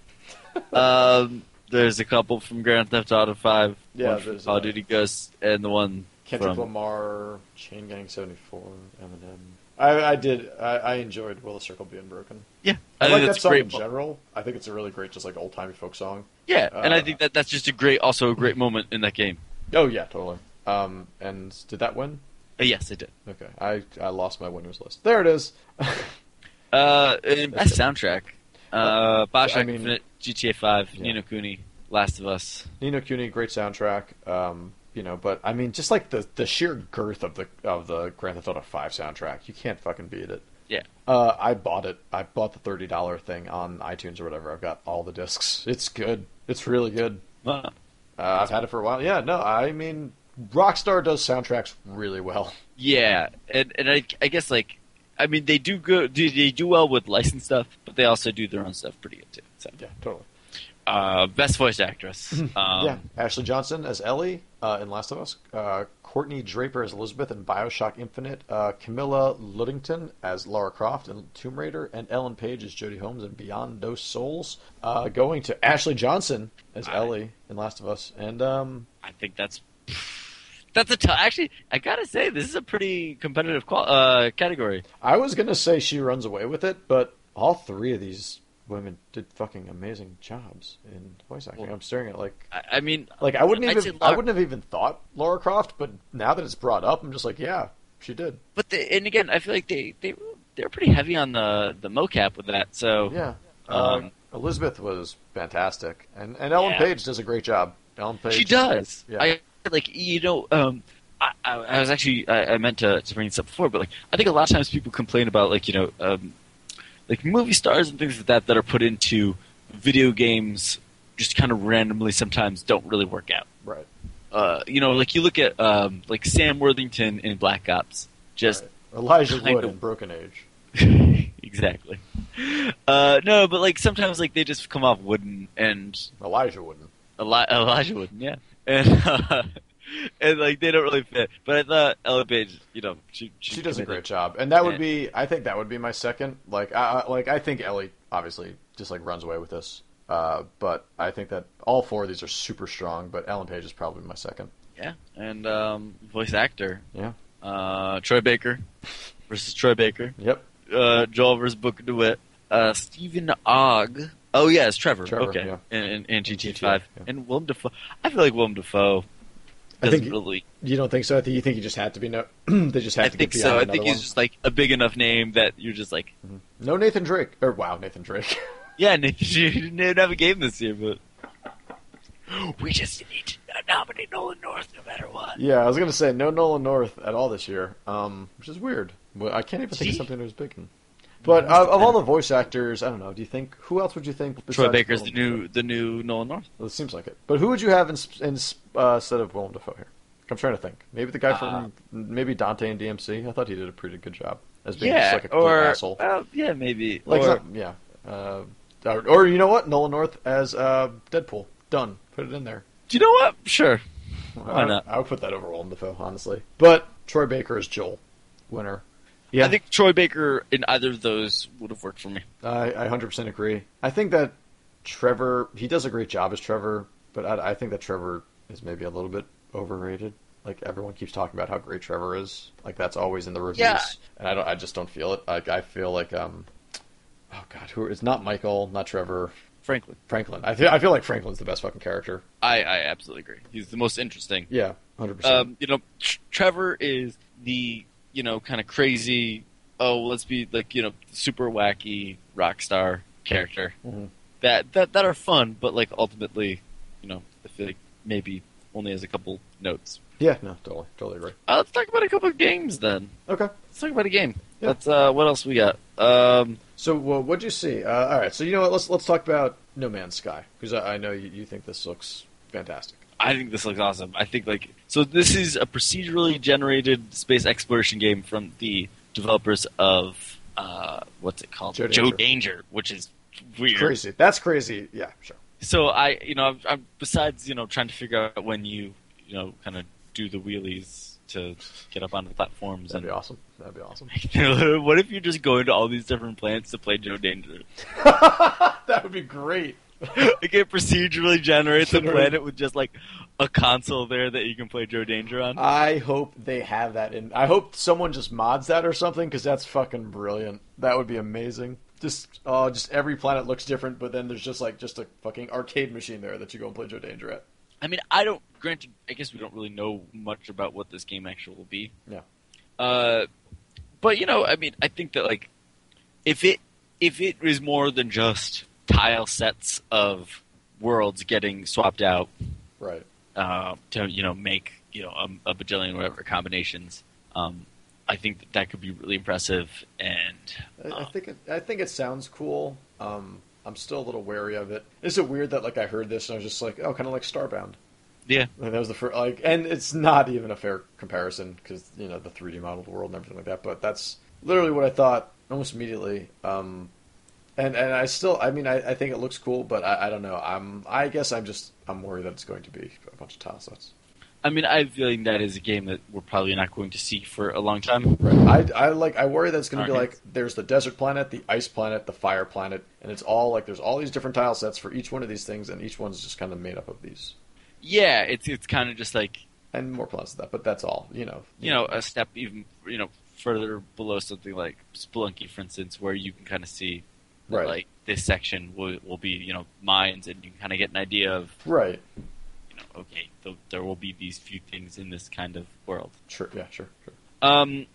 Speaker 1: um. There's a couple from Grand Theft Auto Five.
Speaker 2: Yeah,
Speaker 1: one from
Speaker 2: there's,
Speaker 1: Call
Speaker 2: uh,
Speaker 1: of Duty Ghosts, and the one
Speaker 2: Kendrick
Speaker 1: from
Speaker 2: Lamar, Chain Gang seventy four, Eminem. I, I did. I, I enjoyed "Will the Circle Being Broken."
Speaker 1: yeah.
Speaker 2: I,
Speaker 1: think
Speaker 2: like that
Speaker 1: that's a
Speaker 2: song
Speaker 1: great.
Speaker 2: in
Speaker 1: mo-
Speaker 2: general. I think it's a really great, just like old timey folk song.
Speaker 1: Yeah, and I
Speaker 2: Uh,
Speaker 1: think that that's just a great, also a great moment in that game.
Speaker 2: Oh yeah, totally. Um, and did that win?
Speaker 1: Uh, yes, it did.
Speaker 2: Okay, I I lost my winners list. There it is.
Speaker 1: Uh, and
Speaker 2: That's
Speaker 1: best soundtrack. Uh, Bioshock
Speaker 2: I mean-
Speaker 1: Infinite, GTA Five,
Speaker 2: Yeah.
Speaker 1: Nino Kuni, Last of Us.
Speaker 2: Nino Kuni, great soundtrack. Um, you know, but I mean, just like the the sheer girth of the of the Grand Theft Auto Five soundtrack, you can't fucking beat it.
Speaker 1: Yeah.
Speaker 2: Uh, I bought it. I bought the thirty dollar thing on iTunes or whatever. I've got all the discs. It's good. It's really good.
Speaker 1: Wow.
Speaker 2: Uh, I've had it for a while. Yeah, no, I mean, Rockstar does soundtracks really well.
Speaker 1: Yeah, and and I, I guess like, I mean they do go do they do well with licensed stuff, but they also do their own stuff pretty good too. So,
Speaker 2: Yeah, totally.
Speaker 1: uh, best voice actress. Um,
Speaker 2: yeah, Ashley Johnson as Ellie uh, in Last of Us, uh, Courtney Draper as Elizabeth in Bioshock Infinite, uh, Camilla Luddington as Lara Croft in Tomb Raider, and Ellen Page as Jodie Holmes in Beyond Those Souls. Uh, going to Ashley Johnson as
Speaker 1: Aye.
Speaker 2: Ellie in Last of Us, and um,
Speaker 1: I think that's that's a tough. Actually, I gotta say this is a pretty competitive qual- uh, category.
Speaker 2: I was gonna say she runs away with it, but all three of these women did fucking amazing jobs in voice acting.
Speaker 1: Well-
Speaker 2: I'm staring at like
Speaker 1: I, I mean,
Speaker 2: Like I wouldn't
Speaker 1: I'd
Speaker 2: even
Speaker 1: say
Speaker 2: I
Speaker 1: Lara-
Speaker 2: wouldn't have even thought Laura Croft, but now that it's brought up, I'm just like, yeah, she did.
Speaker 1: but they, and again, I feel like they they they're pretty heavy on the the mocap with that. So
Speaker 2: Yeah.
Speaker 1: Um,
Speaker 2: Uh, Elizabeth was fantastic, and and Ellen
Speaker 1: Yeah.
Speaker 2: Page does a great job. Ellen Page,
Speaker 1: She does.
Speaker 2: Yeah.
Speaker 1: I like you know. Um, I, I, I was actually I, I meant to, to bring this up before, but like I think a lot of times people complain about like you know um, like movie stars and things like that that are put into video games just kind of randomly sometimes don't really work out.
Speaker 2: right?
Speaker 1: Uh, you know, like you look at um, like Sam Worthington in Black Ops, just
Speaker 2: right. Elijah
Speaker 1: kind
Speaker 2: Wood
Speaker 1: of-
Speaker 2: in Broken Age.
Speaker 1: exactly. Uh, no, but like sometimes like they just come off wooden and
Speaker 2: Elijah wouldn't.
Speaker 1: Eli- Elijah Wood, yeah, and uh, and like they don't really fit. But I thought Ella Page, you know, she
Speaker 2: She does a
Speaker 1: committed.
Speaker 2: great job, and that would
Speaker 1: Yeah.
Speaker 2: be. I think that would be my second. Like, I, I- like I think Ellie obviously just like runs away with this. Uh, but I think that all four of these are super strong. But Ellen Page is probably my second.
Speaker 1: Yeah, and um, voice actor,
Speaker 2: Yeah.
Speaker 1: uh, Troy Baker versus Troy Baker,
Speaker 2: Yep.
Speaker 1: uh, Joel versus Booker DeWitt, uh, Stephen Ogg. Oh yeah, it's Trevor.
Speaker 2: Trevor,
Speaker 1: okay,
Speaker 2: yeah.
Speaker 1: and, and, and GTA
Speaker 2: GTA,
Speaker 1: Five,
Speaker 2: yeah.
Speaker 1: and Willem Dafoe. I feel like Willem Dafoe
Speaker 2: I
Speaker 1: doesn't
Speaker 2: think-
Speaker 1: really
Speaker 2: You don't think so? I think you think you just had to be no. they just had
Speaker 1: I
Speaker 2: to
Speaker 1: think
Speaker 2: get
Speaker 1: so.
Speaker 2: beyond
Speaker 1: I
Speaker 2: another
Speaker 1: think
Speaker 2: one.
Speaker 1: he's just like a big enough name that you're just like,
Speaker 2: no Nathan Drake or wow Nathan Drake.
Speaker 1: yeah, you didn't have a game this year, but we just need to nominate Nolan North no matter what.
Speaker 2: yeah, I was gonna say no Nolan North at all this year, um, which is weird. Well, I can't even think of
Speaker 1: Gee.
Speaker 2: something that was big. But uh, of all the voice actors, I don't know. Do you think who else would you think?
Speaker 1: Troy
Speaker 2: besides
Speaker 1: Baker's the
Speaker 2: Willem
Speaker 1: new the new Nolan North.
Speaker 2: Dafoe? Well, it seems like it. But who would you have in, in, uh, instead of Willem Dafoe here? I'm trying to think. Maybe the guy
Speaker 1: Uh.
Speaker 2: from maybe Dante and DMC. I thought he did a pretty good job as being just
Speaker 1: Yeah,
Speaker 2: like a complete
Speaker 1: or
Speaker 2: asshole.
Speaker 1: uh, yeah, maybe
Speaker 2: Like
Speaker 1: or,
Speaker 2: some- yeah, uh, or, or you know what? Nolan North as uh, Deadpool. Done. Put it in there.
Speaker 1: do you know what? Sure,
Speaker 2: Why
Speaker 1: not?
Speaker 2: I would put that over Willem Dafoe, honestly. But Troy Baker is Joel, winner. Yeah,
Speaker 1: I think Troy Baker in either of those would have worked for me.
Speaker 2: I, I 100% agree. I think that Trevor, he does a great job as Trevor, but I, I think that Trevor is maybe a little bit overrated. Like everyone keeps talking about how great Trevor is. Like that's always in the reviews,
Speaker 1: Yeah.
Speaker 2: and I don't. I just don't feel it. Like I feel like um, oh god, who? It's not Michael, not Trevor,
Speaker 1: Frankly,
Speaker 2: Franklin. I feel, I feel like Franklin's the best fucking character.
Speaker 1: I I absolutely agree. He's the most interesting.
Speaker 2: Yeah, hundred percent.
Speaker 1: um, you know, Tr- Trevor is the you know kind of crazy. Oh, let's be like you know super wacky rock star character
Speaker 2: Mhm.
Speaker 1: that that that are fun, but like ultimately, you know, I feel like maybe only has a couple notes.
Speaker 2: Yeah, no, totally, totally agree.
Speaker 1: Uh, let's talk about a couple of games then.
Speaker 2: Okay.
Speaker 1: Let's talk about a game.
Speaker 2: Yeah.
Speaker 1: That's uh, what else we got. Um,
Speaker 2: So well, what'd you see? Uh, all right, so you know what? Let's let's talk about No Man's Sky because I, I know you, you think this looks fantastic.
Speaker 1: I think this looks awesome. I think like so this is a procedurally generated space exploration game from the developers of uh, what's it called?
Speaker 2: Joe Danger.
Speaker 1: Danger, which is weird.
Speaker 2: Crazy. That's crazy. Yeah, sure.
Speaker 1: So I, you know, I'm, I'm besides you know trying to figure out when you you know kind of do the wheelies to get up onto platforms
Speaker 2: That'd
Speaker 1: and
Speaker 2: be awesome. That'd be awesome.
Speaker 1: what if you're just going to all these different planets to play Joe Danger?
Speaker 2: that would be great.
Speaker 1: I can procedurally generate the
Speaker 2: Generate.
Speaker 1: planet with just like a console there that you can play Joe Danger on.
Speaker 2: I hope they have that in. I hope someone just mods that or something because that's fucking brilliant. That would be amazing. Just oh, just every planet looks different, but then there's just like just a fucking arcade machine there that you go and play Joe Danger at.
Speaker 1: I mean, I don't. Granted, I guess we don't really know much about what this game actually will be.
Speaker 2: Yeah.
Speaker 1: Uh, but you know, I mean, I think that like, if it if it is more than just tile sets of worlds getting swapped out
Speaker 2: Right.
Speaker 1: uh, to you know make you know a, a bajillion whatever combinations, um, I think that, that could be really impressive. And
Speaker 2: I, I
Speaker 1: uh,
Speaker 2: think it, I think it sounds cool. Um, I'm still a little wary of it. Is it weird that like I heard this and I was just like, oh, kind of like Starbound.
Speaker 1: yeah,
Speaker 2: Like, that was the first, like, and it's not even a fair comparison because you know the 3D modeled world and everything like that. But that's literally what I thought almost immediately. Um, and and I still, I mean, I, I think it looks cool, but I, I don't know. I'm, I guess I'm just, I'm worried that it's going to be a bunch of tile sets.
Speaker 1: I mean, I have a feeling that is a game that we're probably not going to see for a long time.
Speaker 2: Right. I, I like, I worry that it's going to be
Speaker 1: Alright.
Speaker 2: like there's the desert planet, the ice planet, the fire planet, and it's all like there's all these different tile sets for each one of these things, and each one's just kind of made up of these
Speaker 1: Yeah, it's it's kind of just like
Speaker 2: and more planets than that. But that's all, you know.
Speaker 1: you know, a step even you know further below something like Spelunky, for instance, where you can kind of see that,
Speaker 2: Right.
Speaker 1: like this section will will be you know mines, and you can kind of get an idea of
Speaker 2: Right.
Speaker 1: you know okay, th- there will be these few things in this kind of world.
Speaker 2: Sure. Yeah. Sure. Sure.
Speaker 1: Um,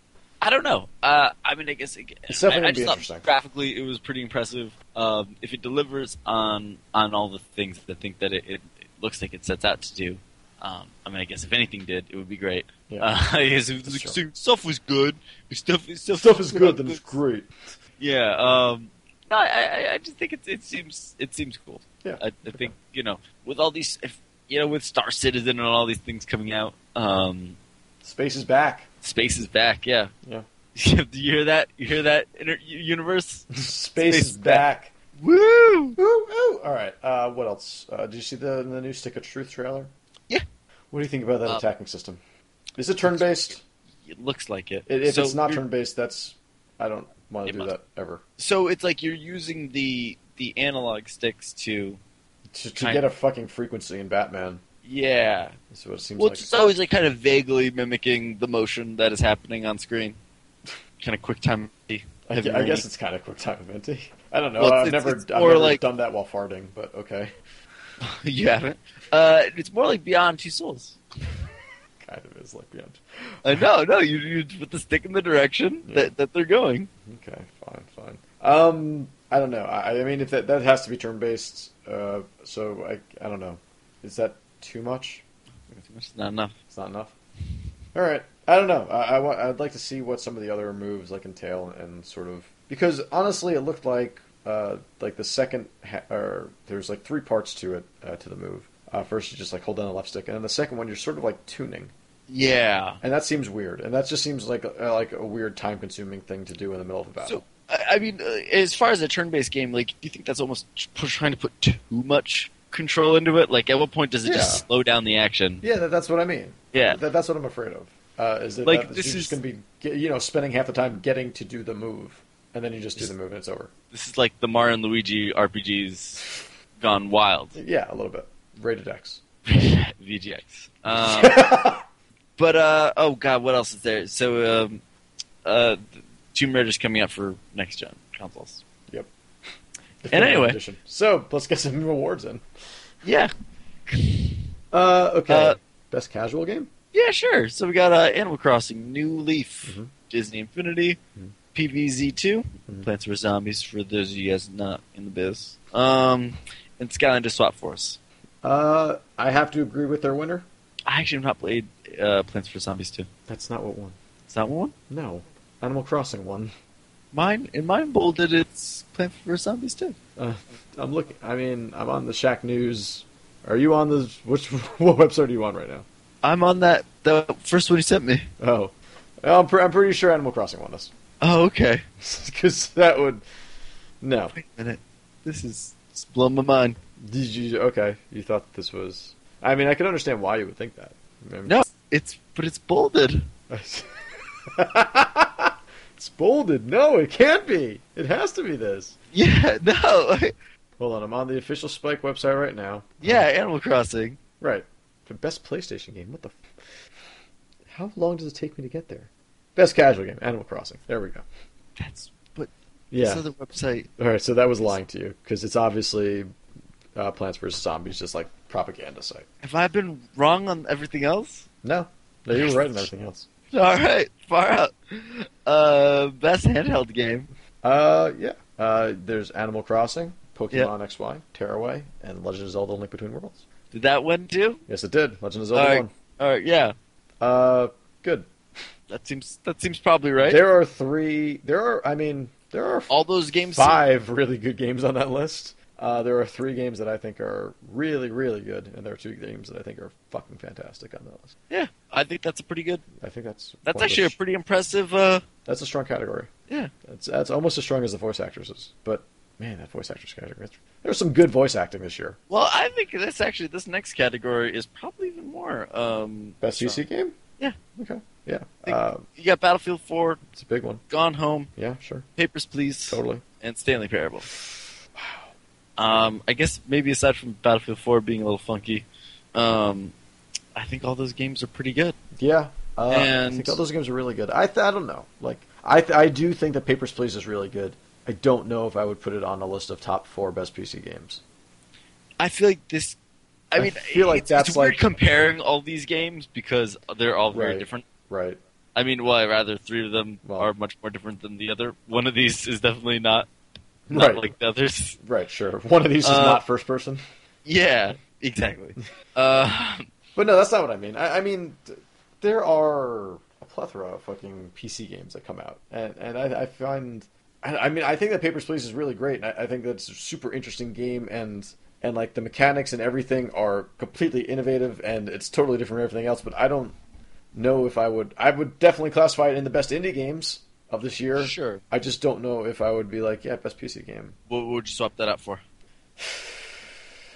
Speaker 1: I don't know. Uh, I mean, I guess it,
Speaker 2: It's definitely
Speaker 1: I, I
Speaker 2: gonna be
Speaker 1: just thought
Speaker 2: interesting.
Speaker 1: graphically it was pretty impressive. Um, if it delivers on on all the things that I think that it, it, it looks like it sets out to do, um, I mean, I guess if anything did, it would be great.
Speaker 2: Yeah.
Speaker 1: Uh, yes, it was-
Speaker 2: Sure.
Speaker 1: so stuff was good. Stuff, stuff,
Speaker 2: stuff is good, then it's great.
Speaker 1: Yeah. Um, no, I, I, I just think it, it seems it seems cool.
Speaker 2: Yeah.
Speaker 1: I, I think you know with all these, if, you know, with Star Citizen and all these things coming out, um,
Speaker 2: Space is back.
Speaker 1: space is back. Yeah.
Speaker 2: Yeah.
Speaker 1: Do you hear that? You hear that? Inter- u- universe.
Speaker 2: Space,
Speaker 1: is
Speaker 2: is back.
Speaker 1: Woo!
Speaker 2: Ooh, ooh. All right. Uh, what else? Uh, did you see the the new Stick of Truth trailer?
Speaker 1: Yeah.
Speaker 2: What do you think about that
Speaker 1: Uh,
Speaker 2: attacking system? Is it turn based?
Speaker 1: It looks like it.
Speaker 2: If
Speaker 1: So
Speaker 2: it's not
Speaker 1: you're-
Speaker 2: turn based, that's I don't want
Speaker 1: It
Speaker 2: to do
Speaker 1: must-
Speaker 2: that ever.
Speaker 1: so it's like you're using the the analog sticks to.
Speaker 2: To, to
Speaker 1: Kind-
Speaker 2: get a fucking frequency in Batman
Speaker 1: Yeah.
Speaker 2: is what it seems
Speaker 1: Well,
Speaker 2: like.
Speaker 1: it's just always like kind of vaguely mimicking the motion that is happening on screen. Kind of quick time.
Speaker 2: I, gu- I guess it's kind of quick time eventy. I don't know.
Speaker 1: Well, it's-
Speaker 2: I've
Speaker 1: it's-
Speaker 2: never,
Speaker 1: it's
Speaker 2: I've
Speaker 1: more
Speaker 2: never
Speaker 1: like-
Speaker 2: done that while farting, but okay,
Speaker 1: you haven't. Uh, it's more like Beyond Two Souls.
Speaker 2: kind of is like beyond.
Speaker 1: Uh, no, no, you, you put the stick in the direction
Speaker 2: Yeah.
Speaker 1: that, that they're going.
Speaker 2: Okay, fine, fine. Um, I don't know. I, I mean, if that that has to be turn based, uh, so I I don't know. Is that too much?
Speaker 1: It's not enough.
Speaker 2: It's not enough. All right. I don't know. I, I want. I'd like to see what some of the other moves like entail and sort of because honestly, it looked like uh like the second ha- or there's like three parts to it uh, to the move. Uh, first, you just like hold down the left stick, and then the second one, you're sort of like tuning,
Speaker 1: Yeah.
Speaker 2: and that seems weird, and that just seems like a, like a weird time consuming thing to do in the middle of a battle.
Speaker 1: So, I I mean, uh, as far as a turn-based game, like, do you think that's almost t- push- trying to put too much control into it? Like, at what point does it
Speaker 2: Yeah.
Speaker 1: just slow down the action?
Speaker 2: Yeah, that, that's what I mean.
Speaker 1: Yeah.
Speaker 2: that, that's what I'm afraid of. Uh, is that,
Speaker 1: Like,
Speaker 2: that
Speaker 1: this
Speaker 2: you're
Speaker 1: is-
Speaker 2: just going to be ge- you know spending half the time getting to do the move, and then you just do the move and it's over.
Speaker 1: This is like the Mario and Luigi RPGs gone wild.
Speaker 2: Yeah, a little bit. Rated X.
Speaker 1: VGX. Um, but uh, oh god, what else is there? So, um, uh, Tomb Raider's coming out for next gen consoles.
Speaker 2: yep.
Speaker 1: And anyway.
Speaker 2: Edition. so let's get some rewards in.
Speaker 1: Yeah,
Speaker 2: Uh, okay.
Speaker 1: Uh,
Speaker 2: Best casual game.
Speaker 1: yeah, sure. So we got uh, Animal Crossing, New Leaf,
Speaker 2: Mhm.
Speaker 1: Disney Infinity,
Speaker 2: Mhm.
Speaker 1: PVZ2,
Speaker 2: Mhm.
Speaker 1: Plants vs Zombies for those of you guys not in the biz, um, and Skylanders Swap Force.
Speaker 2: Uh, I have to agree with their winner.
Speaker 1: I actually have not played uh, Plants vs Zombies 2.
Speaker 2: That's not what won.
Speaker 1: Is that one?
Speaker 2: No, Animal Crossing won.
Speaker 1: Mine in mine bolded it's Plants vs Zombies 2.
Speaker 2: Uh, I'm looking. I mean, I'm on the Shack News. Are you on the which what website are you on right now?
Speaker 1: I'm on that the first one you sent me.
Speaker 2: Oh, I'm, pre- I'm pretty sure Animal Crossing won this
Speaker 1: Oh, okay.
Speaker 2: because that would no.
Speaker 1: Wait a minute. This is it's blowing my mind.
Speaker 2: Did you okay? You thought this was? I mean, I can understand why you would think that. I mean,
Speaker 1: No, it's but it's bolded.
Speaker 2: it's bolded. No, it can't be. It has to be this.
Speaker 1: Yeah, no. I,
Speaker 2: Hold on, I'm on the official Spike website right now.
Speaker 1: Yeah, Animal Crossing.
Speaker 2: Right. The best PlayStation game. What the? F- How long does it take me to get there? Best casual game, Animal Crossing. There we go.
Speaker 1: That's but
Speaker 2: Yeah.
Speaker 1: this other website.
Speaker 2: All right, so that was lying to you because it's obviously uh, Plants vs Zombies, just like propaganda site.
Speaker 1: Have I been wrong on everything else?
Speaker 2: No, no, you were right on everything else.
Speaker 1: All right, far out. Uh, best handheld game.
Speaker 2: Uh, yeah. Uh, there's Animal Crossing, Pokemon XY, Tearaway, and Legend of Zelda: Link Between Worlds.
Speaker 1: Did that one too?
Speaker 2: Yes, it did. Legend of Zelda
Speaker 1: All right.
Speaker 2: one.
Speaker 1: All right, yeah.
Speaker 2: Uh, good.
Speaker 1: That seems that seems probably right.
Speaker 2: There are three. There are. I mean, there are
Speaker 1: All those games.
Speaker 2: five really good games on that list. Uh, there are three games that I think are really, really good, and there are two games that I think are fucking fantastic on that list.
Speaker 1: Yeah, I think that's a pretty good.
Speaker 2: I think that's
Speaker 1: That's
Speaker 2: one of
Speaker 1: actually
Speaker 2: the-
Speaker 1: a pretty impressive. Uh,
Speaker 2: that's a strong category.
Speaker 1: yeah,
Speaker 2: That's that's almost as strong as the voice actresses. But man, that voice actress category. There's some good voice acting this year.
Speaker 1: Well, I think this actually this next category is probably even more. Um,
Speaker 2: Best E
Speaker 1: strong.
Speaker 2: UC game?
Speaker 1: Yeah.
Speaker 2: Okay. Yeah.
Speaker 1: Think-
Speaker 2: Uh,
Speaker 1: You got Battlefield 4,
Speaker 2: it's a big one.
Speaker 1: Gone Home,
Speaker 2: Yeah. Sure.
Speaker 1: Papers Please,
Speaker 2: Totally.
Speaker 1: and Stanley Parable. Wow. Um, I guess maybe aside from Battlefield 4 being a little funky, um, I think all those games are pretty good.
Speaker 2: Yeah. Uh, I
Speaker 1: And-
Speaker 2: think all those games are really good. I th- I don't know. Like I th- I do think that Papers Please is really good. I don't know if I would put it on a list of top four best PC games.
Speaker 1: I feel like this. I
Speaker 2: I
Speaker 1: mean,
Speaker 2: feel like
Speaker 1: it's,
Speaker 2: that's
Speaker 1: it's weird
Speaker 2: like-
Speaker 1: comparing all these games because they're all very
Speaker 2: Right.
Speaker 1: different.
Speaker 2: Right.
Speaker 1: I mean, well, rather three of them
Speaker 2: Well-
Speaker 1: are much more different than the other. One of these is definitely not not
Speaker 2: Right.
Speaker 1: like the others.
Speaker 2: Right. Sure. One of these is
Speaker 1: Uh,
Speaker 2: not first person.
Speaker 1: Yeah, exactly. uh,
Speaker 2: But no, that's not what I mean. I, I mean, th- there are a plethora of fucking PC games that come out, and and I, I find, I, I mean, I think that Papers Please is really great, and I, I think that's a super interesting game, and and like the mechanics and everything are completely innovative, and it's totally different from everything else. But I don't know if I would. I would definitely classify it in the best indie games of this year.
Speaker 1: Sure.
Speaker 2: I just don't know if I would be like, yeah, best PC game.
Speaker 1: what would you swap that out for?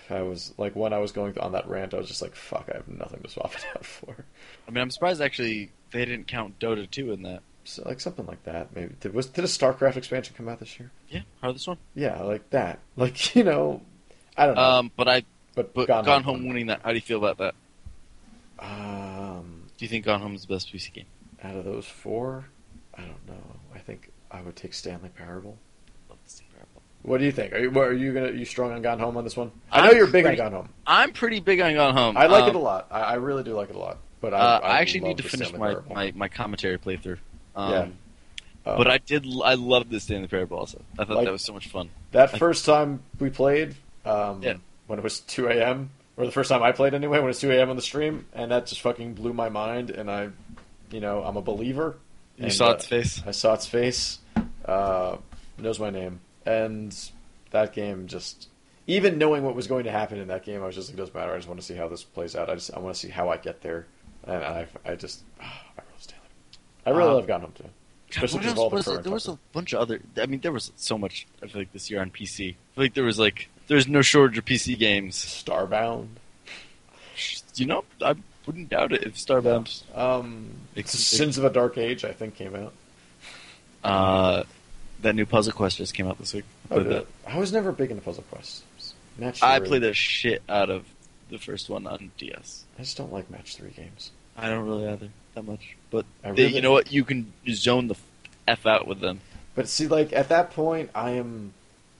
Speaker 2: I was like when I was going on that rant, I was just like, fuck, I have nothing to swap it out for.
Speaker 1: I mean, I'm surprised actually they didn't count Dota 2 in that.
Speaker 2: So, like something like that. Maybe did, was did a StarCraft expansion come out this year?
Speaker 1: Yeah, hardest one.
Speaker 2: Yeah, like that. Like you know, I don't know.
Speaker 1: Um, but I
Speaker 2: but
Speaker 1: but Gone, Home winning that. How do you feel about that?
Speaker 2: Um,
Speaker 1: Do you think Gone Home is the best PC game?
Speaker 2: out of those four, I don't know. I think I would take Stanley Parable.
Speaker 1: Love to see Parable.
Speaker 2: What do you think? Are you what, are you gonna you strong on Gone Home on this one? I
Speaker 1: I'm
Speaker 2: know you're big on
Speaker 1: pretty-
Speaker 2: Gone Home.
Speaker 1: I'm pretty big on Gone Home.
Speaker 2: I like
Speaker 1: Um,
Speaker 2: it a lot. I, I really do like it a lot. But I,
Speaker 1: uh,
Speaker 2: I
Speaker 1: I actually
Speaker 2: love
Speaker 1: need to
Speaker 2: the
Speaker 1: finish
Speaker 2: Stanley
Speaker 1: my,
Speaker 2: Parable.
Speaker 1: my, my commentary playthrough. Um,
Speaker 2: Yeah. Um,
Speaker 1: but I did. l- I loved this Stanley Parable also. I thought
Speaker 2: Like-
Speaker 1: that was so much fun.
Speaker 2: That
Speaker 1: Like-
Speaker 2: first time we played, um,
Speaker 1: Yeah.
Speaker 2: when it was 2 a.m., or the first time I played anyway, when it was 2 a.m. on the stream, and that just fucking blew my mind. And I, you know, I'm a believer.
Speaker 1: You
Speaker 2: And,
Speaker 1: saw
Speaker 2: uh,
Speaker 1: its face.
Speaker 2: I saw its face. Uh, knows my name. And that game just, even knowing what was going to happen in that game, I was just like, doesn't matter. I just want to see how this plays out. I just, I want to see how I get there. And I, I just, I really, Stanley. I really
Speaker 1: Um,
Speaker 2: love Gone Home too.
Speaker 1: God,
Speaker 2: Especially
Speaker 1: what
Speaker 2: because
Speaker 1: else
Speaker 2: of all the
Speaker 1: was there?
Speaker 2: current
Speaker 1: There was
Speaker 2: fucking-
Speaker 1: a bunch of other. I mean, there was so much. I feel like this year on PC. I feel like there was like there's no shortage of PC games.
Speaker 2: Starbound.
Speaker 1: You know, I wouldn't doubt it if Starbound.
Speaker 2: Um,
Speaker 1: It's-
Speaker 2: Sins of a Dark Age, I think, came out.
Speaker 1: Uh, that new Puzzle Quest just came out this week. I
Speaker 2: Oh,
Speaker 1: played that.
Speaker 2: I was never big into puzzle quests. Match
Speaker 1: I
Speaker 2: three.
Speaker 1: played the shit out of the first one on DS.
Speaker 2: I just don't like match three games.
Speaker 1: I don't really either that much, but
Speaker 2: I
Speaker 1: they,
Speaker 2: really-
Speaker 1: you know what? You can zone the f out with them.
Speaker 2: But see, like at that point, I am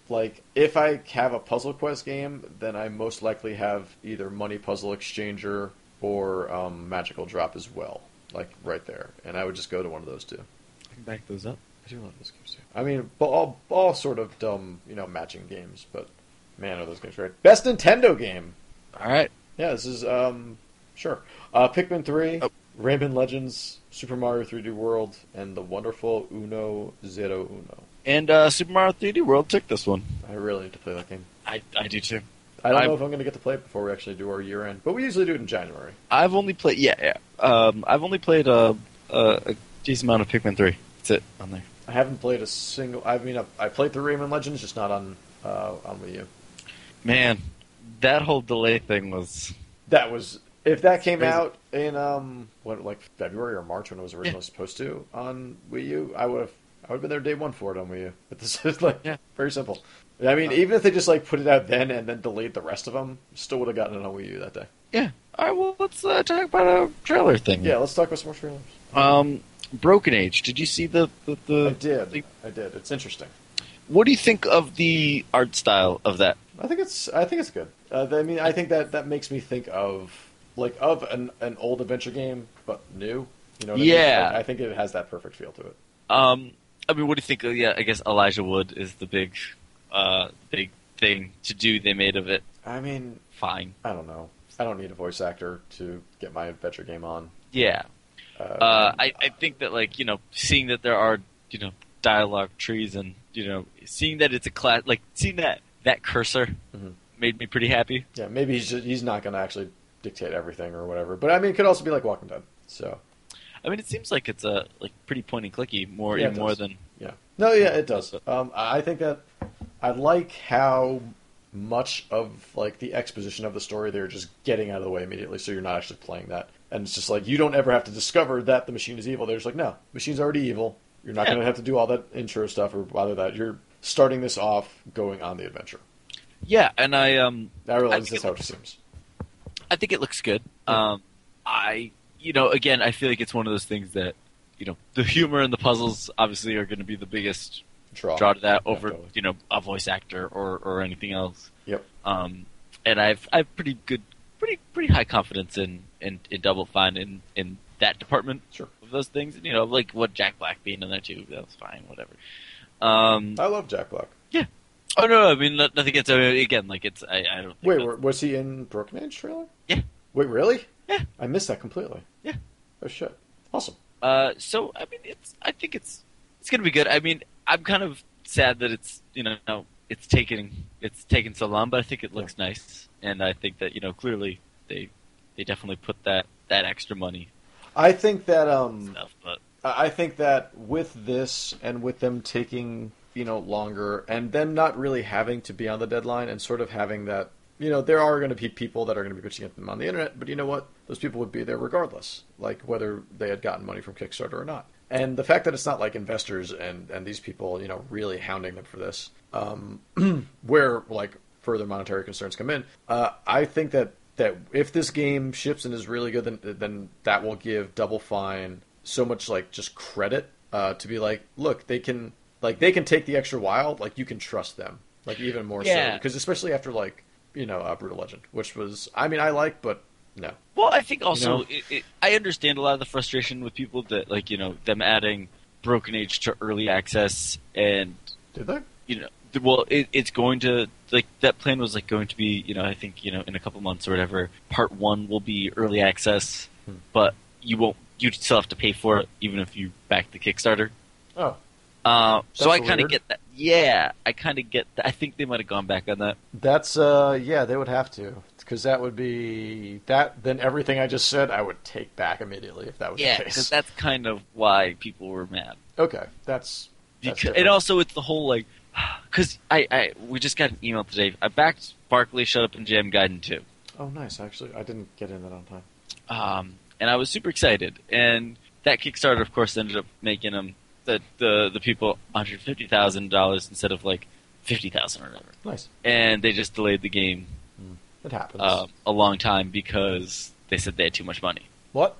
Speaker 2: like, if I have a puzzle quest game, then I most likely have either Money Puzzle Exchanger or um, Magical Drop as well, like right there, and I would just go to one of those two.
Speaker 1: I can back those up.
Speaker 2: I do love those games too. I mean, but all all sort of dumb, you know, matching games. But man, are those games great? Best Nintendo game.
Speaker 1: All right.
Speaker 2: Yeah, this is um sure. Uh, Pikmin three,
Speaker 1: Oh.
Speaker 2: Rayman Legends, Super Mario 3D World, and the wonderful Uno Zero Uno.
Speaker 1: And uh, Super Mario 3D World took this one.
Speaker 2: I really need to play that game.
Speaker 1: I, I do too.
Speaker 2: I don't
Speaker 1: I'm-
Speaker 2: know if I'm going to get to play it before we actually do our year end, but we usually do it in January.
Speaker 1: I've only played yeah yeah. Um, I've only played uh, uh, a decent amount of Pikmin three. That's it on there.
Speaker 2: I haven't played a single. I mean, I, I played through Rayman Legends, just not on uh, on Wii U.
Speaker 1: Man, that whole delay thing was
Speaker 2: That was if that came
Speaker 1: Crazy.
Speaker 2: out in um what like February or March when it was originally supposed to on Wii U, I would have I would have been there day one for it on Wii U. But this is like
Speaker 1: Yeah.
Speaker 2: very simple. I mean, even if they just like put it out then and then delayed the rest of them, still would have gotten it on Wii U that day.
Speaker 1: Yeah. All right. Well, let's uh, talk about a trailer thing.
Speaker 2: Yeah, let's talk about some more trailers.
Speaker 1: Um, Broken Age. Did you see the the,
Speaker 2: I
Speaker 1: the
Speaker 2: did. I did. It's interesting.
Speaker 1: What do you think of the art style of that?
Speaker 2: I think it's. I think it's good. Uh, I mean, I think that that makes me think of like of an an old adventure game, but new. You know? What I mean?
Speaker 1: Yeah.
Speaker 2: Like, I think it has that perfect feel to it.
Speaker 1: Um, I mean, what do you think? Of, yeah, I guess Elijah Wood is the big, uh, big thing to do. They made of it.
Speaker 2: I mean,
Speaker 1: Fine.
Speaker 2: I don't know. I don't need a voice actor to get my adventure game on.
Speaker 1: Yeah.
Speaker 2: Uh,
Speaker 1: Uh, I I think that like you know, seeing that there are you know dialogue trees and you know seeing that it's a class like seeing that that cursor
Speaker 2: Mhm.
Speaker 1: made me pretty happy.
Speaker 2: yeah, maybe he's just, he's not going to actually dictate everything or whatever. But I mean, it could also be like Walking Dead. So
Speaker 1: I mean, it seems like it's a like pretty point and clicky more
Speaker 2: Yeah, it
Speaker 1: even more
Speaker 2: does.
Speaker 1: than
Speaker 2: Yeah. No, yeah, it does. Um, I I think that I like how much of like the exposition of the story they're just getting out of the way immediately, so you're not actually playing that. And it's just like you don't ever have to discover that the machine is evil. They're just like, no, machine's already evil. You're not
Speaker 1: Yeah.
Speaker 2: going to have to do all that intro stuff or bother that. You're starting this off going on the adventure.
Speaker 1: yeah. And I um
Speaker 2: I
Speaker 1: think
Speaker 2: realize that's
Speaker 1: it
Speaker 2: how it seems.
Speaker 1: I think it looks good.
Speaker 2: Yeah.
Speaker 1: Um, I, you know, again, I feel like it's one of those things that, you know, the humor and the puzzles obviously are going to be the biggest
Speaker 2: Draw.
Speaker 1: draw to that
Speaker 2: Yeah,
Speaker 1: over,
Speaker 2: totally.
Speaker 1: you know, a voice actor or, or anything else.
Speaker 2: Yep.
Speaker 1: Um, and I've I've pretty good, pretty pretty high confidence in in, in Double Fine in in that department
Speaker 2: Sure.
Speaker 1: of those things. You know, like what Jack Black being in there too. That was fine, whatever. Um,
Speaker 2: I love Jack Black.
Speaker 1: oh no, I mean no- nothing against. I mean, again, like it's I, I don't. Think
Speaker 2: Wait,
Speaker 1: that's-
Speaker 2: were- was he in Broken Age trailer?
Speaker 1: Yeah.
Speaker 2: Wait, really?
Speaker 1: Yeah.
Speaker 2: I missed that completely.
Speaker 1: Yeah.
Speaker 2: Oh shit. Awesome.
Speaker 1: Uh, so I mean, it's I think it's it's gonna be good. I mean, I'm kind of sad that it's you know no, it's taking it's taking so long, but I think it looks nice, and I think that you know clearly they they definitely put that that extra money
Speaker 2: I think that
Speaker 1: and
Speaker 2: um,
Speaker 1: stuff. But
Speaker 2: I I think that with this and with them taking you know longer and them not really having to be on the deadline and sort of having that you know there are going to be people that are going to be bitching at them on the internet, but you know what? Those people would be there regardless, like whether they had gotten money from Kickstarter or not. And the fact that it's not like investors and and these people you know really hounding them for this, um, where like further monetary concerns come in, uh, I think that that if this game ships and is really good, then then that will give Double Fine so much like just credit uh, to be like, look, they can like they can take the extra while, like you can trust them, like even more so
Speaker 1: Yeah.
Speaker 2: because especially after like you know uh, Brutal Legend, which was I mean I like but no
Speaker 1: well, I think also
Speaker 2: know?
Speaker 1: it, it, I understand a lot of the frustration with people that like you know them adding Broken Age to early access and
Speaker 2: did they?
Speaker 1: you know, th- well, it, it's going to like that plan was like going to be, you know, I think you know, in a couple months or whatever, part one will be early access,
Speaker 2: Hmm.
Speaker 1: but you won't, you still have to pay for it, even if you back the Kickstarter.
Speaker 2: Oh,
Speaker 1: Uh, so I
Speaker 2: That's
Speaker 1: kind of
Speaker 2: weird.
Speaker 1: get that. Yeah, I kind of get. that. I think they might have gone back on that.
Speaker 2: that's uh yeah they would have to because that would be that then everything I just said I would take back immediately if that was
Speaker 1: Yeah,
Speaker 2: the
Speaker 1: because
Speaker 2: case.
Speaker 1: that's kind of why people were mad.
Speaker 2: okay, that's That's
Speaker 1: Because, and
Speaker 2: different.
Speaker 1: also, it's the whole like, because I, I, we just got an email today. I backed Barkley, Shut Up, and Jam Gaiden too.
Speaker 2: oh nice actually I didn't get in that on time.
Speaker 1: um, and I was super excited. And that Kickstarter, of course, ended up making them the the, the people one hundred fifty thousand dollars instead of like fifty thousand or whatever.
Speaker 2: Nice,
Speaker 1: And they just delayed the game
Speaker 2: it happens.
Speaker 1: uh, a long time because they said they had too much money.
Speaker 2: what?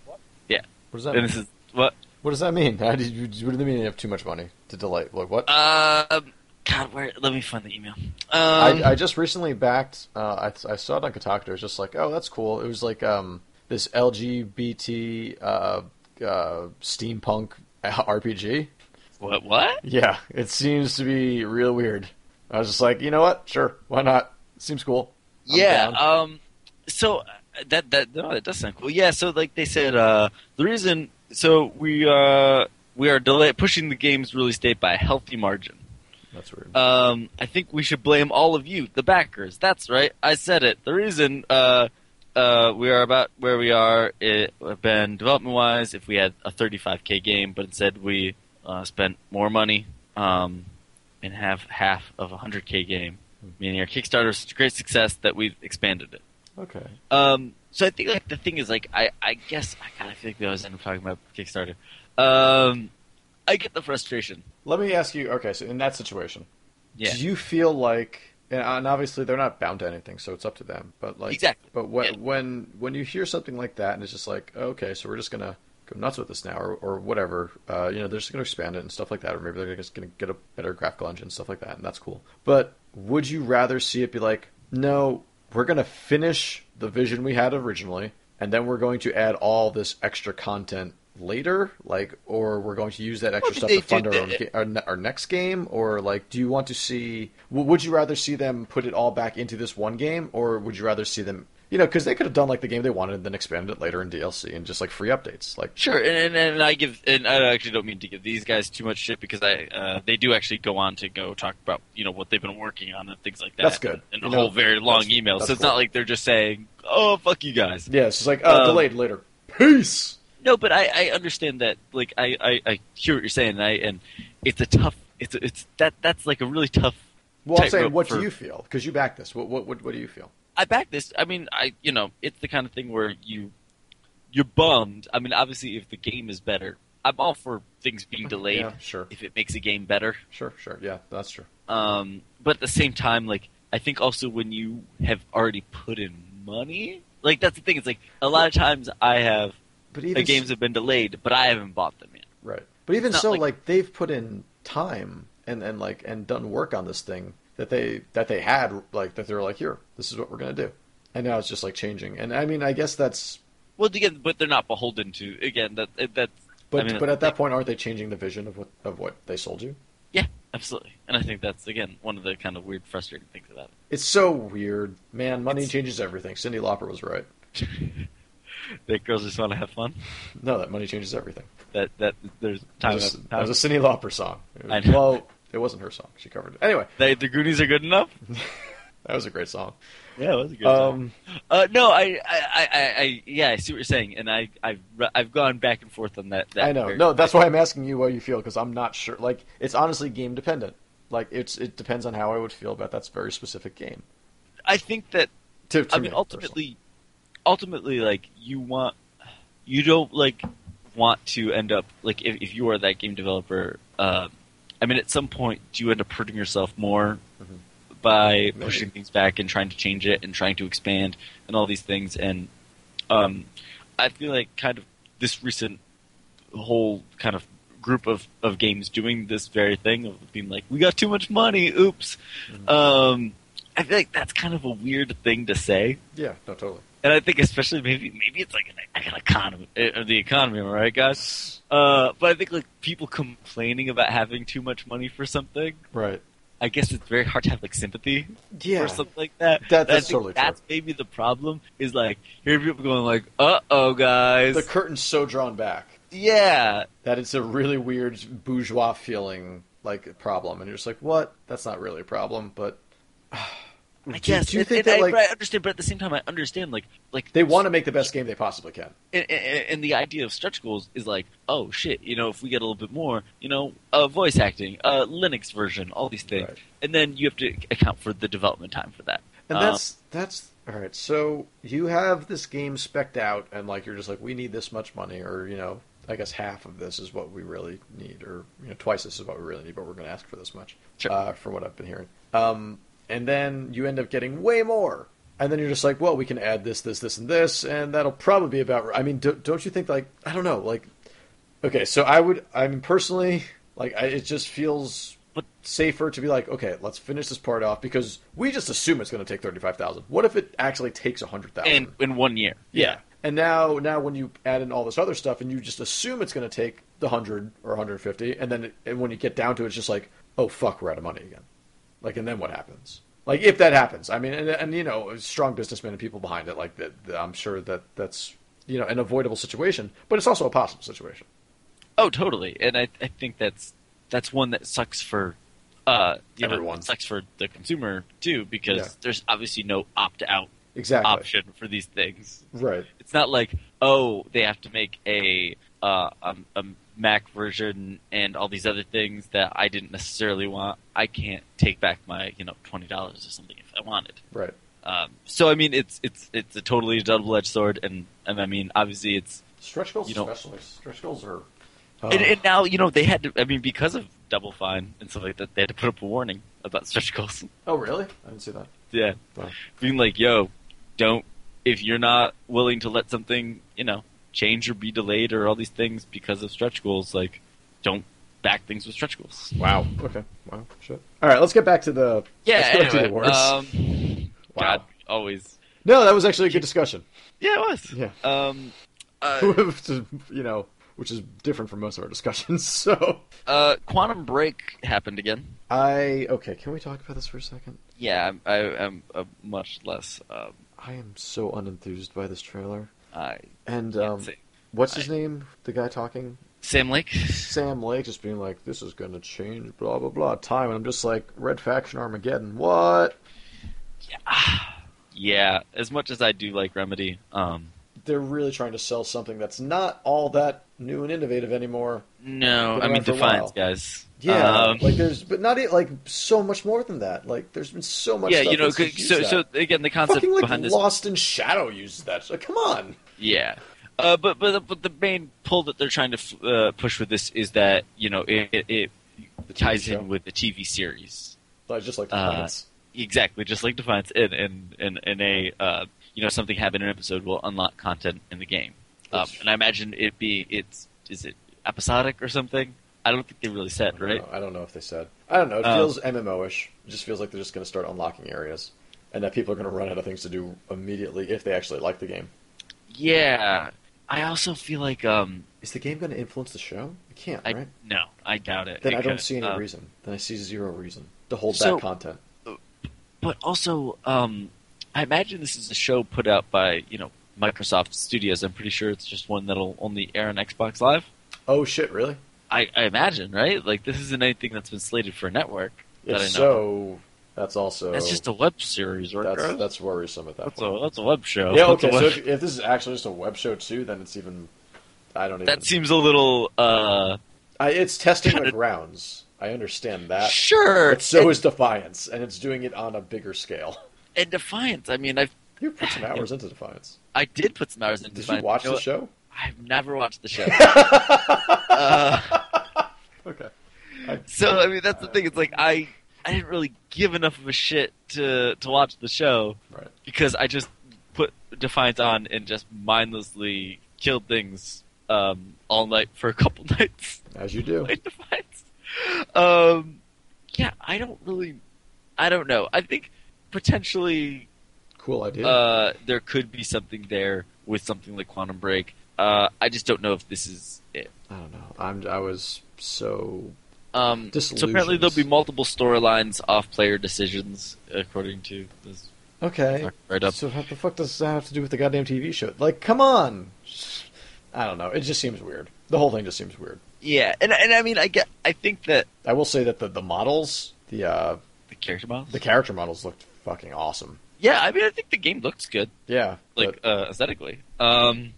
Speaker 1: yeah.
Speaker 2: What does that
Speaker 1: And
Speaker 2: mean?
Speaker 1: this is what
Speaker 2: What does that mean? How did you, what do they mean? You have too much money to delay? Like what?
Speaker 1: um, God, where? Let me find the email. Um,
Speaker 2: I, I just recently backed. Uh, I, I saw it on Kotaku. It was just like, oh, that's cool. It was like um, this LGBT uh, uh, steampunk RPG.
Speaker 1: what? What?
Speaker 2: Yeah, it seems to be real weird. I was just like, you know what? Sure, why not? Seems cool. I'm
Speaker 1: yeah.
Speaker 2: down.
Speaker 1: Um. So uh, that that no, that does sound cool. Yeah. So like they said, uh, the reason so we uh we are delay pushing the game's release date by a healthy margin.
Speaker 2: that's weird.
Speaker 1: Um, I think we should blame all of you, the backers. That's right. I said it. The reason uh uh we are about where we are it would have been development wise if we had a 35k game, but instead we uh, spent more money um and have half of a 100k game. Meaning our Kickstarter is such a great success that we've expanded it.
Speaker 2: okay.
Speaker 1: Um, so I think like the thing is like I I guess I kind of feel like we always end up talking about Kickstarter. Um, I get the frustration.
Speaker 2: Let me ask you. Okay, so in that situation,
Speaker 1: Yeah.
Speaker 2: do you feel like? And and obviously they're not bound to anything, so it's up to them. But like,
Speaker 1: Exactly.
Speaker 2: But when
Speaker 1: Yeah.
Speaker 2: when when you hear something like that, and it's just like, okay, so we're just gonna go nuts with this now, or, or whatever. Uh, you know, they're just gonna expand it and stuff like that, or maybe they're just gonna get a better graphical engine, stuff like that, and that's cool. But would you rather see it be like, no, we're gonna finish the vision we had originally, and then we're going to add all this extra content later, like, or we're going to use that extra
Speaker 1: did
Speaker 2: stuff
Speaker 1: they
Speaker 2: to fund
Speaker 1: do
Speaker 2: our own
Speaker 1: that?
Speaker 2: ga- our, ne- our next game, or like, do you want to see? W- would you rather see them put it all back into this one game, or would you rather see them? You know, because they could have done like the game they wanted, and then expanded it later in DLC and just like free updates. Like,
Speaker 1: Sure, and, and and I give and I actually don't mean to give these guys too much shit because I uh, they do actually go on to go talk about you know what they've been working on and things like that.
Speaker 2: That's good.
Speaker 1: And
Speaker 2: You
Speaker 1: a
Speaker 2: know,
Speaker 1: whole very long
Speaker 2: that's-
Speaker 1: email, so
Speaker 2: that's
Speaker 1: it's not
Speaker 2: cool.
Speaker 1: like they're just saying, "Oh fuck you guys."
Speaker 2: yeah, it's just like uh,
Speaker 1: Um,
Speaker 2: delayed later. Peace.
Speaker 1: No, but I, I understand that. Like I, I, I hear what you're saying, and I and it's a tough. It's it's that that's like a really tough.
Speaker 2: Well, I'm
Speaker 1: tightrope
Speaker 2: saying, what
Speaker 1: for-
Speaker 2: do you feel? Because you back this. What, what what what do you feel?
Speaker 1: I back this. I mean, I you know, it's the kind of thing where you you're bummed. I mean, obviously, if the game is better, I'm all for things being delayed
Speaker 2: Yeah, sure,
Speaker 1: if it makes a game better.
Speaker 2: sure, sure. Yeah, that's true.
Speaker 1: Um, but at the same time, like I think also when you have already put in money, like that's the thing. It's like a lot of times I have
Speaker 2: But
Speaker 1: the
Speaker 2: even
Speaker 1: games have been delayed, but I haven't bought them yet.
Speaker 2: Right. But even
Speaker 1: It's not
Speaker 2: so, like,
Speaker 1: like-
Speaker 2: they've put in time and, and like and done work on this thing that they that they had like that they were like here this is what we're gonna do, and now it's just like changing. And I mean, I guess that's
Speaker 1: Well, again, but they're not beholden to again that that
Speaker 2: but
Speaker 1: I mean,
Speaker 2: but at that point, aren't they changing the vision of what of what they sold you?
Speaker 1: absolutely. And I think that's again one of the kind of weird, frustrating things about
Speaker 2: It's so weird, man. Money
Speaker 1: It's-
Speaker 2: changes everything. Cindy Lauper was right.
Speaker 1: it. that girls just want to have fun.
Speaker 2: No, that money changes everything.
Speaker 1: That that there's
Speaker 2: That
Speaker 1: time.
Speaker 2: was,
Speaker 1: after
Speaker 2: that
Speaker 1: time.
Speaker 2: was a Cindy Lauper song. It
Speaker 1: I
Speaker 2: was-
Speaker 1: know.
Speaker 2: well, it wasn't her song. She covered it anyway.
Speaker 1: They- the Goonies are good enough.
Speaker 2: That was a great song.
Speaker 1: Yeah, it was a good time.
Speaker 2: Um,
Speaker 1: Uh, no, I, I, I, I- I, yeah, I see what you're saying, and I, I've, re- I've gone back and forth on that. that
Speaker 2: I know.
Speaker 1: very-
Speaker 2: No, that's why I'm asking you how you feel because I'm not sure. Like, it's honestly game dependent. Like, it's it depends on how I would feel about that very specific game.
Speaker 1: I think that
Speaker 2: To, to
Speaker 1: I
Speaker 2: me,
Speaker 1: mean, ultimately, ultimately, like you want, you don't like want to end up like if, if you are that game developer. Uh, I mean, at some point, do you end up hurting yourself more
Speaker 2: Mhm.
Speaker 1: by
Speaker 2: Maybe.
Speaker 1: pushing things back and trying to change it and trying to expand and all these things? And um, I feel like kind of this recent whole kind of group of, of games doing this very thing of being like, we got too much money, oops.
Speaker 2: Mhm.
Speaker 1: Um, I feel like that's kind of a weird thing to say.
Speaker 2: yeah, no, totally.
Speaker 1: And I think especially maybe maybe it's like an, like an economy, uh, the economy, am I right, guys? Uh, but I think like people complaining about having too much money for something.
Speaker 2: Right.
Speaker 1: I guess it's very hard to have like sympathy
Speaker 2: Yeah.
Speaker 1: for something like that.
Speaker 2: That-
Speaker 1: And I
Speaker 2: that's
Speaker 1: think
Speaker 2: totally true.
Speaker 1: That's maybe the problem is like here are people going like, uh oh, guys,
Speaker 2: The curtain's so drawn back
Speaker 1: yeah,
Speaker 2: that it's a really weird bourgeois feeling like problem, and you're just like, what? That's not really a problem, but.
Speaker 1: I
Speaker 2: Do-
Speaker 1: guess.
Speaker 2: Do you
Speaker 1: And-
Speaker 2: think
Speaker 1: and
Speaker 2: that
Speaker 1: I,
Speaker 2: like
Speaker 1: but I understand, but at the same time, I understand like like
Speaker 2: they want to make the best game they possibly can?
Speaker 1: and, and, and the idea of stretch goals is like, oh shit, you know, if we get a little bit more, you know, uh, voice acting, uh, Linux version, all these things,
Speaker 2: Right.
Speaker 1: and then you have to account for the development time for that.
Speaker 2: And
Speaker 1: Uh,
Speaker 2: that's that's all right. So you have this game specked out, and like you're just like, we need this much money, or you know, I guess half of this is what we really need, or you know, twice this is what we really need, but we're going to ask for this much,
Speaker 1: Sure.
Speaker 2: uh, from what I've been hearing. Um, and then you end up getting way more, and then you're just like, well, we can add this, this, this, and this, and that'll probably be about. I mean, do, don't you think like I don't know, like okay, so I would, I mean, personally, like I, it just feels
Speaker 1: But-
Speaker 2: safer to be like, okay, let's finish this part off because we just assume it's going to take thirty five thousand. What if it actually takes a hundred
Speaker 1: in
Speaker 2: thousand?
Speaker 1: in one year.
Speaker 2: Yeah. And now, now when you add in all this other stuff, and you just assume it's going to take the hundred or hundred fifty, and then it, and when you get down to it, it's just like, oh fuck, we're out of money again. Like, and then what happens? Like, if that happens, I mean, and, and you know, strong businessmen and people behind it, like that, that- I'm sure that that's you know an avoidable situation, but it's also a possible situation.
Speaker 1: Oh, totally. And I, I think that's that's one that sucks for uh, you know,
Speaker 2: Everyone.
Speaker 1: it sucks for the consumer too because
Speaker 2: Yeah.
Speaker 1: there's obviously no opt out
Speaker 2: Exactly.
Speaker 1: option for these things.
Speaker 2: Right.
Speaker 1: It's not like oh they have to make a uh, um, a Mac version and all these other things that I didn't necessarily want. I can't take back my you know twenty dollars or something if I wanted.
Speaker 2: Right.
Speaker 1: Um, so I mean it's it's it's a totally double edged sword and, and I mean obviously it's
Speaker 2: Stretch goals,
Speaker 1: You know-
Speaker 2: especially. Stretch goals are.
Speaker 1: And, and now you know they had to. I mean, because of Double Fine and stuff like that, they had to put up a warning about stretch goals.
Speaker 2: oh, really? I didn't see that.
Speaker 1: yeah,
Speaker 2: Wow.
Speaker 1: being like, "Yo, don't if you're not willing to let something you know change or be delayed or all these things because of stretch goals, like don't back things with stretch goals."
Speaker 2: Wow. Okay. Wow. Shit. All right. Let's get back to the.
Speaker 1: Yeah.
Speaker 2: Let's get back to the
Speaker 1: Anyway,
Speaker 2: awards.
Speaker 1: um, God,
Speaker 2: Wow.
Speaker 1: always.
Speaker 2: no, that was actually a good discussion.
Speaker 1: Yeah, it was.
Speaker 2: Yeah.
Speaker 1: Um, uh,
Speaker 2: you know, which is different from most of our discussions. So
Speaker 1: uh, Quantum Break happened again.
Speaker 2: I okay. Can we talk about this for a second?
Speaker 1: Yeah, I'm, I, am i am uh, much less. Um,
Speaker 2: I am so unenthused by this trailer.
Speaker 1: I
Speaker 2: And
Speaker 1: can't
Speaker 2: um,
Speaker 1: say.
Speaker 2: what's
Speaker 1: I-
Speaker 2: his name? The guy talking,
Speaker 1: Sam Lake.
Speaker 2: Sam Lake, just being like, "This is gonna change, blah blah blah." Time, and I'm just like, "Red Faction Armageddon." What?
Speaker 1: Yeah, as much as I do like Remedy, um,
Speaker 2: They're really trying to sell something that's not all that new and innovative anymore.
Speaker 1: no,
Speaker 2: Been
Speaker 1: I
Speaker 2: around
Speaker 1: mean
Speaker 2: for a
Speaker 1: Defiance
Speaker 2: while.
Speaker 1: guys.
Speaker 2: Yeah,
Speaker 1: Um,
Speaker 2: like there's, but not it, like so much more than that. Like there's been so much.
Speaker 1: yeah,
Speaker 2: stuff
Speaker 1: you know.
Speaker 2: that's
Speaker 1: So,
Speaker 2: used
Speaker 1: so,
Speaker 2: that.
Speaker 1: so again, the concept
Speaker 2: fucking like
Speaker 1: behind this
Speaker 2: Lost in Shadow uses that. Like, come on.
Speaker 1: Yeah. Uh, but but the, but the main pull that they're trying to f- uh, push with this is that you know it it, it
Speaker 2: The TV
Speaker 1: ties
Speaker 2: show.
Speaker 1: in with the TV series
Speaker 2: I just like the
Speaker 1: Uh,
Speaker 2: planets.
Speaker 1: exactly just like Defiance in in in, in a uh, you know something happened in an episode will unlock content in the game, um,
Speaker 2: That's-
Speaker 1: and I imagine it be it's is it episodic or something? I don't think they really said
Speaker 2: I
Speaker 1: right.
Speaker 2: don't know. I don't know if they said. I don't know. It
Speaker 1: Uh,
Speaker 2: feels MMO-ish. It just feels like they're just going to start unlocking areas, and that people are going to run out of things to do immediately if they actually like the game.
Speaker 1: Yeah, I also feel like um
Speaker 2: Is the game going to influence the show? It can't,
Speaker 1: I
Speaker 2: right?
Speaker 1: no I doubt it.
Speaker 2: Then
Speaker 1: It
Speaker 2: I don't
Speaker 1: could.
Speaker 2: see any
Speaker 1: Um,
Speaker 2: reason. Then I see zero reason to hold
Speaker 1: So-
Speaker 2: back content.
Speaker 1: but also um, I imagine this is a show put out by you know Microsoft Studios. I'm pretty sure it's just one that'll only air on Xbox Live.
Speaker 2: Oh shit! Really?
Speaker 1: I, I imagine, right? Like this isn't anything that's been slated for a network that
Speaker 2: If
Speaker 1: I know.
Speaker 2: so, that's also
Speaker 1: that's just a web series, right?
Speaker 2: that's,
Speaker 1: That's,
Speaker 2: that's worrisome at that
Speaker 1: that's
Speaker 2: point.
Speaker 1: a that's a web show.
Speaker 2: yeah.
Speaker 1: That's a
Speaker 2: Okay.
Speaker 1: web-
Speaker 2: So if, if this is actually just a web show too, then it's even. I don't even.
Speaker 1: that seems a little uh,
Speaker 2: I, it's testing the
Speaker 1: Kinda-
Speaker 2: grounds. I understand that.
Speaker 1: sure.
Speaker 2: But so
Speaker 1: and,
Speaker 2: is Defiance, and it's doing it on a bigger scale.
Speaker 1: and Defiance. I mean, I
Speaker 2: You put some hours into Defiance.
Speaker 1: I did put some hours into
Speaker 2: Did
Speaker 1: Defiance.
Speaker 2: you watch
Speaker 1: know
Speaker 2: the
Speaker 1: what?
Speaker 2: show?
Speaker 1: I've never watched the show. uh,
Speaker 2: Okay.
Speaker 1: So I mean, that's the thing. It's like I I didn't really give enough of a shit to to watch the show
Speaker 2: Right.
Speaker 1: because I just put Defiance on and just mindlessly killed things um, all night for a couple nights.
Speaker 2: As you do.
Speaker 1: Played Defiance. Um, yeah, I don't really. I don't know. I think potentially
Speaker 2: Cool idea.
Speaker 1: uh, there could be something there with something like Quantum Break. Uh, I just don't know if this is it.
Speaker 2: I don't know. I'm. I was so.
Speaker 1: Um, so apparently
Speaker 2: Disillusions.
Speaker 1: there'll be multiple storylines off player decisions, according to this
Speaker 2: Okay.
Speaker 1: right up.
Speaker 2: So what the fuck does that have to do with the goddamn TV show? Like, come on. I don't know. It just seems weird. The whole thing just seems weird.
Speaker 1: Yeah, and and I mean I get I think that
Speaker 2: I will say that the the models, the uh,
Speaker 1: the character models.
Speaker 2: the character models looked fucking awesome.
Speaker 1: yeah, I mean I think the game looks good,
Speaker 2: Yeah.
Speaker 1: like uh, aesthetically. Um,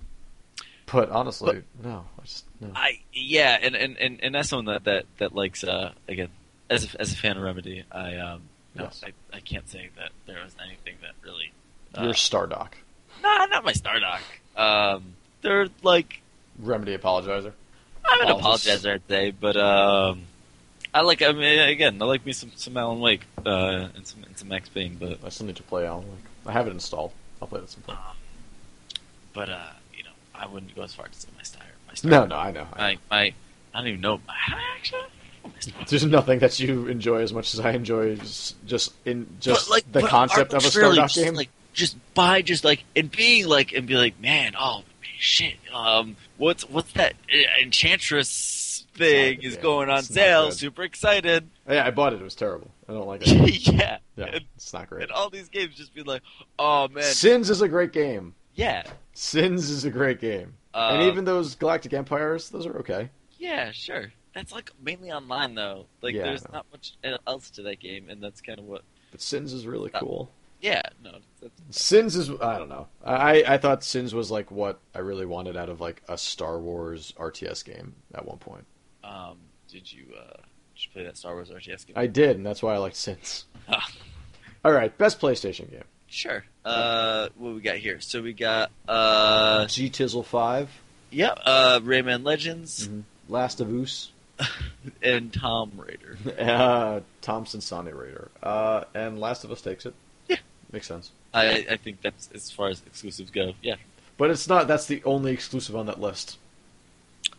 Speaker 2: But, but honestly, no. I just no.
Speaker 1: I yeah, and and and, and that's someone that that that likes uh again as a, as a fan of Remedy, I um no,
Speaker 2: Yes.
Speaker 1: I, I can't say that there was anything that really.
Speaker 2: You're
Speaker 1: Uh,
Speaker 2: Stardock.
Speaker 1: nah, not my Stardock. Um, they're like
Speaker 2: Remedy apologizer.
Speaker 1: I'm an
Speaker 2: Apologies.
Speaker 1: apologizer today, but um, I like. I mean, again, I like me some some Alan Wake uh, and some and some Max Payne, but
Speaker 2: I still need to play Alan Wake. I have it installed. I'll play it at some point.
Speaker 1: but uh, you know, I wouldn't go as far to say my star. My star.
Speaker 2: No, no, I know. I know.
Speaker 1: my, my I don't even know. I actually. I don't know.
Speaker 2: There's nothing that you enjoy as much as I enjoy just, just in just
Speaker 1: But, like,
Speaker 2: the
Speaker 1: but
Speaker 2: concept of a
Speaker 1: arbitrarily,
Speaker 2: Stardock
Speaker 1: just,
Speaker 2: game.
Speaker 1: Like just by just like and being like and be like, man, oh shit, um, what's what's that uh, enchantress thing
Speaker 2: good,
Speaker 1: is
Speaker 2: yeah.
Speaker 1: going on
Speaker 2: It's not
Speaker 1: sale?
Speaker 2: good.
Speaker 1: Super excited.
Speaker 2: yeah, I bought it. It was terrible. I don't like it.
Speaker 1: yeah.
Speaker 2: Yeah,
Speaker 1: And,
Speaker 2: it's not great.
Speaker 1: and all these games just be like, oh man,
Speaker 2: Sins is a great game.
Speaker 1: yeah.
Speaker 2: Sins is a great game.
Speaker 1: Uh,
Speaker 2: and even those Galactic Empires, those are okay.
Speaker 1: yeah, sure. That's like mainly online though. Like
Speaker 2: Yeah, I
Speaker 1: there's
Speaker 2: know.
Speaker 1: not much uh, else to that game, and that's kind of what.
Speaker 2: But Sins is really
Speaker 1: Uh,
Speaker 2: cool.
Speaker 1: Yeah, no, that's,
Speaker 2: Sins is I don't know. I I thought Sins was like what I really wanted out of like a Star Wars RTS game at one point.
Speaker 1: um, did you uh, did you play that Star Wars RTS game?
Speaker 2: I did, and that's why I liked Sins. All right, best PlayStation game.
Speaker 1: sure. Uh, what we got here? So we got uh,
Speaker 2: G Tizzle Five.
Speaker 1: yeah, uh, Rayman Legends,
Speaker 2: Mhm. Last of Us, Mm-hmm.
Speaker 1: and Tom Raider.
Speaker 2: uh, Thompson Sonny Raider, uh, and Last of Us takes it.
Speaker 1: Yeah.
Speaker 2: makes sense.
Speaker 1: I, I think that's as far as exclusives go. Yeah,
Speaker 2: But it's not. That's the only exclusive on that list.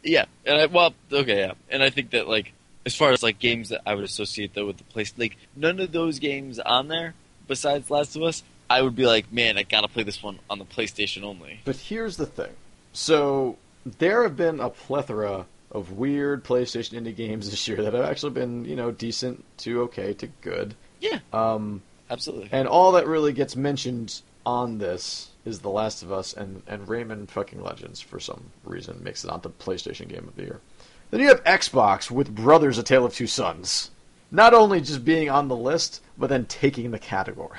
Speaker 1: yeah. And I, well, okay, yeah. And I think that like as far as like games that I would associate though with the place, like none of those games on there besides Last of Us, I would be like, man, I gotta play this one on the PlayStation only.
Speaker 2: But here's the thing. So there have been a plethora of weird PlayStation indie games this year that have actually been, you know, decent to okay to good.
Speaker 1: Yeah,
Speaker 2: Um,
Speaker 1: absolutely.
Speaker 2: and all that really gets mentioned on this is The Last of Us and and Rayman fucking Legends for some reason makes it onto PlayStation Game of the Year. Then you have Xbox with Brothers: A Tale of Two Sons. Not only just being on the list, but then taking the category.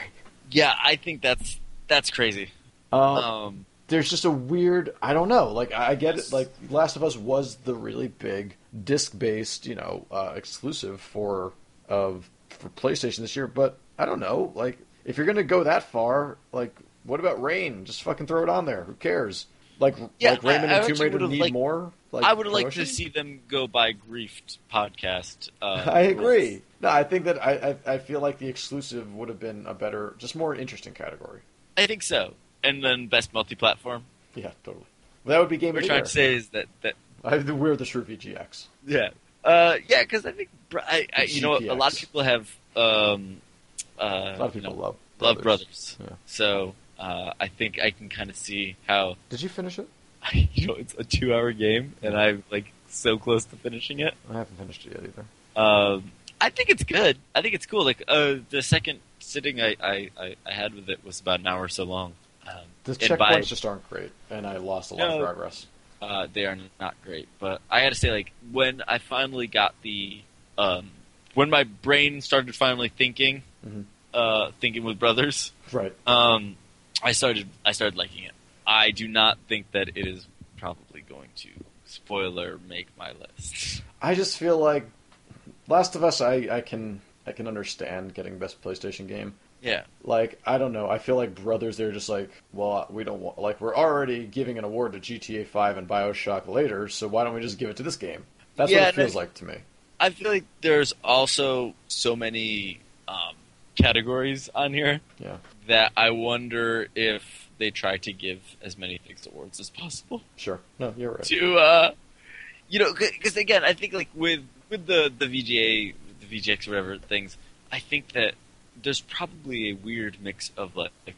Speaker 1: yeah, I think that's that's crazy.
Speaker 2: Um,
Speaker 1: Um,
Speaker 2: there's just a weird I don't know. Like I I get it. Like Last of Us was the really big disc-based, you know, uh, exclusive for of for PlayStation this year, but I don't know. Like if you're gonna go that far, like what about Rain? Just fucking throw it on there. Who cares? Like
Speaker 1: Yeah,
Speaker 2: like Rayman
Speaker 1: I- I
Speaker 2: and Tomb
Speaker 1: actually
Speaker 2: Raider
Speaker 1: would've
Speaker 2: need
Speaker 1: liked-
Speaker 2: more. Like,
Speaker 1: I would like to
Speaker 2: promotion?
Speaker 1: see them go by Griefed podcast. Uh,
Speaker 2: I agree. No, I think that I, I I feel like the exclusive would have been a better, just more interesting category.
Speaker 1: I think so. And then best multi-platform.
Speaker 2: Yeah, totally. That would be game
Speaker 1: What
Speaker 2: of
Speaker 1: we're
Speaker 2: the
Speaker 1: trying
Speaker 2: year.
Speaker 1: to say is that that
Speaker 2: I, we're the true VGX.
Speaker 1: yeah, uh, yeah, because I think br- I, I you know a lot of
Speaker 2: GPX.
Speaker 1: people have um, uh,
Speaker 2: A lot of people love
Speaker 1: love brothers,
Speaker 2: Yeah.
Speaker 1: so uh, I think I can kind of see how
Speaker 2: Did you finish it?
Speaker 1: you know it's a two-hour game and I'm like so close to finishing it.
Speaker 2: I haven't finished it yet either.
Speaker 1: Um, I think it's good. I think it's cool. Like uh, the second sitting I, I, I, I had with it was about an hour or so long. Um,
Speaker 2: The
Speaker 1: and
Speaker 2: checkpoints
Speaker 1: by-
Speaker 2: just aren't great, and I lost a lot
Speaker 1: No.
Speaker 2: of progress.
Speaker 1: uh, they are not great. But I got to say, like when I finally got the, um, when my brain started finally thinking,
Speaker 2: Mhm.
Speaker 1: uh, thinking with brothers,
Speaker 2: Right.
Speaker 1: um, I started I started liking it. I do not think that it is probably going to spoiler make my list.
Speaker 2: I just feel like Last of Us. I, I can I can understand getting best PlayStation game.
Speaker 1: Yeah,
Speaker 2: Like I don't know. I feel like brothers. They're just like, well, we don't want. Like we're already giving an award to GTA Five and Bioshock later, so why don't we just give it to this game? That's
Speaker 1: Yeah,
Speaker 2: what it
Speaker 1: and
Speaker 2: feels
Speaker 1: I-
Speaker 2: like to me.
Speaker 1: I feel like there's also so many um, categories on here
Speaker 2: Yeah.
Speaker 1: that I wonder if they try to give as many things awards as possible.
Speaker 2: Sure. No, you're right.
Speaker 1: to uh, you know because again I think like with with the the VGA the VGX or whatever things I think that there's probably a weird mix of like, like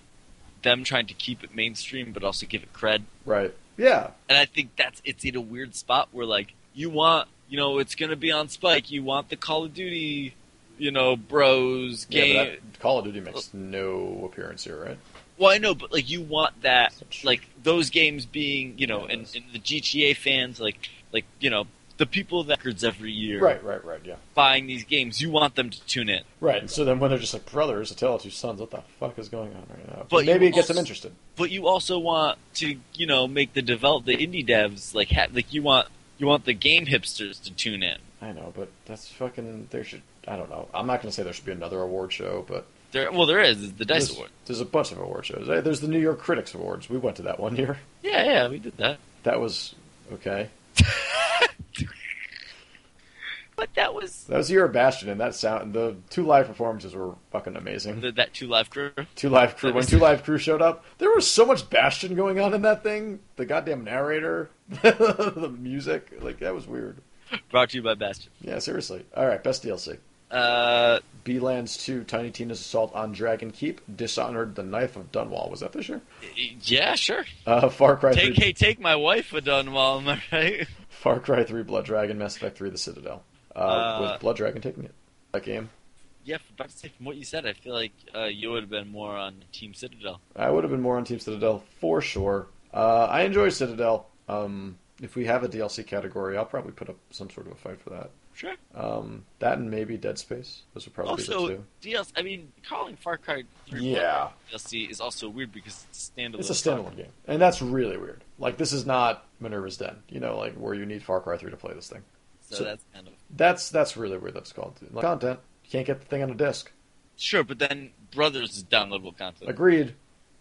Speaker 1: them trying to keep it mainstream but also give it cred
Speaker 2: Right. Yeah.
Speaker 1: and I think that's it's in a weird spot where like you want you know it's gonna be on Spike you want the Call of Duty you know bros game
Speaker 2: Yeah. But that, Call of Duty makes no appearance here, right?
Speaker 1: well I know but like you want that
Speaker 2: Such-
Speaker 1: Uh, like those games being you know
Speaker 2: Yeah,
Speaker 1: and,
Speaker 2: those.
Speaker 1: and the GTA fans like like you know the people that records every year
Speaker 2: Right. Right. Right. Yeah.
Speaker 1: buying these games, you want them to tune in.
Speaker 2: Right. and So then when they're just like brothers, a tale of two sons, what the fuck is going on right now? But,
Speaker 1: But
Speaker 2: maybe
Speaker 1: you
Speaker 2: it gets them
Speaker 1: also-
Speaker 2: interested.
Speaker 1: But you also want to, you know, make the develop the indie devs like ha- like you want you want the game hipsters to tune in.
Speaker 2: I know, but that's fucking. There should. I don't know. I'm not going to say there should be another award show, but
Speaker 1: There, well, there is the Dice
Speaker 2: there's,
Speaker 1: Award.
Speaker 2: there's a bunch of award shows. Hey, There's the New York Critics Awards. We went to that one year.
Speaker 1: Yeah, yeah, we did that.
Speaker 2: That was okay.
Speaker 1: But that was
Speaker 2: That was the year of Bastion, and that sound. The two live performances were fucking amazing.
Speaker 1: the, that two live crew.
Speaker 2: Two Live Crew.
Speaker 1: That
Speaker 2: When
Speaker 1: was-
Speaker 2: Two Live Crew showed up, there was so much Bastion going on in that thing. The goddamn narrator, the music, like that was weird.
Speaker 1: Brought to you by Bastion.
Speaker 2: Yeah, seriously. All right, best DLC.
Speaker 1: Uh,
Speaker 2: Beelands 2, Tiny Tina's Assault on Dragon Keep, Dishonored, The Knife of Dunwall. Was that this year?
Speaker 1: yeah, sure.
Speaker 2: Uh, Far Cry
Speaker 1: Take
Speaker 2: 3,
Speaker 1: hey, take my wife a Dunwall, am I right?
Speaker 2: Far Cry 3, Blood Dragon, Mass Effect 3, The Citadel. Uh,
Speaker 1: Uh,
Speaker 2: with Blood Dragon taking it. That game.
Speaker 1: Yeah, from, about to say, from what you said, I feel like uh, you would have been more on Team Citadel.
Speaker 2: I would have been more on Team Citadel for sure. Uh, I enjoy Citadel. Um, if we have a DLC category, I'll probably put up some sort of a fight for that.
Speaker 1: Sure.
Speaker 2: Um, that and maybe Dead Space. Those would probably be the
Speaker 1: also,
Speaker 2: two.
Speaker 1: DLC. I mean, calling Far Cry 3
Speaker 2: Yeah.
Speaker 1: DLC is also weird because it's a standalone.
Speaker 2: It's a standalone game. And that's really weird. Like, this is not Minerva's Den, you know, like where you need Far Cry 3 to play this thing.
Speaker 1: so,
Speaker 2: so-
Speaker 1: that's kind of
Speaker 2: That's that's really weird. That's called like, content. You can't get the thing on a disc.
Speaker 1: sure. But then Brothers is downloadable content.
Speaker 2: Agreed.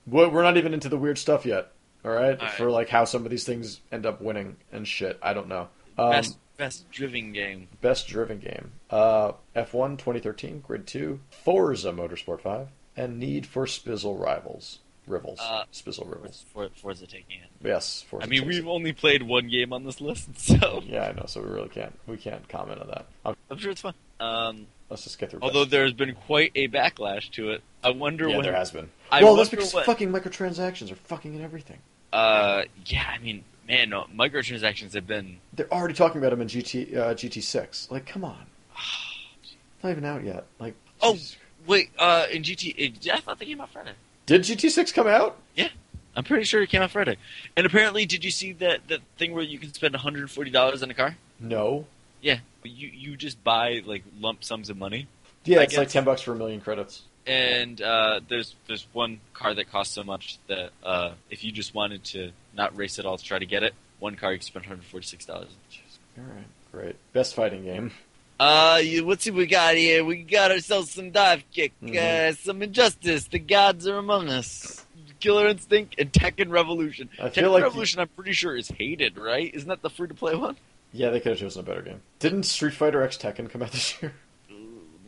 Speaker 2: We're we're not even into the weird stuff yet. All right,
Speaker 1: All right.
Speaker 2: for like how some of these things end up winning and shit. I don't know. Um,
Speaker 1: Best Best driven game.
Speaker 2: Best driven game. Uh, F1 2013, Grid 2, Forza Motorsport 5, and Need for Spizzle Rivals. Rivals.
Speaker 1: Uh,
Speaker 2: Spizzle Rivals.
Speaker 1: For, Forza taking it.
Speaker 2: Yes, Forza.
Speaker 1: I mean,
Speaker 2: takes
Speaker 1: we've
Speaker 2: it.
Speaker 1: only played one game on this list, so
Speaker 2: Yeah, I know, so we really can't we can't comment on that. Um,
Speaker 1: I'm sure it's fun. Um,
Speaker 2: Let's just get through.
Speaker 1: although
Speaker 2: best.
Speaker 1: there has been quite a backlash to it. I wonder
Speaker 2: yeah,
Speaker 1: when.
Speaker 2: there has been.
Speaker 1: I
Speaker 2: well, that's
Speaker 1: wonder
Speaker 2: because
Speaker 1: what.
Speaker 2: fucking microtransactions are fucking in everything.
Speaker 1: uh, yeah, I mean, man, no, microtransactions have been.
Speaker 2: They're already talking about them in GT uh, GT6. Like, come on, not even out yet. Like,
Speaker 1: Oh.
Speaker 2: Jesus.
Speaker 1: Wait, uh, in GT, it, I thought they came out Friday.
Speaker 2: did GT6 come out?
Speaker 1: I'm pretty sure it came out Friday. And apparently, did you see that that thing where you can spend 140 dollars on a car?
Speaker 2: No.
Speaker 1: Yeah, you you just buy like lump sums of money,
Speaker 2: Yeah,
Speaker 1: I
Speaker 2: it's like
Speaker 1: guess-
Speaker 2: ten bucks for a million credits.
Speaker 1: and uh, there's there's one car that costs so much that uh, if you just wanted to not race at all to try to get it, one car you could spend 146 dollars.
Speaker 2: Jeez. All right, great. Best fighting game.
Speaker 1: Uh, you, let's see what we got here. We got ourselves some dive kick, uh,
Speaker 2: Mhm.
Speaker 1: some injustice. The gods are among us. Killer Instinct and Tekken Revolution.
Speaker 2: I feel
Speaker 1: Tekken
Speaker 2: like-
Speaker 1: Revolution, I'm pretty sure, is hated, right? Isn't that the free to play one?
Speaker 2: Yeah, they could have chosen a better game. Didn't Street Fighter X Tekken come out this year?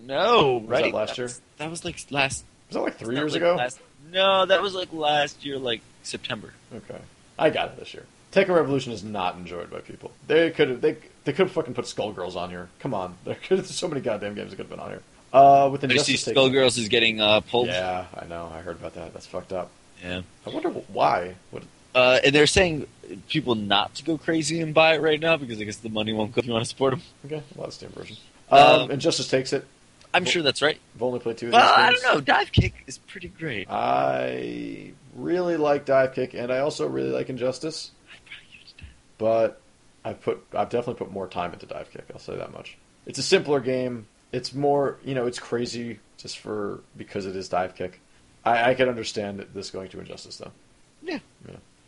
Speaker 1: No,
Speaker 2: that
Speaker 1: right?
Speaker 2: last year?
Speaker 1: That's- That was like last
Speaker 2: Was that like three
Speaker 1: that
Speaker 2: years
Speaker 1: like
Speaker 2: ago?
Speaker 1: last- no, that was like last year, like September.
Speaker 2: Okay, I got it this year. Tekken Revolution is not enjoyed by people. They could have they they could have fucking put Skullgirls on here. Come on, there could there's so many goddamn games that could have been on here. Uh, with
Speaker 1: Did you see
Speaker 2: Injustice taking-
Speaker 1: Skullgirls is getting uh, pulled?
Speaker 2: Yeah, I know. I heard about that. That's fucked up.
Speaker 1: Yeah.
Speaker 2: I wonder wh- why. What,
Speaker 1: Uh, and they're saying people not to go crazy and buy it right now because I guess the money won't go if you want to support them.
Speaker 2: okay, well, that's the version.
Speaker 1: Um,
Speaker 2: Um, Injustice takes it.
Speaker 1: I'm sure that's right.
Speaker 2: I've only played two of these
Speaker 1: Well, I
Speaker 2: games.
Speaker 1: don't know. Dive Kick is pretty great.
Speaker 2: I really like Dive Kick, and I also really like Injustice,
Speaker 1: I'd probably give it a dive.
Speaker 2: but I've put I've definitely put more time into Dive Kick. I'll say that much. It's a simpler game. It's more you know it's crazy just for because it is Dive Kick. I, I can understand this going to Injustice though.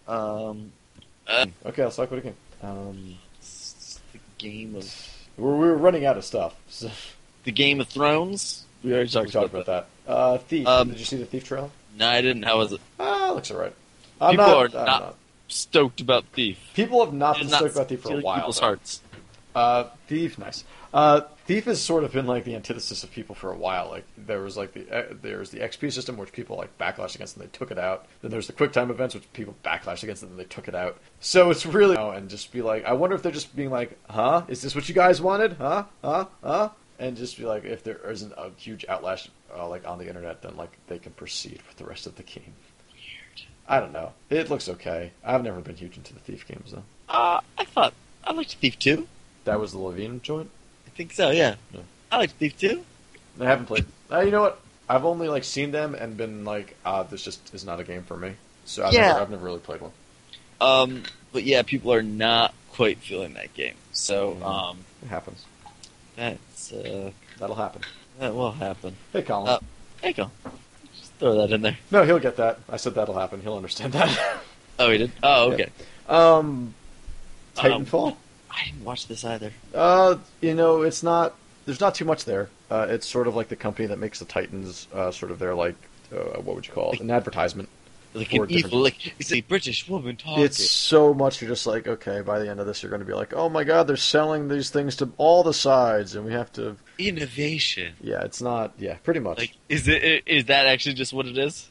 Speaker 1: Um, uh,
Speaker 2: Okay, let's talk about a game.
Speaker 1: um, it's the game of
Speaker 2: We're, we're running out of stuff. So
Speaker 1: the Game of Thrones. We already
Speaker 2: we talked about that. Uh, Thief.
Speaker 1: Um,
Speaker 2: Did you see the Thief trailer?
Speaker 1: No, I didn't. How was it?
Speaker 2: Ah, looks alright. I'm
Speaker 1: People
Speaker 2: not,
Speaker 1: are
Speaker 2: I'm
Speaker 1: not- Stoked about Thief.
Speaker 2: People have not
Speaker 1: Did
Speaker 2: been
Speaker 1: not
Speaker 2: stoked about Thief for a
Speaker 1: steal
Speaker 2: while.
Speaker 1: People's
Speaker 2: though.
Speaker 1: hearts.
Speaker 2: Uh, Thief, nice. Uh, Thief has sort of been like the antithesis of people for a while. Like there was like the uh, there was the XP system which people like backlash against and they took it out. Then there's the quick time events which people backlash against and they took it out. So it's really oh, and just be like, I wonder if they're just being like, huh? Is this what you guys wanted? Huh? Huh? Huh? And just be like, if there isn't a huge outlash uh, like on the internet, then like they can proceed with the rest of the game. I don't know. It looks okay. I've never been huge into the Thief games though.
Speaker 1: Uh, I thought I liked Thief Two.
Speaker 2: That was the Levine joint.
Speaker 1: I think so. Yeah.
Speaker 2: Yeah.
Speaker 1: I liked Thief Two.
Speaker 2: I haven't played. Uh, you know what? I've only like seen them and been like, ah, this just is not a game for me. So I've,
Speaker 1: Yeah.
Speaker 2: never, I've never really played one.
Speaker 1: Um, but yeah, people are not quite feeling that game. So
Speaker 2: Mm-hmm.
Speaker 1: um,
Speaker 2: It happens.
Speaker 1: that's uh,
Speaker 2: That'll happen.
Speaker 1: that will happen.
Speaker 2: Hey, Colin.
Speaker 1: Uh, There you go. Just throw that in there.
Speaker 2: no, he'll get that. I said that'll happen. He'll understand that.
Speaker 1: Oh, he did. Oh,
Speaker 2: Yeah.
Speaker 1: okay.
Speaker 2: um,
Speaker 1: Um,
Speaker 2: Titanfall.
Speaker 1: I didn't watch this either.
Speaker 2: Uh, you know, it's not. There's not too much there. Uh, it's sort of like the company that makes the Titans. Uh, sort of their like, uh, what would you call it? An advertisement.
Speaker 1: Like
Speaker 2: Four
Speaker 1: an evil, like it's a British woman talking.
Speaker 2: It's so much you're just like, okay, by the end of this, you're going to be like, oh my god, they're selling these things to all the sides, and we have to
Speaker 1: innovation.
Speaker 2: Yeah, it's not. Yeah, pretty much.
Speaker 1: Like, is it? Is that actually just what it is?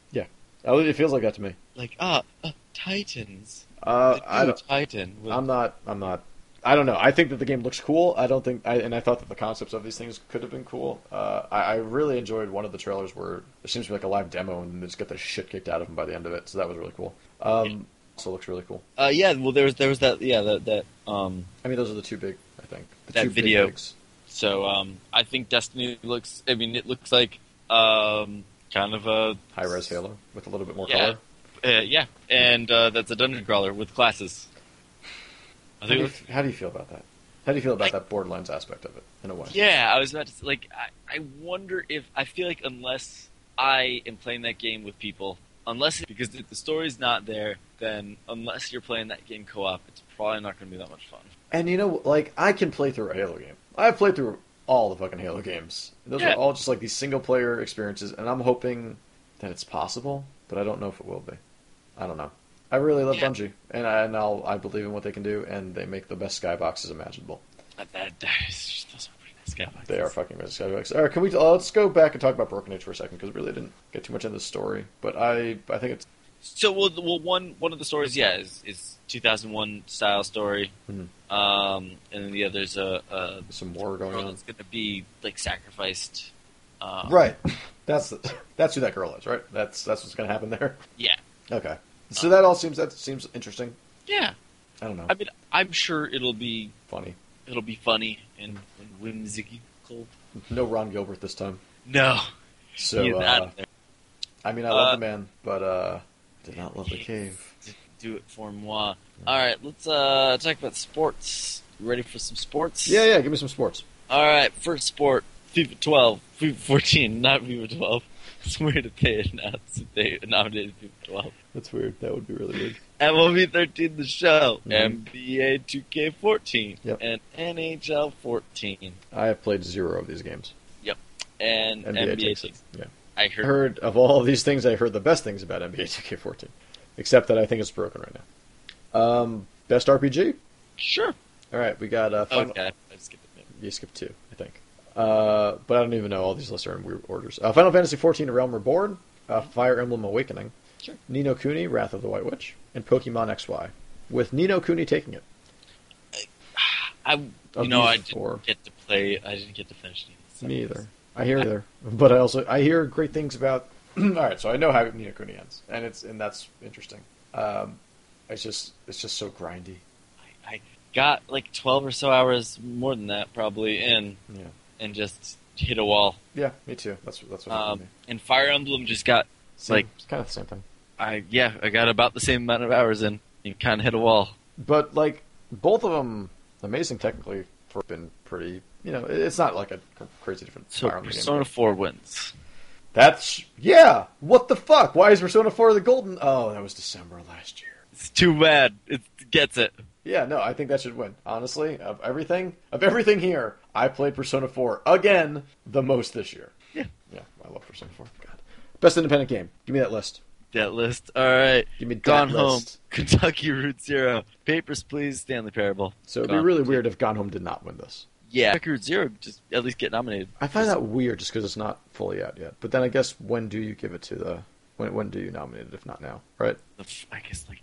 Speaker 2: At least it feels like that to me.
Speaker 1: Like, ah, uh, Titans.
Speaker 2: Uh,
Speaker 1: The
Speaker 2: I
Speaker 1: new
Speaker 2: don't,
Speaker 1: Titan. with-
Speaker 2: I'm not. I'm not. I don't know. I think that the game looks cool. I don't think, I, and I thought that the concepts of these things could have been cool. Uh, I, I really enjoyed one of the trailers where it seems to be like a live demo, and they just get the shit kicked out of them by the end of it. So that was really cool. Um, also looks really cool.
Speaker 1: Uh, yeah, well, there was there was that yeah that that um
Speaker 2: I mean, those are the two big. I think the
Speaker 1: That
Speaker 2: two big
Speaker 1: video.
Speaker 2: things.
Speaker 1: so um I think Destiny looks I mean it looks like um kind of a
Speaker 2: high res Halo with a little bit more
Speaker 1: Yeah.
Speaker 2: color.
Speaker 1: uh, yeah and uh, that's a dungeon crawler with classes. I
Speaker 2: How do,
Speaker 1: think it
Speaker 2: you,
Speaker 1: looks-
Speaker 2: how do you feel about that? How do you feel about
Speaker 1: I-
Speaker 2: that Borderlands aspect of it in a way?
Speaker 1: yeah I was about to say, like I, I wonder if I feel like unless I am playing that game with people unless because if the story's not there then unless you're playing that game co-op it's probably not going to be that much fun.
Speaker 2: And you know, like I can play through a Halo game. I've played through all the fucking Halo games. Those
Speaker 1: Yeah.
Speaker 2: are all just like these single player experiences, and I'm hoping that it's possible, but I don't know if it will be. I don't know. I really love
Speaker 1: Yeah.
Speaker 2: Bungie, and I and I'll, I believe in what they can do, and they make the best skyboxes imaginable.
Speaker 1: But that, it's just- those are pretty nice skyboxes.
Speaker 2: They are fucking amazing skyboxes. All right, can we? Uh, let's go back and talk about Broken Age for a second because really I didn't get too much into the story, but I I think it's
Speaker 1: So well, well, one one of the stories, yeah, is, is 2001 style story,
Speaker 2: Mhm.
Speaker 1: um, and then the other's a, a
Speaker 2: some war going
Speaker 1: girl
Speaker 2: on.
Speaker 1: that's going to be like sacrificed. Um,
Speaker 2: Right. That's the, that's who that girl is, right? That's that's what's going to happen there.
Speaker 1: Yeah.
Speaker 2: Okay. So that all seems that seems interesting.
Speaker 1: Yeah.
Speaker 2: I don't know.
Speaker 1: I mean, I'm sure it'll be
Speaker 2: Funny.
Speaker 1: it'll be funny and, and whimsical.
Speaker 2: No Ron Gilbert this time.
Speaker 1: No.
Speaker 2: So
Speaker 1: He's out
Speaker 2: uh,
Speaker 1: of there.
Speaker 2: I mean, I love
Speaker 1: Uh,
Speaker 2: the man, but uh, did not love the cave.
Speaker 1: Do it for moi. All right, let's uh, talk about sports. You ready for some sports?
Speaker 2: Yeah, yeah. Give me some sports.
Speaker 1: All right, first sport, FIFA 12, FIFA 14, not FIFA 12. It's weird that they announced that they nominated FIFA 12.
Speaker 2: That's weird. That would be really weird.
Speaker 1: MLB 13, the show,
Speaker 2: Mhm.
Speaker 1: NBA 2K 14,
Speaker 2: Yep.
Speaker 1: and NHL 14,
Speaker 2: I have played zero of these games.
Speaker 1: and
Speaker 2: NBA,
Speaker 1: NBA.
Speaker 2: takes it. Yeah.
Speaker 1: I
Speaker 2: I
Speaker 1: heard,
Speaker 2: heard of all these things. I heard the best things about NBA 2K14, except that I think it's broken right now. Um, best RPG.
Speaker 1: sure.
Speaker 2: All right, we got uh, Final,
Speaker 1: Okay, I skipped it.
Speaker 2: You skipped two, I think. Uh, but I don't even know. All these lists are in weird orders. Uh, Final Fantasy XIV: Realm Reborn, uh, Fire Emblem Awakening,
Speaker 1: Sure.
Speaker 2: Nino Kuni: Wrath of the White Witch, and Pokemon XY. With Nino Kuni taking it.
Speaker 1: I, you
Speaker 2: Of
Speaker 1: know,
Speaker 2: these
Speaker 1: I didn't
Speaker 2: four.
Speaker 1: get to play, I didn't get to finish it.
Speaker 2: Me either. I hear either, but I also I hear great things about. all right, so I know how Nino Kuni ends, and it's and that's interesting. Um, it's just it's just so grindy.
Speaker 1: I, I got like 12 or so hours, more than that probably, in
Speaker 2: Yeah,
Speaker 1: and just hit a wall.
Speaker 2: yeah, me too. That's that's what happened to
Speaker 1: Um,
Speaker 2: me.
Speaker 1: and Fire Emblem just got
Speaker 2: Same-
Speaker 1: like-
Speaker 2: it's kind of the same thing.
Speaker 1: I yeah, I got about the same amount of hours in. You kind of hit a wall.
Speaker 2: But like both of them, amazing technically for been pretty. You know, it- it's not like a c- crazy different.
Speaker 1: So
Speaker 2: Fire Emblem game.
Speaker 1: Persona Four wins.
Speaker 2: That's yeah. What the fuck? Why is Persona Four the golden? Oh, that was December last year.
Speaker 1: It's too bad. It gets it.
Speaker 2: Yeah, no, I think that should win. Honestly, of everything, of everything here, I played Persona 4 again the most this year.
Speaker 1: Yeah.
Speaker 2: Yeah, I love Persona 4. God. Best independent game. Give me that list.
Speaker 1: That list. All right.
Speaker 2: Give me that
Speaker 1: Gone
Speaker 2: list.
Speaker 1: home. Kentucky Route Zero. Papers, please. Stanley Parable.
Speaker 2: So it'd
Speaker 1: Gone.
Speaker 2: be really weird if Gone Home did not win this.
Speaker 1: Yeah. Kentucky Route Zero. Just at least get nominated.
Speaker 2: I find that weird just because it's not fully out yet. But then I guess when do you give it to the when when do you nominate it if not now, right?
Speaker 1: The f- I guess like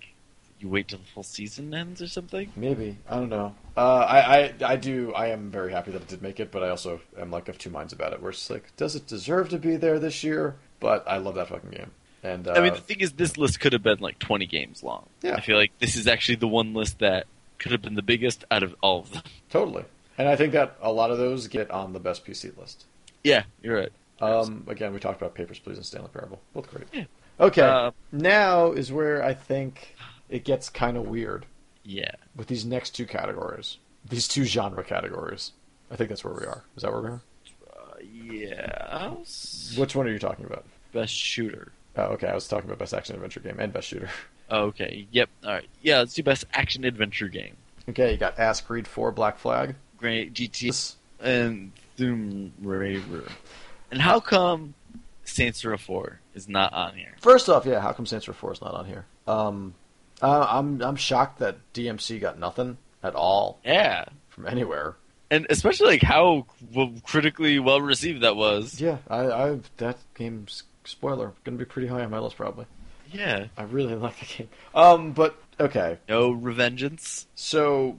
Speaker 1: you wait till the full season ends or something.
Speaker 2: Maybe I don't know. Uh, I, I I do. I am very happy that it did make it, but I also am like of two minds about it. Where it's just like, does it deserve to be there this year? But I love that fucking game. And uh,
Speaker 1: I mean, the thing is, this list could have been like 20 games long.
Speaker 2: Yeah.
Speaker 1: I feel like this is actually the one list that could have been the biggest out of all of them.
Speaker 2: totally. And I think that a lot of those get on the best PC list.
Speaker 1: yeah, you're right.
Speaker 2: Um, again, we talked about Papers, Please, and Stanley Parable. Both great.
Speaker 1: Yeah.
Speaker 2: Okay,
Speaker 1: Uh,
Speaker 2: now is where I think it gets kind of weird
Speaker 1: Yeah.
Speaker 2: with these next two categories, these two genre categories. I think that's where we are. Is that where we are?
Speaker 1: Uh, yeah.
Speaker 2: Which one are you talking about?
Speaker 1: best shooter?
Speaker 2: Oh, okay. I was talking about best action adventure game and best shooter.
Speaker 1: Oh, okay. Yep. All right. Yeah. Let's do best action adventure game.
Speaker 2: Okay, you got Ask Creed 4 Black Flag.
Speaker 1: Great GT
Speaker 2: This-
Speaker 1: and Doom Raver. And how come Saints Row Four is not on here?
Speaker 2: First off, yeah, how come Saints Row 4 is not on here? Um, uh, I'm I'm shocked that DMC got nothing at all
Speaker 1: Yeah.
Speaker 2: from anywhere.
Speaker 1: And especially like how w- critically well received that was.
Speaker 2: Yeah, I, I that game's spoiler going to be pretty high on my list probably.
Speaker 1: Yeah.
Speaker 2: I really like the game. Um, but okay,
Speaker 1: No revengeance.
Speaker 2: So,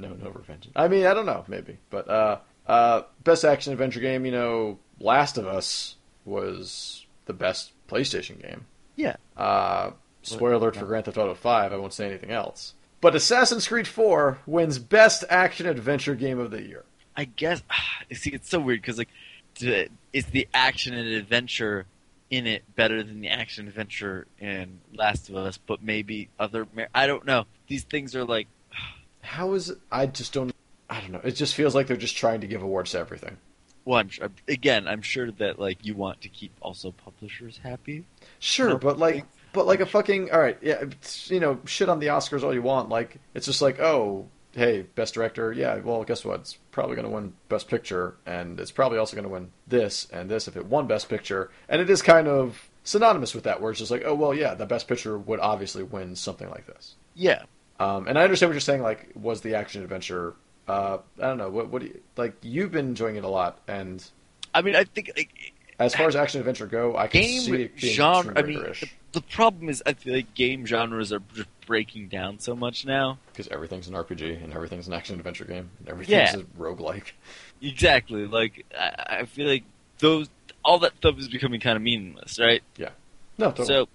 Speaker 2: no, no revenge. I mean, I don't know, maybe, but uh, uh, best action adventure game. You know, Last of Us was the best PlayStation game.
Speaker 1: Yeah.
Speaker 2: Uh, spoiler alert for Grand Theft Auto Five. I won't say anything else. But Assassin's Creed Four wins best action adventure game of the year.
Speaker 1: I guess. see, it's so weird because like, d- is the action and adventure in it better than the action adventure in Last of Us? But maybe other. Mer- I don't know. These things are like.
Speaker 2: How is it? I just don't. I don't know. It just feels like they're just trying to give awards to everything.
Speaker 1: Well, I'm sure, again, I'm sure that like you want to keep also publishers happy.
Speaker 2: Sure,
Speaker 1: No.
Speaker 2: but like, but like a fucking all right, yeah, it's, you know, shit on the Oscars all you want. Like, it's just like, oh, hey, best director, yeah. Well, guess what? It's probably going to win best picture, and it's probably also going to win this and this if it won best picture. And it is kind of synonymous with that, where it's just like, oh, well, yeah, the best picture would obviously win something like this.
Speaker 1: Yeah,
Speaker 2: Um, and I understand what you're saying. Like, was the action adventure uh, I don't know what what do you, like you've been enjoying it a lot, and
Speaker 1: I mean, I think like,
Speaker 2: as far as action adventure go, I can see
Speaker 1: game
Speaker 2: it being
Speaker 1: genre. I
Speaker 2: Tomb
Speaker 1: mean,
Speaker 2: Raider-ish
Speaker 1: the, the problem is I feel like game genres are just breaking down so much now.
Speaker 2: because everything's an RPG and everything's an action adventure game and everything's
Speaker 1: Yeah.
Speaker 2: a roguelike.
Speaker 1: Exactly. Like I, I feel like those all that stuff is becoming kind of meaningless, right?
Speaker 2: No, totally.
Speaker 1: So,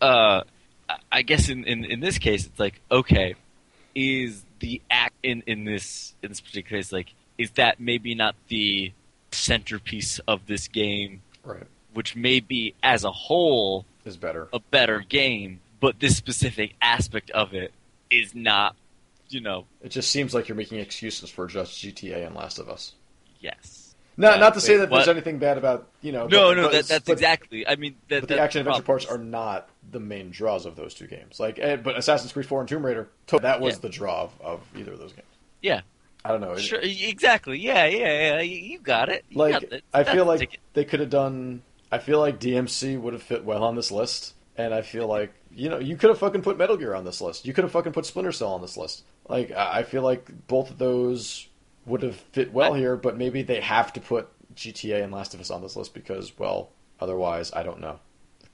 Speaker 1: uh, I- I guess in, in, in this case, it's like, okay, is the act in, in this in this particular case like is that maybe not the centerpiece of this game,
Speaker 2: right
Speaker 1: which may be as a whole
Speaker 2: is better.
Speaker 1: a better game, but this specific aspect of it is not, you know,
Speaker 2: It just seems like you're making excuses for just GTA and Last of Us.
Speaker 1: yes.
Speaker 2: No,
Speaker 1: Yeah,
Speaker 2: not to say
Speaker 1: wait,
Speaker 2: that
Speaker 1: what?
Speaker 2: there's anything bad about you know.
Speaker 1: No,
Speaker 2: but-
Speaker 1: no,
Speaker 2: but
Speaker 1: that,
Speaker 2: it's-
Speaker 1: that's
Speaker 2: but-
Speaker 1: exactly. I mean, that,
Speaker 2: But the
Speaker 1: that's
Speaker 2: action adventure
Speaker 1: problem.
Speaker 2: parts are not the main draws of those two games. Like, eh, but Assassin's Creed Four and Tomb Raider, to- that was
Speaker 1: Yeah.
Speaker 2: the draw of, of either of those games.
Speaker 1: Yeah.
Speaker 2: I don't know. It-
Speaker 1: Sure, e-, exactly. Yeah, yeah, yeah. You you got it. You
Speaker 2: Like,
Speaker 1: got it.
Speaker 2: I feel
Speaker 1: That's
Speaker 2: like
Speaker 1: it.
Speaker 2: they could have done. I feel like DMC would have fit well on this list, and I feel like you know you could have fucking put Metal Gear on this list. You could have fucking put Splinter Cell on this list. Like, I I feel like both of those would have fit well here, but maybe they have to put GTA and Last of Us on this list because, well, otherwise, I don't know.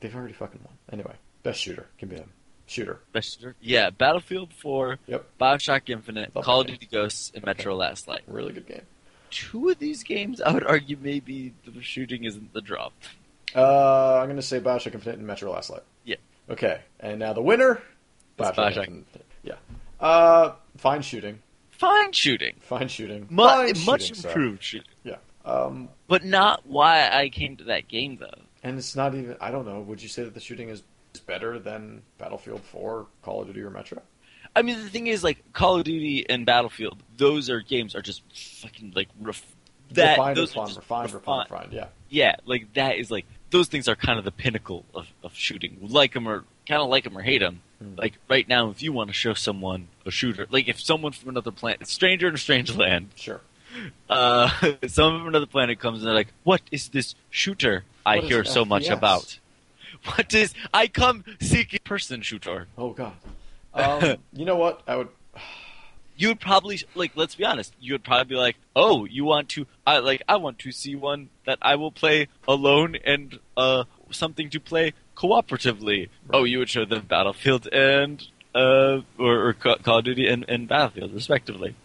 Speaker 2: They've already fucking won anyway. Best shooter can be them. Shooter.
Speaker 1: Best shooter. Yeah, Battlefield 4,
Speaker 2: Yep.
Speaker 1: Bioshock Infinite,
Speaker 2: Love
Speaker 1: Call of
Speaker 2: that
Speaker 1: Duty Ghosts, and Metro Last Light.
Speaker 2: Really good game.
Speaker 1: Two of these games, I would argue, maybe the shooting isn't the drop.
Speaker 2: Uh, I'm going to say Bioshock Infinite and Metro Last Light.
Speaker 1: Yeah.
Speaker 2: Okay, and now the winner,
Speaker 1: It's Bioshock.
Speaker 2: Infinite. Yeah. Uh, fine shooting.
Speaker 1: Fine shooting,
Speaker 2: Fine shooting.
Speaker 1: Mu-
Speaker 2: fine
Speaker 1: much
Speaker 2: shooting, sorry.
Speaker 1: improved shooting,
Speaker 2: Um,
Speaker 1: but not why I came to that game though.
Speaker 2: and it's not even. I don't know. Would you say that the shooting is is better than Battlefield 4, Call of Duty, or Metro?
Speaker 1: I mean, the thing is, like Call of Duty and Battlefield, those are games are just fucking like ref- that
Speaker 2: refined,
Speaker 1: those are
Speaker 2: refined,
Speaker 1: just
Speaker 2: refined,
Speaker 1: refined.
Speaker 2: refined, refined. Yeah.
Speaker 1: yeah, like that is like those things are kind of the pinnacle of, of shooting. Like them or kind of like them or hate them.
Speaker 2: Mm.
Speaker 1: Like right now, if you want to show someone a shooter, like if someone from another planet, stranger in a strange land,
Speaker 2: Sure.
Speaker 1: uh, someone from another planet comes and they're like, "What is this shooter I
Speaker 2: What is
Speaker 1: hear so much
Speaker 2: FPS?
Speaker 1: about? What is I come seeking person shooter?"
Speaker 2: Oh God. Um, you know what? I would.
Speaker 1: you would probably like let's be honest you would probably be like oh you want to i like i want to see one that i will play alone and uh something to play cooperatively oh you would show them battlefield and uh or, or Ca- call of duty and, and battlefield respectively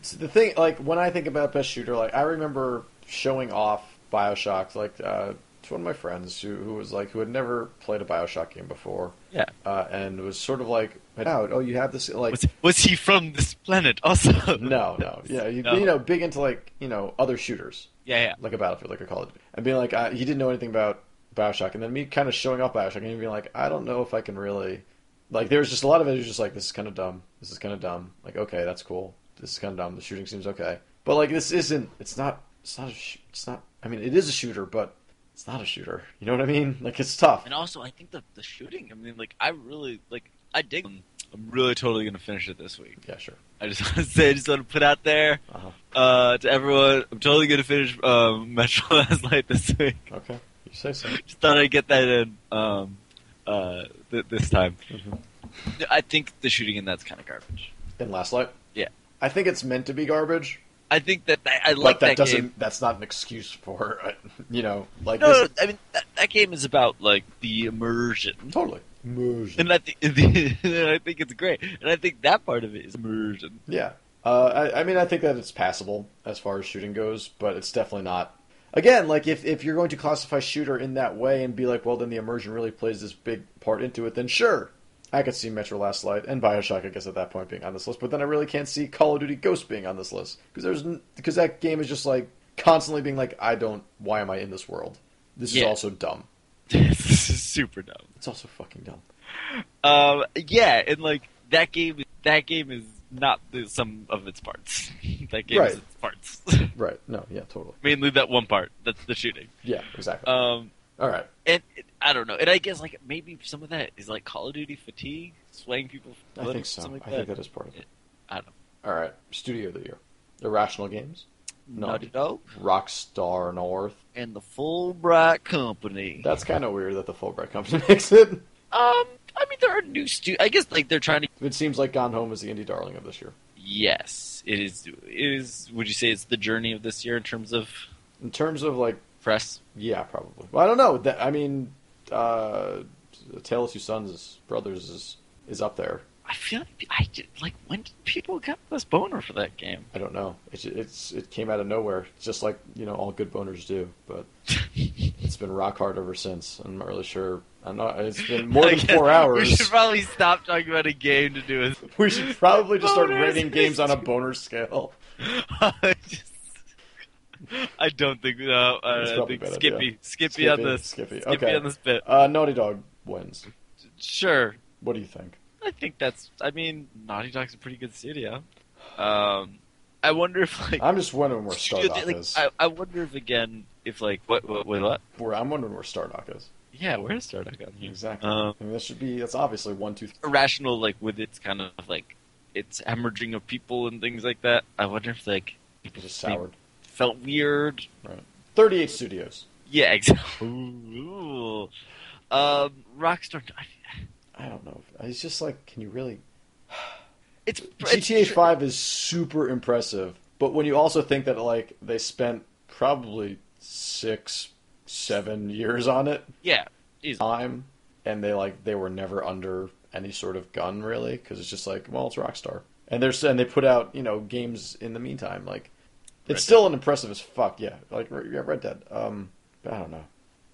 Speaker 2: So the thing, like when I think about best shooter, like I remember showing off Bioshock, like uh, to one of my friends who, who was like who had never played a Bioshock game before,
Speaker 1: yeah
Speaker 2: uh, and was sort of like, out, oh, you have this like.
Speaker 1: was, was he from this planet also
Speaker 2: no, no, yeah, you,
Speaker 1: No.
Speaker 2: you know, big into like you know other shooters,
Speaker 1: yeah yeah
Speaker 2: like a Battlefield, like a Call of Duty, and being like, I, he didn't know anything about Bioshock, and then me kind of showing off Bioshock and him being like, I don't know if I can really, like, there was just a lot of it was just like, this is kind of dumb, this is kind of dumb, like, okay, that's cool, this is kind of dumb, the shooting seems okay, but like, this isn't, it's not, it's not, a sh- it's not, I mean, it is a shooter, but it's not a shooter, you know what I mean? Like, it's tough.
Speaker 1: and also i think the, the shooting i mean like i really like i dig them. i'm really totally gonna finish it this week
Speaker 2: Yeah, sure.
Speaker 1: i just want to say i just want to put out there
Speaker 2: Uh-huh.
Speaker 1: uh, to everyone. I'm totally gonna finish um, Metro Last Light this week.
Speaker 2: Okay, you say so.
Speaker 1: Just thought I'd get that in um, uh, th- this time.
Speaker 2: Mhm.
Speaker 1: Mm-hmm. I think the shooting in that's kind of garbage.
Speaker 2: In Last Light.
Speaker 1: Yeah.
Speaker 2: I think it's meant to be garbage,
Speaker 1: I think that I, I like
Speaker 2: but that,
Speaker 1: that,
Speaker 2: doesn't.
Speaker 1: game.
Speaker 2: That's not an excuse for it. You know, like
Speaker 1: No, no,
Speaker 2: this,
Speaker 1: I mean that, that game is about like the immersion,
Speaker 2: totally.
Speaker 1: and I think and I think it's great, and I think that part of it is immersion.
Speaker 2: Yeah. Uh, I, I mean, I think that it's passable as far as shooting goes, but it's definitely not. Again, like if, if you're going to classify shooter in that way and be like, well, then the immersion really plays this big part into it, then sure, I could see Metro Last Light and Bioshock, I guess, at that point being on this list. But then I really can't see Call of Duty Ghost being on this list because there's because that game is just like constantly being like, I don't. Why am I in this world? This is
Speaker 1: Yeah.
Speaker 2: also dumb.
Speaker 1: this is super dumb.
Speaker 2: It's also fucking dumb.
Speaker 1: Um, yeah, and like that game, that game is not the sum of its parts. that game
Speaker 2: Right.
Speaker 1: is its parts,
Speaker 2: Right? No. Yeah. Totally. Uh,
Speaker 1: mainly that one part. That's the shooting.
Speaker 2: Yeah. Exactly.
Speaker 1: Um,
Speaker 2: All right.
Speaker 1: and it, I don't know, and I guess like maybe some of that is like Call of Duty fatigue, swaying people. from
Speaker 2: I think
Speaker 1: politics,
Speaker 2: so.
Speaker 1: something Like
Speaker 2: I
Speaker 1: that.
Speaker 2: think that is part of it.
Speaker 1: I don't know.
Speaker 2: All right. Studio of the year. Irrational Games. No.
Speaker 1: Naughty Dog
Speaker 2: Rockstar North.
Speaker 1: and the Fulbright Company.
Speaker 2: That's kind of weird that the Fulbright company makes it.
Speaker 1: um, I mean, there are new stu. I guess like they're trying to.
Speaker 2: It seems like Gone Home is the indie darling of this year.
Speaker 1: Yes, it is. It is. Would you say it's the journey of this year in terms of
Speaker 2: In terms of like,
Speaker 1: press?
Speaker 2: yeah, probably. Well, I don't know. That I mean, uh, A Tale of Two Sons, is- Brothers is is up there.
Speaker 1: I feel like I did, like when did people get this boner for that game?
Speaker 2: I don't know. It's it's it came out of nowhere, just like you know all good boners do. But it's been rock hard ever since. I'm not really sure. I'm not. It's been more
Speaker 1: I
Speaker 2: than
Speaker 1: guess
Speaker 2: four
Speaker 1: We
Speaker 2: hours.
Speaker 1: should probably stop talking about a game to do with
Speaker 2: We should probably just start
Speaker 1: Boners.
Speaker 2: rating games on a boner scale.
Speaker 1: I just- I don't think no.
Speaker 2: That's
Speaker 1: Uh, I
Speaker 2: probably
Speaker 1: think
Speaker 2: a bad
Speaker 1: Skippy,
Speaker 2: idea.
Speaker 1: Skippy, on
Speaker 2: Skippy,
Speaker 1: this,
Speaker 2: Skippy. Okay.
Speaker 1: on this bit.
Speaker 2: Uh, Naughty Dog wins.
Speaker 1: Sure,
Speaker 2: What do you think?
Speaker 1: I think that's. I mean, Naughty Dog's a pretty good studio. Um, I wonder if like,
Speaker 2: I'm just wondering where
Speaker 1: studio-
Speaker 2: Stardock
Speaker 1: like,
Speaker 2: is.
Speaker 1: I, I wonder if again if like what what what, what?
Speaker 2: Where I'm wondering where Stardock is.
Speaker 1: Yeah, where is Stardock on here?
Speaker 2: Exactly.
Speaker 1: Um,
Speaker 2: I mean, that should be. That's obviously one, two, three.
Speaker 1: irrational, like with its kind of like its hemorrhaging of people and things like that. I wonder if like
Speaker 2: It's just soured.
Speaker 1: felt weird
Speaker 2: 38 studios.
Speaker 1: Yeah, exactly. Ooh. Um, Rockstar. I-
Speaker 2: I don't know. It's just like, can you really?
Speaker 1: It's it's
Speaker 2: GTA
Speaker 1: tr-
Speaker 2: Five is super impressive, but when you also think that like they spent probably six, seven years on it,
Speaker 1: Yeah, is
Speaker 2: time, and they like they were never under any sort of gun really, because it's just like, well, it's Rockstar, and they're and they put out you know games in the meantime. Like, it's
Speaker 1: Red
Speaker 2: still an impressive as fuck, yeah. Like yeah, Red Dead. Um, but I don't know.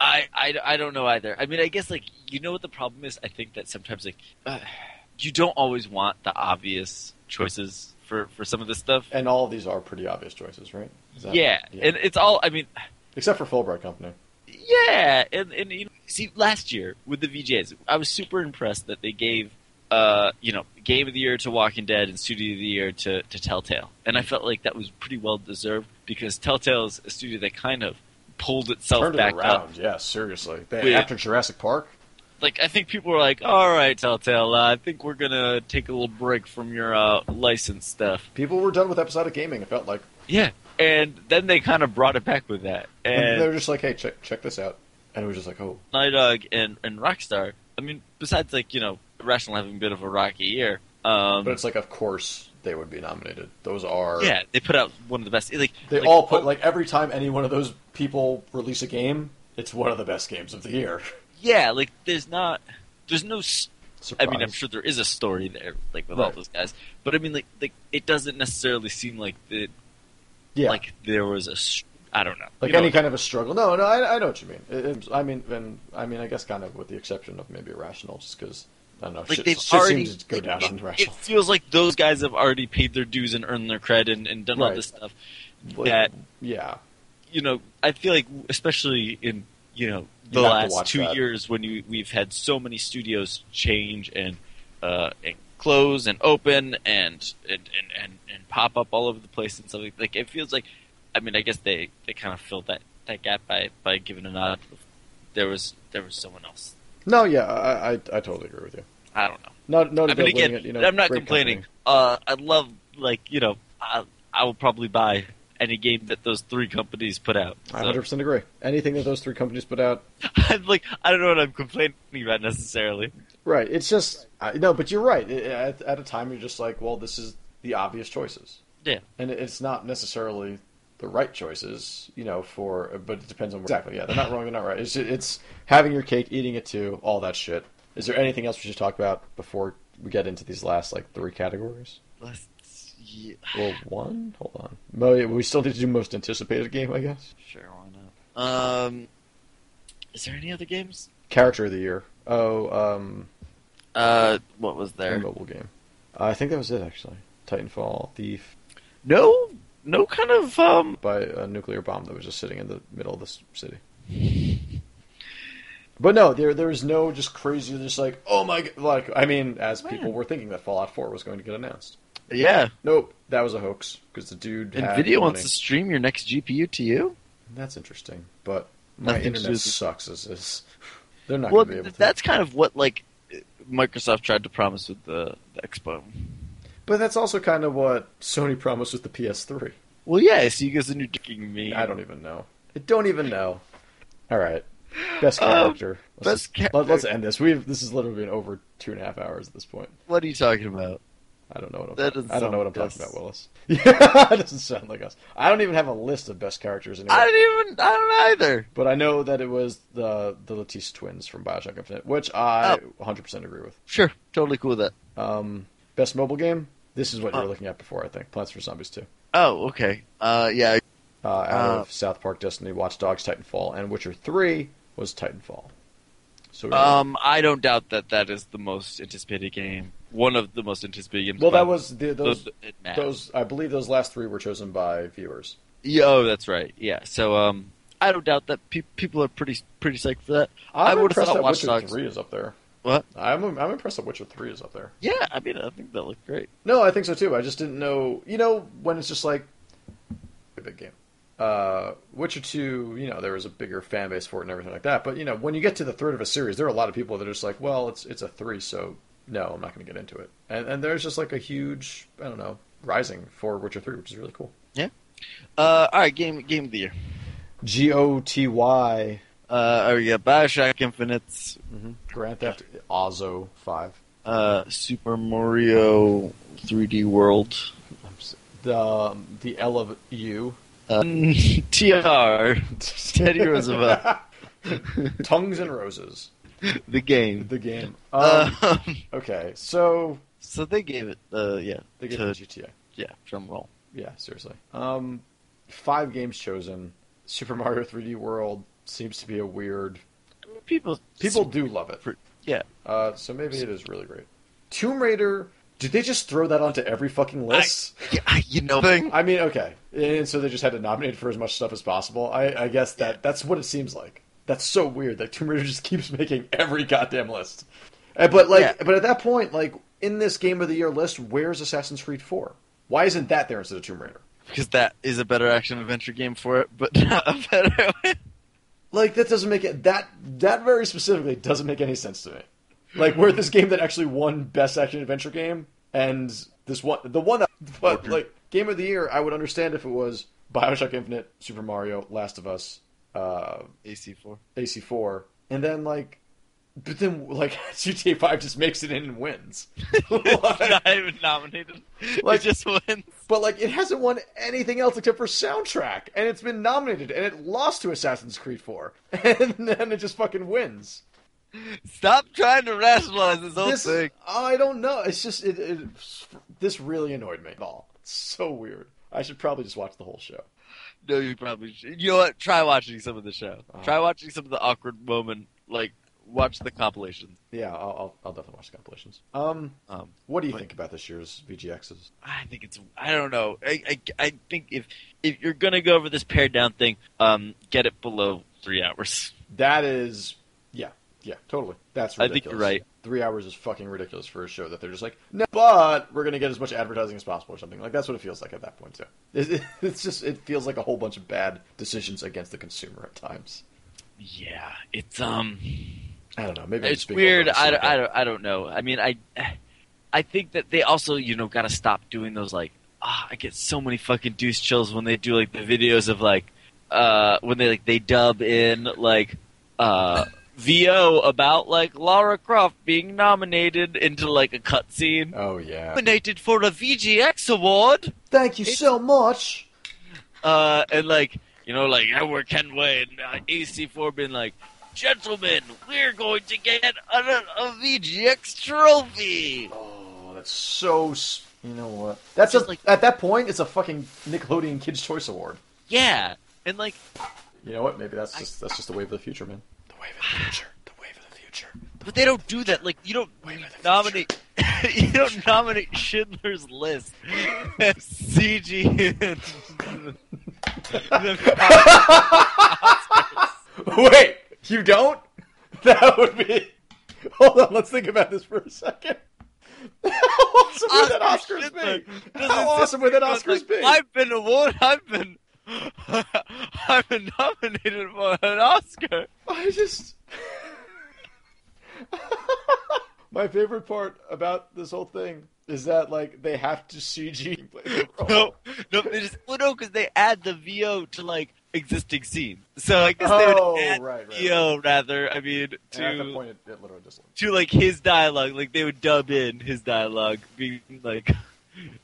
Speaker 1: I, I I don't know either. I mean, I guess like you know what the problem is. I think that sometimes like uh, you don't always want the obvious choices for for some of this stuff.
Speaker 2: And all of these are pretty obvious choices, right? Is that-
Speaker 1: yeah, and it's all. I mean,
Speaker 2: except for Fulbright Company.
Speaker 1: Yeah, and and you know, see, last year with the VJs, I was super impressed that they gave, uh, you know, Game of the Year to Walking Dead and Studio of the Year to, to Telltale, and I
Speaker 2: Mm-hmm.
Speaker 1: felt like that was pretty well deserved because Telltale's a studio that kind of pulled itself
Speaker 2: Turned
Speaker 1: back
Speaker 2: it
Speaker 1: up.
Speaker 2: around, yeah, seriously. They-
Speaker 1: With-
Speaker 2: after Jurassic Park,
Speaker 1: Like I think people were like, "All right, Telltale, uh, I think we're gonna take a little break from your uh, license stuff."
Speaker 2: people were done with episodic gaming. It felt like,
Speaker 1: Yeah, and then they kind of brought it back with that,
Speaker 2: and,
Speaker 1: and
Speaker 2: they were just like, "Hey, check check this out," and it was just like, "Oh,
Speaker 1: Night Dog and, and Rockstar, I mean, besides like, you know, Rational having a bit of a rocky year, um,
Speaker 2: but it's like, of course they would be nominated. Those are
Speaker 1: yeah, they put out one of the best. Like
Speaker 2: They
Speaker 1: like,
Speaker 2: all put
Speaker 1: oh,
Speaker 2: like every time any one of those people release a game, it's one of the best games of the year.
Speaker 1: yeah, like there's not, there's no. s I
Speaker 2: Surprise.
Speaker 1: I mean, I'm sure there is a story there, like with all
Speaker 2: Right.
Speaker 1: those guys, but I mean, like, like it doesn't necessarily seem like the
Speaker 2: yeah, like,
Speaker 1: like there was a. s- I don't know, You
Speaker 2: any
Speaker 1: know,
Speaker 2: kind of a struggle. No, no, I, I know what you mean. It- it's- I mean, and I mean, I guess kind of with the exception of maybe irrational, just because I don't know.
Speaker 1: Like
Speaker 2: shit,
Speaker 1: they've
Speaker 2: shit
Speaker 1: already
Speaker 2: seems to go
Speaker 1: like,
Speaker 2: down
Speaker 1: it,
Speaker 2: on
Speaker 1: it
Speaker 2: irrational.
Speaker 1: feels like those guys have already paid their dues and earned their cred and, and done all
Speaker 2: Right.
Speaker 1: this stuff.
Speaker 2: Like,
Speaker 1: that-
Speaker 2: yeah,
Speaker 1: you know, I feel like especially in you know the
Speaker 2: You have to
Speaker 1: last
Speaker 2: watch
Speaker 1: two
Speaker 2: that.
Speaker 1: years when you, we've had so many studios change and uh, and close and open and and, and, and and pop up all over the place and stuff like, like it feels like I mean I guess they, they kind of filled that, that gap by, by giving a nod. There was there was someone else.
Speaker 2: no, yeah, I, I, I totally agree with you.
Speaker 1: I don't know.
Speaker 2: Not, not
Speaker 1: I mean, again,
Speaker 2: you know,
Speaker 1: I'm not
Speaker 2: great
Speaker 1: complaining.
Speaker 2: company.
Speaker 1: Uh, I love like you know I I will probably buy any game that those three companies put out.
Speaker 2: I
Speaker 1: So-
Speaker 2: 100 percent agree. Anything that those three companies put out,
Speaker 1: I'm like, I don't know what I'm complaining about necessarily.
Speaker 2: Right. It's just I, no, but you're right. It- At, at a time, you're just like, well, this is the obvious choices.
Speaker 1: Yeah.
Speaker 2: And it- it's not necessarily the right choices, you know. For but it depends on exactly. Yeah, they're not wrong. They're not right. It's it's having your cake, eating it too, all that shit. Is there anything else we should talk about before we get into these last like three categories?
Speaker 1: Let's see.
Speaker 2: Well, one. Hold on. Well, yeah, we still need to do most anticipated game, I guess.
Speaker 1: Sure, why not? Um, is there any other games?
Speaker 2: Character of the year. Oh, um,
Speaker 1: Uh, what was
Speaker 2: a
Speaker 1: there?
Speaker 2: mobile game. I think that was it actually. Titanfall, Thief,
Speaker 1: No, no kind of um.
Speaker 2: by a nuclear bomb that was just sitting in the middle of the s- city. But no, there there was no just crazy, just like oh my god, like I mean, as
Speaker 1: Man.
Speaker 2: people were thinking that Fallout Four was going to get announced.
Speaker 1: Yeah,
Speaker 2: Nope, that was a hoax because the dude. had
Speaker 1: Nvidia wants
Speaker 2: money.
Speaker 1: to stream your next GPU to you.
Speaker 2: That's interesting, but my
Speaker 1: Nothing to do
Speaker 2: internet
Speaker 1: with-
Speaker 2: sucks. Is, is they're not
Speaker 1: Well,
Speaker 2: going to be able
Speaker 1: th-
Speaker 2: to.
Speaker 1: that's kind of what like Microsoft tried to promise with the, the Expo.
Speaker 2: But that's also kind of what Sony promised with the PS3.
Speaker 1: Well, yeah, so you guys are new dicking me.
Speaker 2: I don't even know. I don't even know. All right, best
Speaker 1: Um,
Speaker 2: character. let's
Speaker 1: best
Speaker 2: just- let- Let's end this. We've this has literally been over two and a half hours at this point.
Speaker 1: What are you talking about?
Speaker 2: I don't know what I'm.
Speaker 1: That
Speaker 2: talking-
Speaker 1: doesn't
Speaker 2: I don't know what I'm
Speaker 1: sound like
Speaker 2: talking about, Willis. Yeah, it doesn't sound like us. I don't even have a list of best characters anyway.
Speaker 1: I don't even. I don't either.
Speaker 2: But I know that it was the the Latisse twins from Bioshock Infinite, which I
Speaker 1: Oh.
Speaker 2: 100% agree with.
Speaker 1: Sure, totally cool with that.
Speaker 2: Um, best mobile game. This is what you
Speaker 1: Uh.
Speaker 2: were looking at before, I think. Plants vs Zombies 2.
Speaker 1: Oh, okay. Uh, yeah.
Speaker 2: Uh, out
Speaker 1: Uh.
Speaker 2: of South Park, Destiny, Watch Dogs, Titanfall, and Witcher 3 was Titanfall. So we-
Speaker 1: Um, I don't doubt that that is the most anticipated game. One of the most anticipated games.
Speaker 2: well,
Speaker 1: by
Speaker 2: that was the, those.
Speaker 1: the- it matters.
Speaker 2: Those, I believe, those last three were chosen by viewers.
Speaker 1: Yeah, oh, that's right. Yeah. So, um, I don't doubt that pe- people are pretty pretty psyched for that. I
Speaker 2: I'm
Speaker 1: would've
Speaker 2: impressed
Speaker 1: thought
Speaker 2: that
Speaker 1: Watch
Speaker 2: Witcher
Speaker 1: Dogs-
Speaker 2: Three is up there.
Speaker 1: What?
Speaker 2: I'm I'm impressed that Witcher Three is up there.
Speaker 1: Yeah, I mean, I think that looked great.
Speaker 2: No, I think so too. I just didn't know. You know, when it's just like a big game. Uh, Witcher Two, you know, there was a bigger fan base for it and everything like that. But you know, when you get to the third of a series, there are a lot of people that are just like, well, it's it's a three, so no, I'm not going to get into it. And and there's just like a huge, I don't know, rising for Witcher Three, which is really cool.
Speaker 1: Uh, all right, game game of the year.
Speaker 2: G O T Y
Speaker 1: Uh, oh yeah, Bioshock Infinite,
Speaker 2: Mm-hmm. Grand Theft Auto Five.
Speaker 1: uh, Super Mario 3D World,
Speaker 2: I'm s- The um, the L of U.
Speaker 1: uh, TR, Teddy Roosevelt,
Speaker 2: Tongues and Roses.
Speaker 1: the game.
Speaker 2: The game. Um,
Speaker 1: Uh,
Speaker 2: okay, so
Speaker 1: so they gave it. Uh, yeah,
Speaker 2: They gave
Speaker 1: to-
Speaker 2: it to GTA.
Speaker 1: yeah, drum roll.
Speaker 2: Yeah, seriously. Um, five games chosen. Super Mario 3D World seems to be a weird.
Speaker 1: People,
Speaker 2: People do love it.
Speaker 1: yeah.
Speaker 2: Uh, so maybe it is really great. Tomb Raider. Did they just throw that onto every fucking list?
Speaker 1: yeah, I- you know, thing.
Speaker 2: I, mean, okay. And so they just had to nominate for as much stuff as possible. I, I guess that that's what it seems like. That's so weird that Tomb Raider just keeps making every goddamn list. Uh, But like,
Speaker 1: Yeah.
Speaker 2: but at that point, like in this Game of the Year list, where's Assassin's Creed 4? Why isn't that there instead of Tomb Raider?
Speaker 1: because that is a better action adventure game for it, but not a better.
Speaker 2: Like that doesn't make it that that very specifically doesn't make any sense to me. Like we're at this game that actually won best action adventure game, and this one the one that but like game of the year I would understand if it was Bioshock Infinite, Super Mario, Last of Us, uh,
Speaker 1: AC4.
Speaker 2: AC4, and then like, but then like GTA Five just makes it in and wins. Like,
Speaker 1: not even nominated.
Speaker 2: Like-
Speaker 1: it just wins.
Speaker 2: but like it hasn't won anything else except for soundtrack, and it's been nominated and it lost to Assassin's Creed Four, and then it just fucking wins.
Speaker 1: Stop trying to rationalize this whole
Speaker 2: this
Speaker 1: thing.
Speaker 2: I don't know. It's just it, it. This really annoyed me. All it's so weird. I should probably just watch the whole show.
Speaker 1: No, you probably. Should. You know what? Try watching some of the show.
Speaker 2: Oh.
Speaker 1: Try watching some of the awkward moment. Like watch the compilations.
Speaker 2: Yeah, I'll, I'll, I'll definitely watch the compilations. Um,
Speaker 1: Um,
Speaker 2: what do you
Speaker 1: But-
Speaker 2: think about this year's VGXs?
Speaker 1: I think it's. I don't know. I, I, I think if if you're gonna go over this pared down thing, um, get it below three hours.
Speaker 2: That is, yeah, yeah, totally. That's
Speaker 1: I
Speaker 2: ridiculous.
Speaker 1: think you're right.
Speaker 2: Three hours is fucking ridiculous for a show that they're just like, no, but we're gonna get as much advertising as possible or something. Like that's what it feels like at that point too. It, it's just it feels like a whole bunch of bad decisions against the consumer at times.
Speaker 1: Yeah, it's um.
Speaker 2: I don't know. Maybe I'm
Speaker 1: it's
Speaker 2: just being
Speaker 1: weird.
Speaker 2: overly
Speaker 1: I,
Speaker 2: cynical.
Speaker 1: I, don't, I don't know. I mean, I I think that they also you know got to stop doing those like ah, I get so many fucking deuce chills when they do like the videos of like uh when they like they dub in like uh VO about like Lara Croft being nominated into like a cutscene
Speaker 2: Oh yeah.
Speaker 1: nominated for a VGX award
Speaker 2: Thank you
Speaker 1: It's-
Speaker 2: so much.
Speaker 1: uh, and like you know, like I work Kenway and uh, AC4 been like, gentlemen, we're going to get a, a VGX trophy.
Speaker 2: Oh, that's so. s- You know what? That's
Speaker 1: Just
Speaker 2: just
Speaker 1: like-
Speaker 2: at that point, it's a fucking Nickelodeon Kids Choice Award.
Speaker 1: Yeah, and like
Speaker 2: You know what? Maybe that's
Speaker 1: I-
Speaker 2: just that's just the wave of the future, man. The wave of the future. The wave of the future.
Speaker 1: But they don't do that. Like you don't
Speaker 2: Wait, wait,
Speaker 1: nominate. you don't nominate Schindler's List. as CG. in the-
Speaker 2: Wait, you don't? That would be. Hold on, let's think about this for a second. How awesome would that
Speaker 1: Oscar
Speaker 2: Oscars
Speaker 1: Schindler
Speaker 2: be?
Speaker 1: doesn't
Speaker 2: How awesome would
Speaker 1: sit
Speaker 2: that
Speaker 1: there
Speaker 2: Oscars
Speaker 1: and goes
Speaker 2: be?
Speaker 1: like, I've been awarded. I've been. I've been nominated for an Oscar.
Speaker 2: I just. My favorite part about this whole thing is that like they have to CG. play the role.
Speaker 1: No, no, they just well, no, because they add the VO to like existing scene. So I guess they would
Speaker 2: Oh,
Speaker 1: add
Speaker 2: right, right,
Speaker 1: Theo rather. I mean,
Speaker 2: And at that
Speaker 1: to
Speaker 2: point, it, it literally just looked.
Speaker 1: to like his dialogue, like they would dub in his dialogue, being like,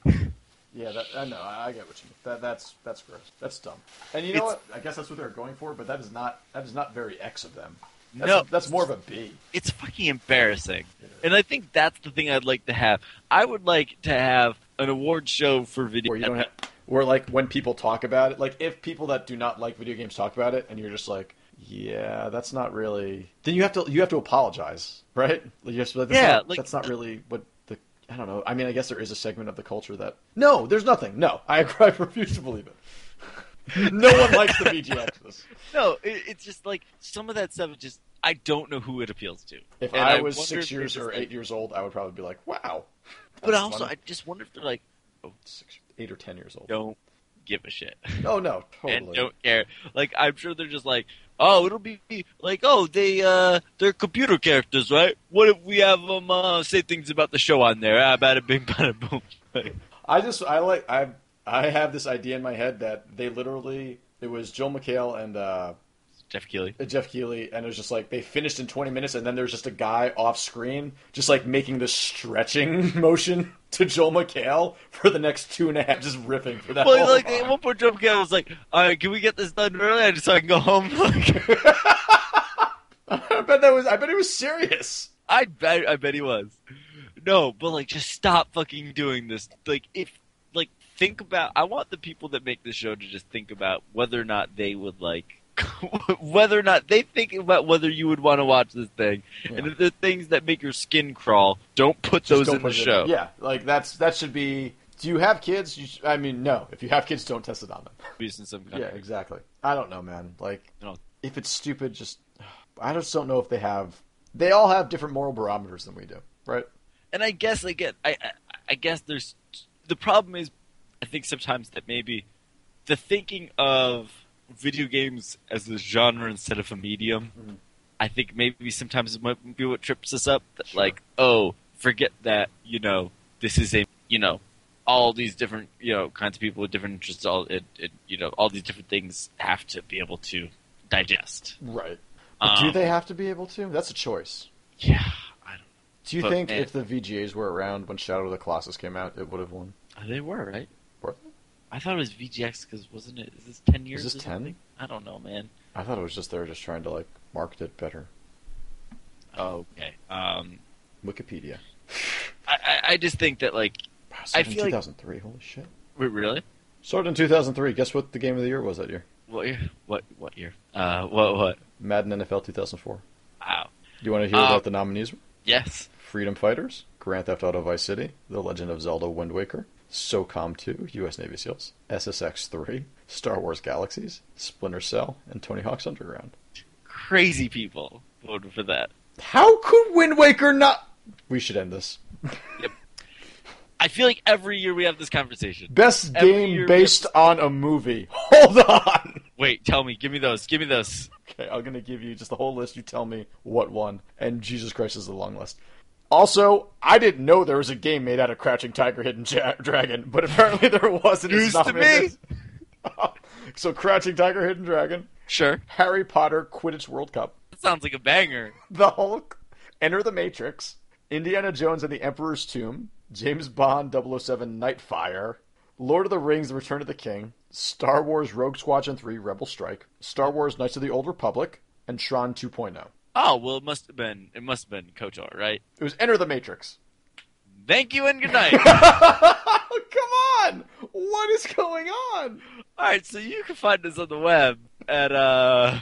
Speaker 2: Yeah, that, I know. I I get what you mean. That, that's that's gross. That's dumb. And you know
Speaker 1: It's-
Speaker 2: what? I guess that's what they're going for. But that is not that is not very X of them. That's,
Speaker 1: No.
Speaker 2: that's more of a B.
Speaker 1: it's fucking embarrassing. And I think that's the thing I'd like to have. I would like to have an award show for video.
Speaker 2: Where you don't have, where like when people talk about it, like if people that do not like video games talk about it, and you're just like, yeah, that's not really. Then you have to you have to apologize, right? Like, you're just like, that's
Speaker 1: Yeah,
Speaker 2: not,
Speaker 1: like-
Speaker 2: that's not really what the. I don't know. I mean, I guess there is a segment of the culture that no, there's nothing. No, I, I refuse to believe it. no one likes the VGXs.
Speaker 1: No, it, it's just like some of that stuff. is Just I don't know who it appeals to.
Speaker 2: If
Speaker 1: And
Speaker 2: I
Speaker 1: I
Speaker 2: was
Speaker 1: wonder if
Speaker 2: six
Speaker 1: they
Speaker 2: years
Speaker 1: just,
Speaker 2: or
Speaker 1: like-
Speaker 2: eight years old, I would probably be like, wow.
Speaker 1: But
Speaker 2: That's
Speaker 1: also,
Speaker 2: funny.
Speaker 1: I just wonder if they're like,
Speaker 2: Six, eight or ten years old.
Speaker 1: don't give a shit
Speaker 2: Oh no, totally.
Speaker 1: and don't care. Like I'm sure they're just like, oh, it'll be like, oh, they uh, they're computer characters, right? What if we have them uh, say things about the show on there? Ah, bada bing, bada boom. Like,
Speaker 2: I just I like I I have this idea in my head that they literally it was Joel McHale and uh,
Speaker 1: Jeff Keighley.
Speaker 2: Jeff Keeley, and it was just like they finished in 20 minutes, and then there's just a guy off screen just like making this stretching motion to Joel McHale for the next two and a half, just riffing for that.
Speaker 1: Well,
Speaker 2: whole
Speaker 1: like at
Speaker 2: time.
Speaker 1: one point, Jeff Keighley was like, all right, can we get this done early so I can go home? Like,
Speaker 2: I bet that was I bet it was serious.
Speaker 1: I bet I bet he was. No, but like just stop fucking doing this. Like if like think about I want the people that make the show to just think about whether or not they would like whether or not they think about whether you would want to watch this thing. And
Speaker 2: Yeah.
Speaker 1: if the things that make your skin crawl, don't put
Speaker 2: Just
Speaker 1: those
Speaker 2: don't
Speaker 1: in the
Speaker 2: put it
Speaker 1: show.
Speaker 2: Yeah, like that's that should be. Do you have kids? You sh- I mean, no. If you have kids, don't test it on them.
Speaker 1: Abuse in some kind.
Speaker 2: Yeah, exactly. I don't know, man. Like,
Speaker 1: No.
Speaker 2: if it's stupid, just I just don't know if they have. They all have different moral barometers than we do, right?
Speaker 1: and I guess I get I, I I guess there's the problem is I think sometimes that maybe the thinking of video games as a genre instead of a medium
Speaker 2: Mhm.
Speaker 1: I think maybe sometimes it might be what trips us up that
Speaker 2: Sure.
Speaker 1: like oh forget that you know this is a you know all these different you know kinds of people with different interests all it, it you know all these different things have to be able to digest
Speaker 2: Right. But do
Speaker 1: Um,
Speaker 2: they have to be able to? That's a choice.
Speaker 1: yeah I don't
Speaker 2: Do you
Speaker 1: But,
Speaker 2: think
Speaker 1: man.
Speaker 2: if the VGAs were around when Shadow of the Colossus came out, it would have won?
Speaker 1: they were right
Speaker 2: Were
Speaker 1: I thought it was VGX because wasn't it? Is this ten years?
Speaker 2: this
Speaker 1: or
Speaker 2: 10?
Speaker 1: something? I don't know, man.
Speaker 2: I thought it was just they were just trying to like market it better.
Speaker 1: Oh, okay. Um,
Speaker 2: Wikipedia.
Speaker 1: I, I, I just think that like
Speaker 2: Wow, started
Speaker 1: feel
Speaker 2: in
Speaker 1: like-
Speaker 2: 2003. Holy shit!
Speaker 1: wait, really.
Speaker 2: Started in 2003. Guess what the game of the year was that year?
Speaker 1: What year? What what year? Uh, what what?
Speaker 2: Madden NFL 2004.
Speaker 1: Wow.
Speaker 2: Do you want to hear
Speaker 1: Uh,
Speaker 2: about the nominees?
Speaker 1: Yes.
Speaker 2: Freedom Fighters, Grand Theft Auto Vice City, The Legend of Zelda Wind Waker, SOCOM 2, U.S. Navy SEALs, SSX 3, Star Wars Galaxies, Splinter Cell, and Tony Hawk's Underground.
Speaker 1: Crazy people voted for that.
Speaker 2: How could Wind Waker not? We should end this.
Speaker 1: I feel like every year we have this conversation.
Speaker 2: Best
Speaker 1: Every year
Speaker 2: game
Speaker 1: we
Speaker 2: based on a movie. Hold on.
Speaker 1: Wait, tell me. Give me those. Give me those.
Speaker 2: Okay, I'm gonna give you just the whole list. You tell me what one, and Jesus Christ is a long list. Also, I didn't know there was a game made out of Crouching Tiger, Hidden ja- Dragon, but apparently there was. and it's
Speaker 1: News to me.
Speaker 2: nominated. so, Crouching Tiger, Hidden Dragon,
Speaker 1: Sure.
Speaker 2: Harry Potter Quidditch World Cup,
Speaker 1: That sounds like a banger.
Speaker 2: The Hulk, Enter the Matrix, Indiana Jones and the Emperor's Tomb, James Bond 007 Nightfire, Lord of the Rings The Return of the King, Star Wars Rogue Squadron 3 Rebel Strike, Star Wars Knights of the Old Republic, and Tron 2.0.
Speaker 1: Oh well, it must have been. It must have been Kotor, right?
Speaker 2: It was Enter the Matrix.
Speaker 1: Thank you and good night.
Speaker 2: Come on! What is going on?
Speaker 1: All right, so you can find us on the web at uh.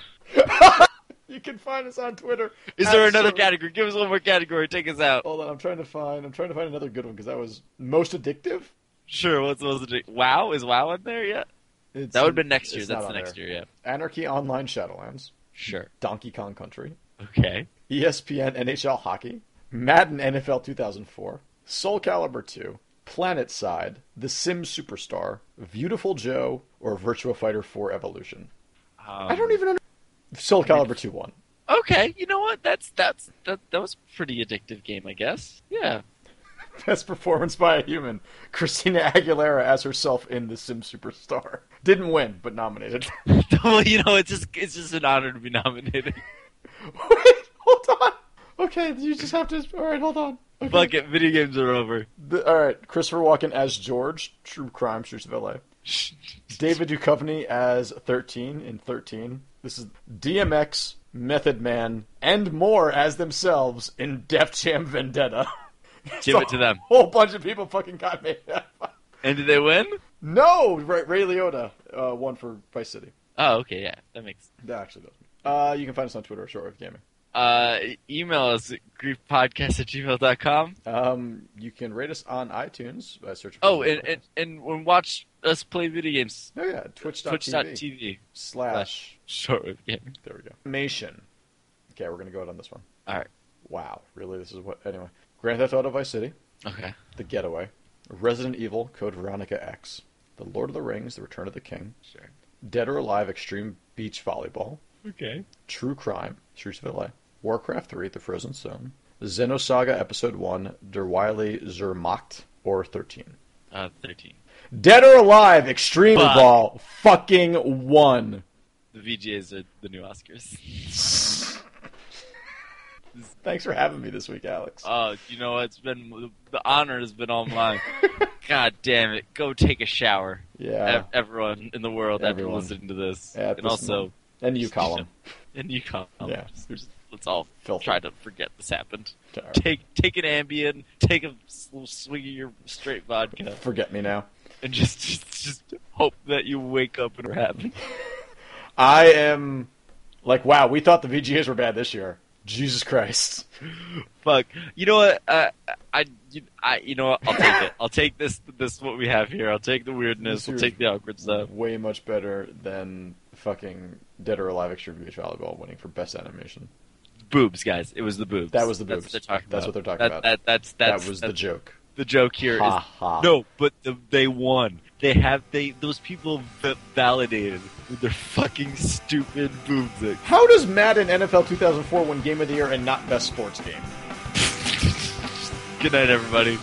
Speaker 2: You can find us on Twitter.
Speaker 1: Is there
Speaker 2: at
Speaker 1: another
Speaker 2: Serv-
Speaker 1: category? Give us one more category. Take us out.
Speaker 2: Hold on, I'm trying to find. I'm trying to find another good one because that was most addictive.
Speaker 1: Sure. What's supposed to do? Wow, is Wow in there yet?
Speaker 2: It's-
Speaker 1: That would have been next year.
Speaker 2: it's
Speaker 1: That's
Speaker 2: not
Speaker 1: the
Speaker 2: on
Speaker 1: next
Speaker 2: there.
Speaker 1: year. Yeah.
Speaker 2: Anarchy Online Shadowlands.
Speaker 1: Sure.
Speaker 2: Donkey Kong Country, E
Speaker 1: Okay.
Speaker 2: ESPN NHL Hockey, Madden NFL 2004, Soul Calibur 2, Planet Side, The Sims Superstar, Beautiful Joe, or Virtua Fighter 4 Evolution.
Speaker 1: Um,
Speaker 2: I don't even under Soul Calibur 2 won.
Speaker 1: Okay. You know what? That's that's that. That was a pretty addictive game, I guess. Yeah.
Speaker 2: Best performance by a human. Christina Aguilera as herself in The Sims Superstar. Didn't win, but nominated.
Speaker 1: well, you know, it's just it's just an honor to be nominated.
Speaker 2: Wait, hold on. Okay, you just have to. All right, hold on. Okay.
Speaker 1: Fuck it, video games are over.
Speaker 2: The- all right, Christopher Walken as George, True Crime, Streets of L.A. David Duchovny as 13 in 13. This is DMX, Method Man, and more as themselves in Def Jam Vendetta. It's
Speaker 1: Give it
Speaker 2: a
Speaker 1: to them.
Speaker 2: Whole bunch of people fucking got made up.
Speaker 1: And did they win?
Speaker 2: No, Ray, Ray Liotta uh, won for Vice City.
Speaker 1: Oh, okay, yeah, that makes.
Speaker 2: That actually does. Uh, you can find us on Twitter, Shortwave Gaming.
Speaker 1: Uh, email us at griefpodcast at gmail.com.
Speaker 2: Um, you can rate us on iTunes. Uh, search. For
Speaker 1: Oh, and, and, and and watch us play video games.
Speaker 2: oh yeah, twitch.tv
Speaker 1: Twitch.tv
Speaker 2: slash.
Speaker 1: shortwave gaming.
Speaker 2: There we go. Mation. Okay, we're gonna go out on this one.
Speaker 1: All right.
Speaker 2: Wow, really? This is what? Anyway, Grand Theft Auto Vice City,
Speaker 1: Okay.
Speaker 2: The Getaway, Resident Evil Code Veronica X, The Lord of the Rings: The Return of the King,
Speaker 1: Sure.
Speaker 2: Dead or Alive Extreme Beach Volleyball,
Speaker 1: Okay.
Speaker 2: True Crime, Streets of LA, Warcraft 3, The Frozen Zone, Xenosaga Episode 1, Der Wily Zermacht, or 13.
Speaker 1: Uh, thirteen.
Speaker 2: Dead or Alive, Extreme
Speaker 1: Fuck.
Speaker 2: Ball, fucking one.
Speaker 1: The VGAs are the new Oscars.
Speaker 2: Thanks for having me this week, Alex.
Speaker 1: Oh, you know what? It's been the honor has been all mine. God damn it! Go take a shower,
Speaker 2: yeah.
Speaker 1: Ev- everyone in the world
Speaker 2: Everyone.
Speaker 1: after listening to this,
Speaker 2: At
Speaker 1: and
Speaker 2: this
Speaker 1: also
Speaker 2: moment. and you, Colin.
Speaker 1: and you come.
Speaker 2: Yeah.
Speaker 1: Let's all
Speaker 2: Filthy.
Speaker 1: try to forget this happened.
Speaker 2: All right.
Speaker 1: Take take an Ambien, take a s- little swig of your straight vodka,
Speaker 2: Forget me now.
Speaker 1: and just just, just hope that you wake up and we're happy.
Speaker 2: I am like, wow, we thought the VGAs were bad this year. Jesus Christ.
Speaker 1: Fuck. You know what? Uh, I, you, I, you know what? I'll take it. I'll take this. This what we have here. I'll take the weirdness.
Speaker 2: This
Speaker 1: I'll
Speaker 2: is-
Speaker 1: take the awkward stuff.
Speaker 2: Way much better than fucking Dead or Alive Extreme Beach Volleyball winning for best animation.
Speaker 1: Boobs, guys. It was the boobs.
Speaker 2: That was the
Speaker 1: That's
Speaker 2: boobs.
Speaker 1: what they're talking
Speaker 2: That's
Speaker 1: about.
Speaker 2: what they're
Speaker 1: That-
Speaker 2: talking about.
Speaker 1: That, that's that's
Speaker 2: that was the
Speaker 1: that's
Speaker 2: joke.
Speaker 1: the joke here. is-
Speaker 2: Ha ha.
Speaker 1: no, but the, they won. They have they those people v- validated with their fucking stupid boobs. Like,
Speaker 2: How does Madden NFL 2004 win Game of the Year and not Best Sports Game?
Speaker 1: Good night, everybody.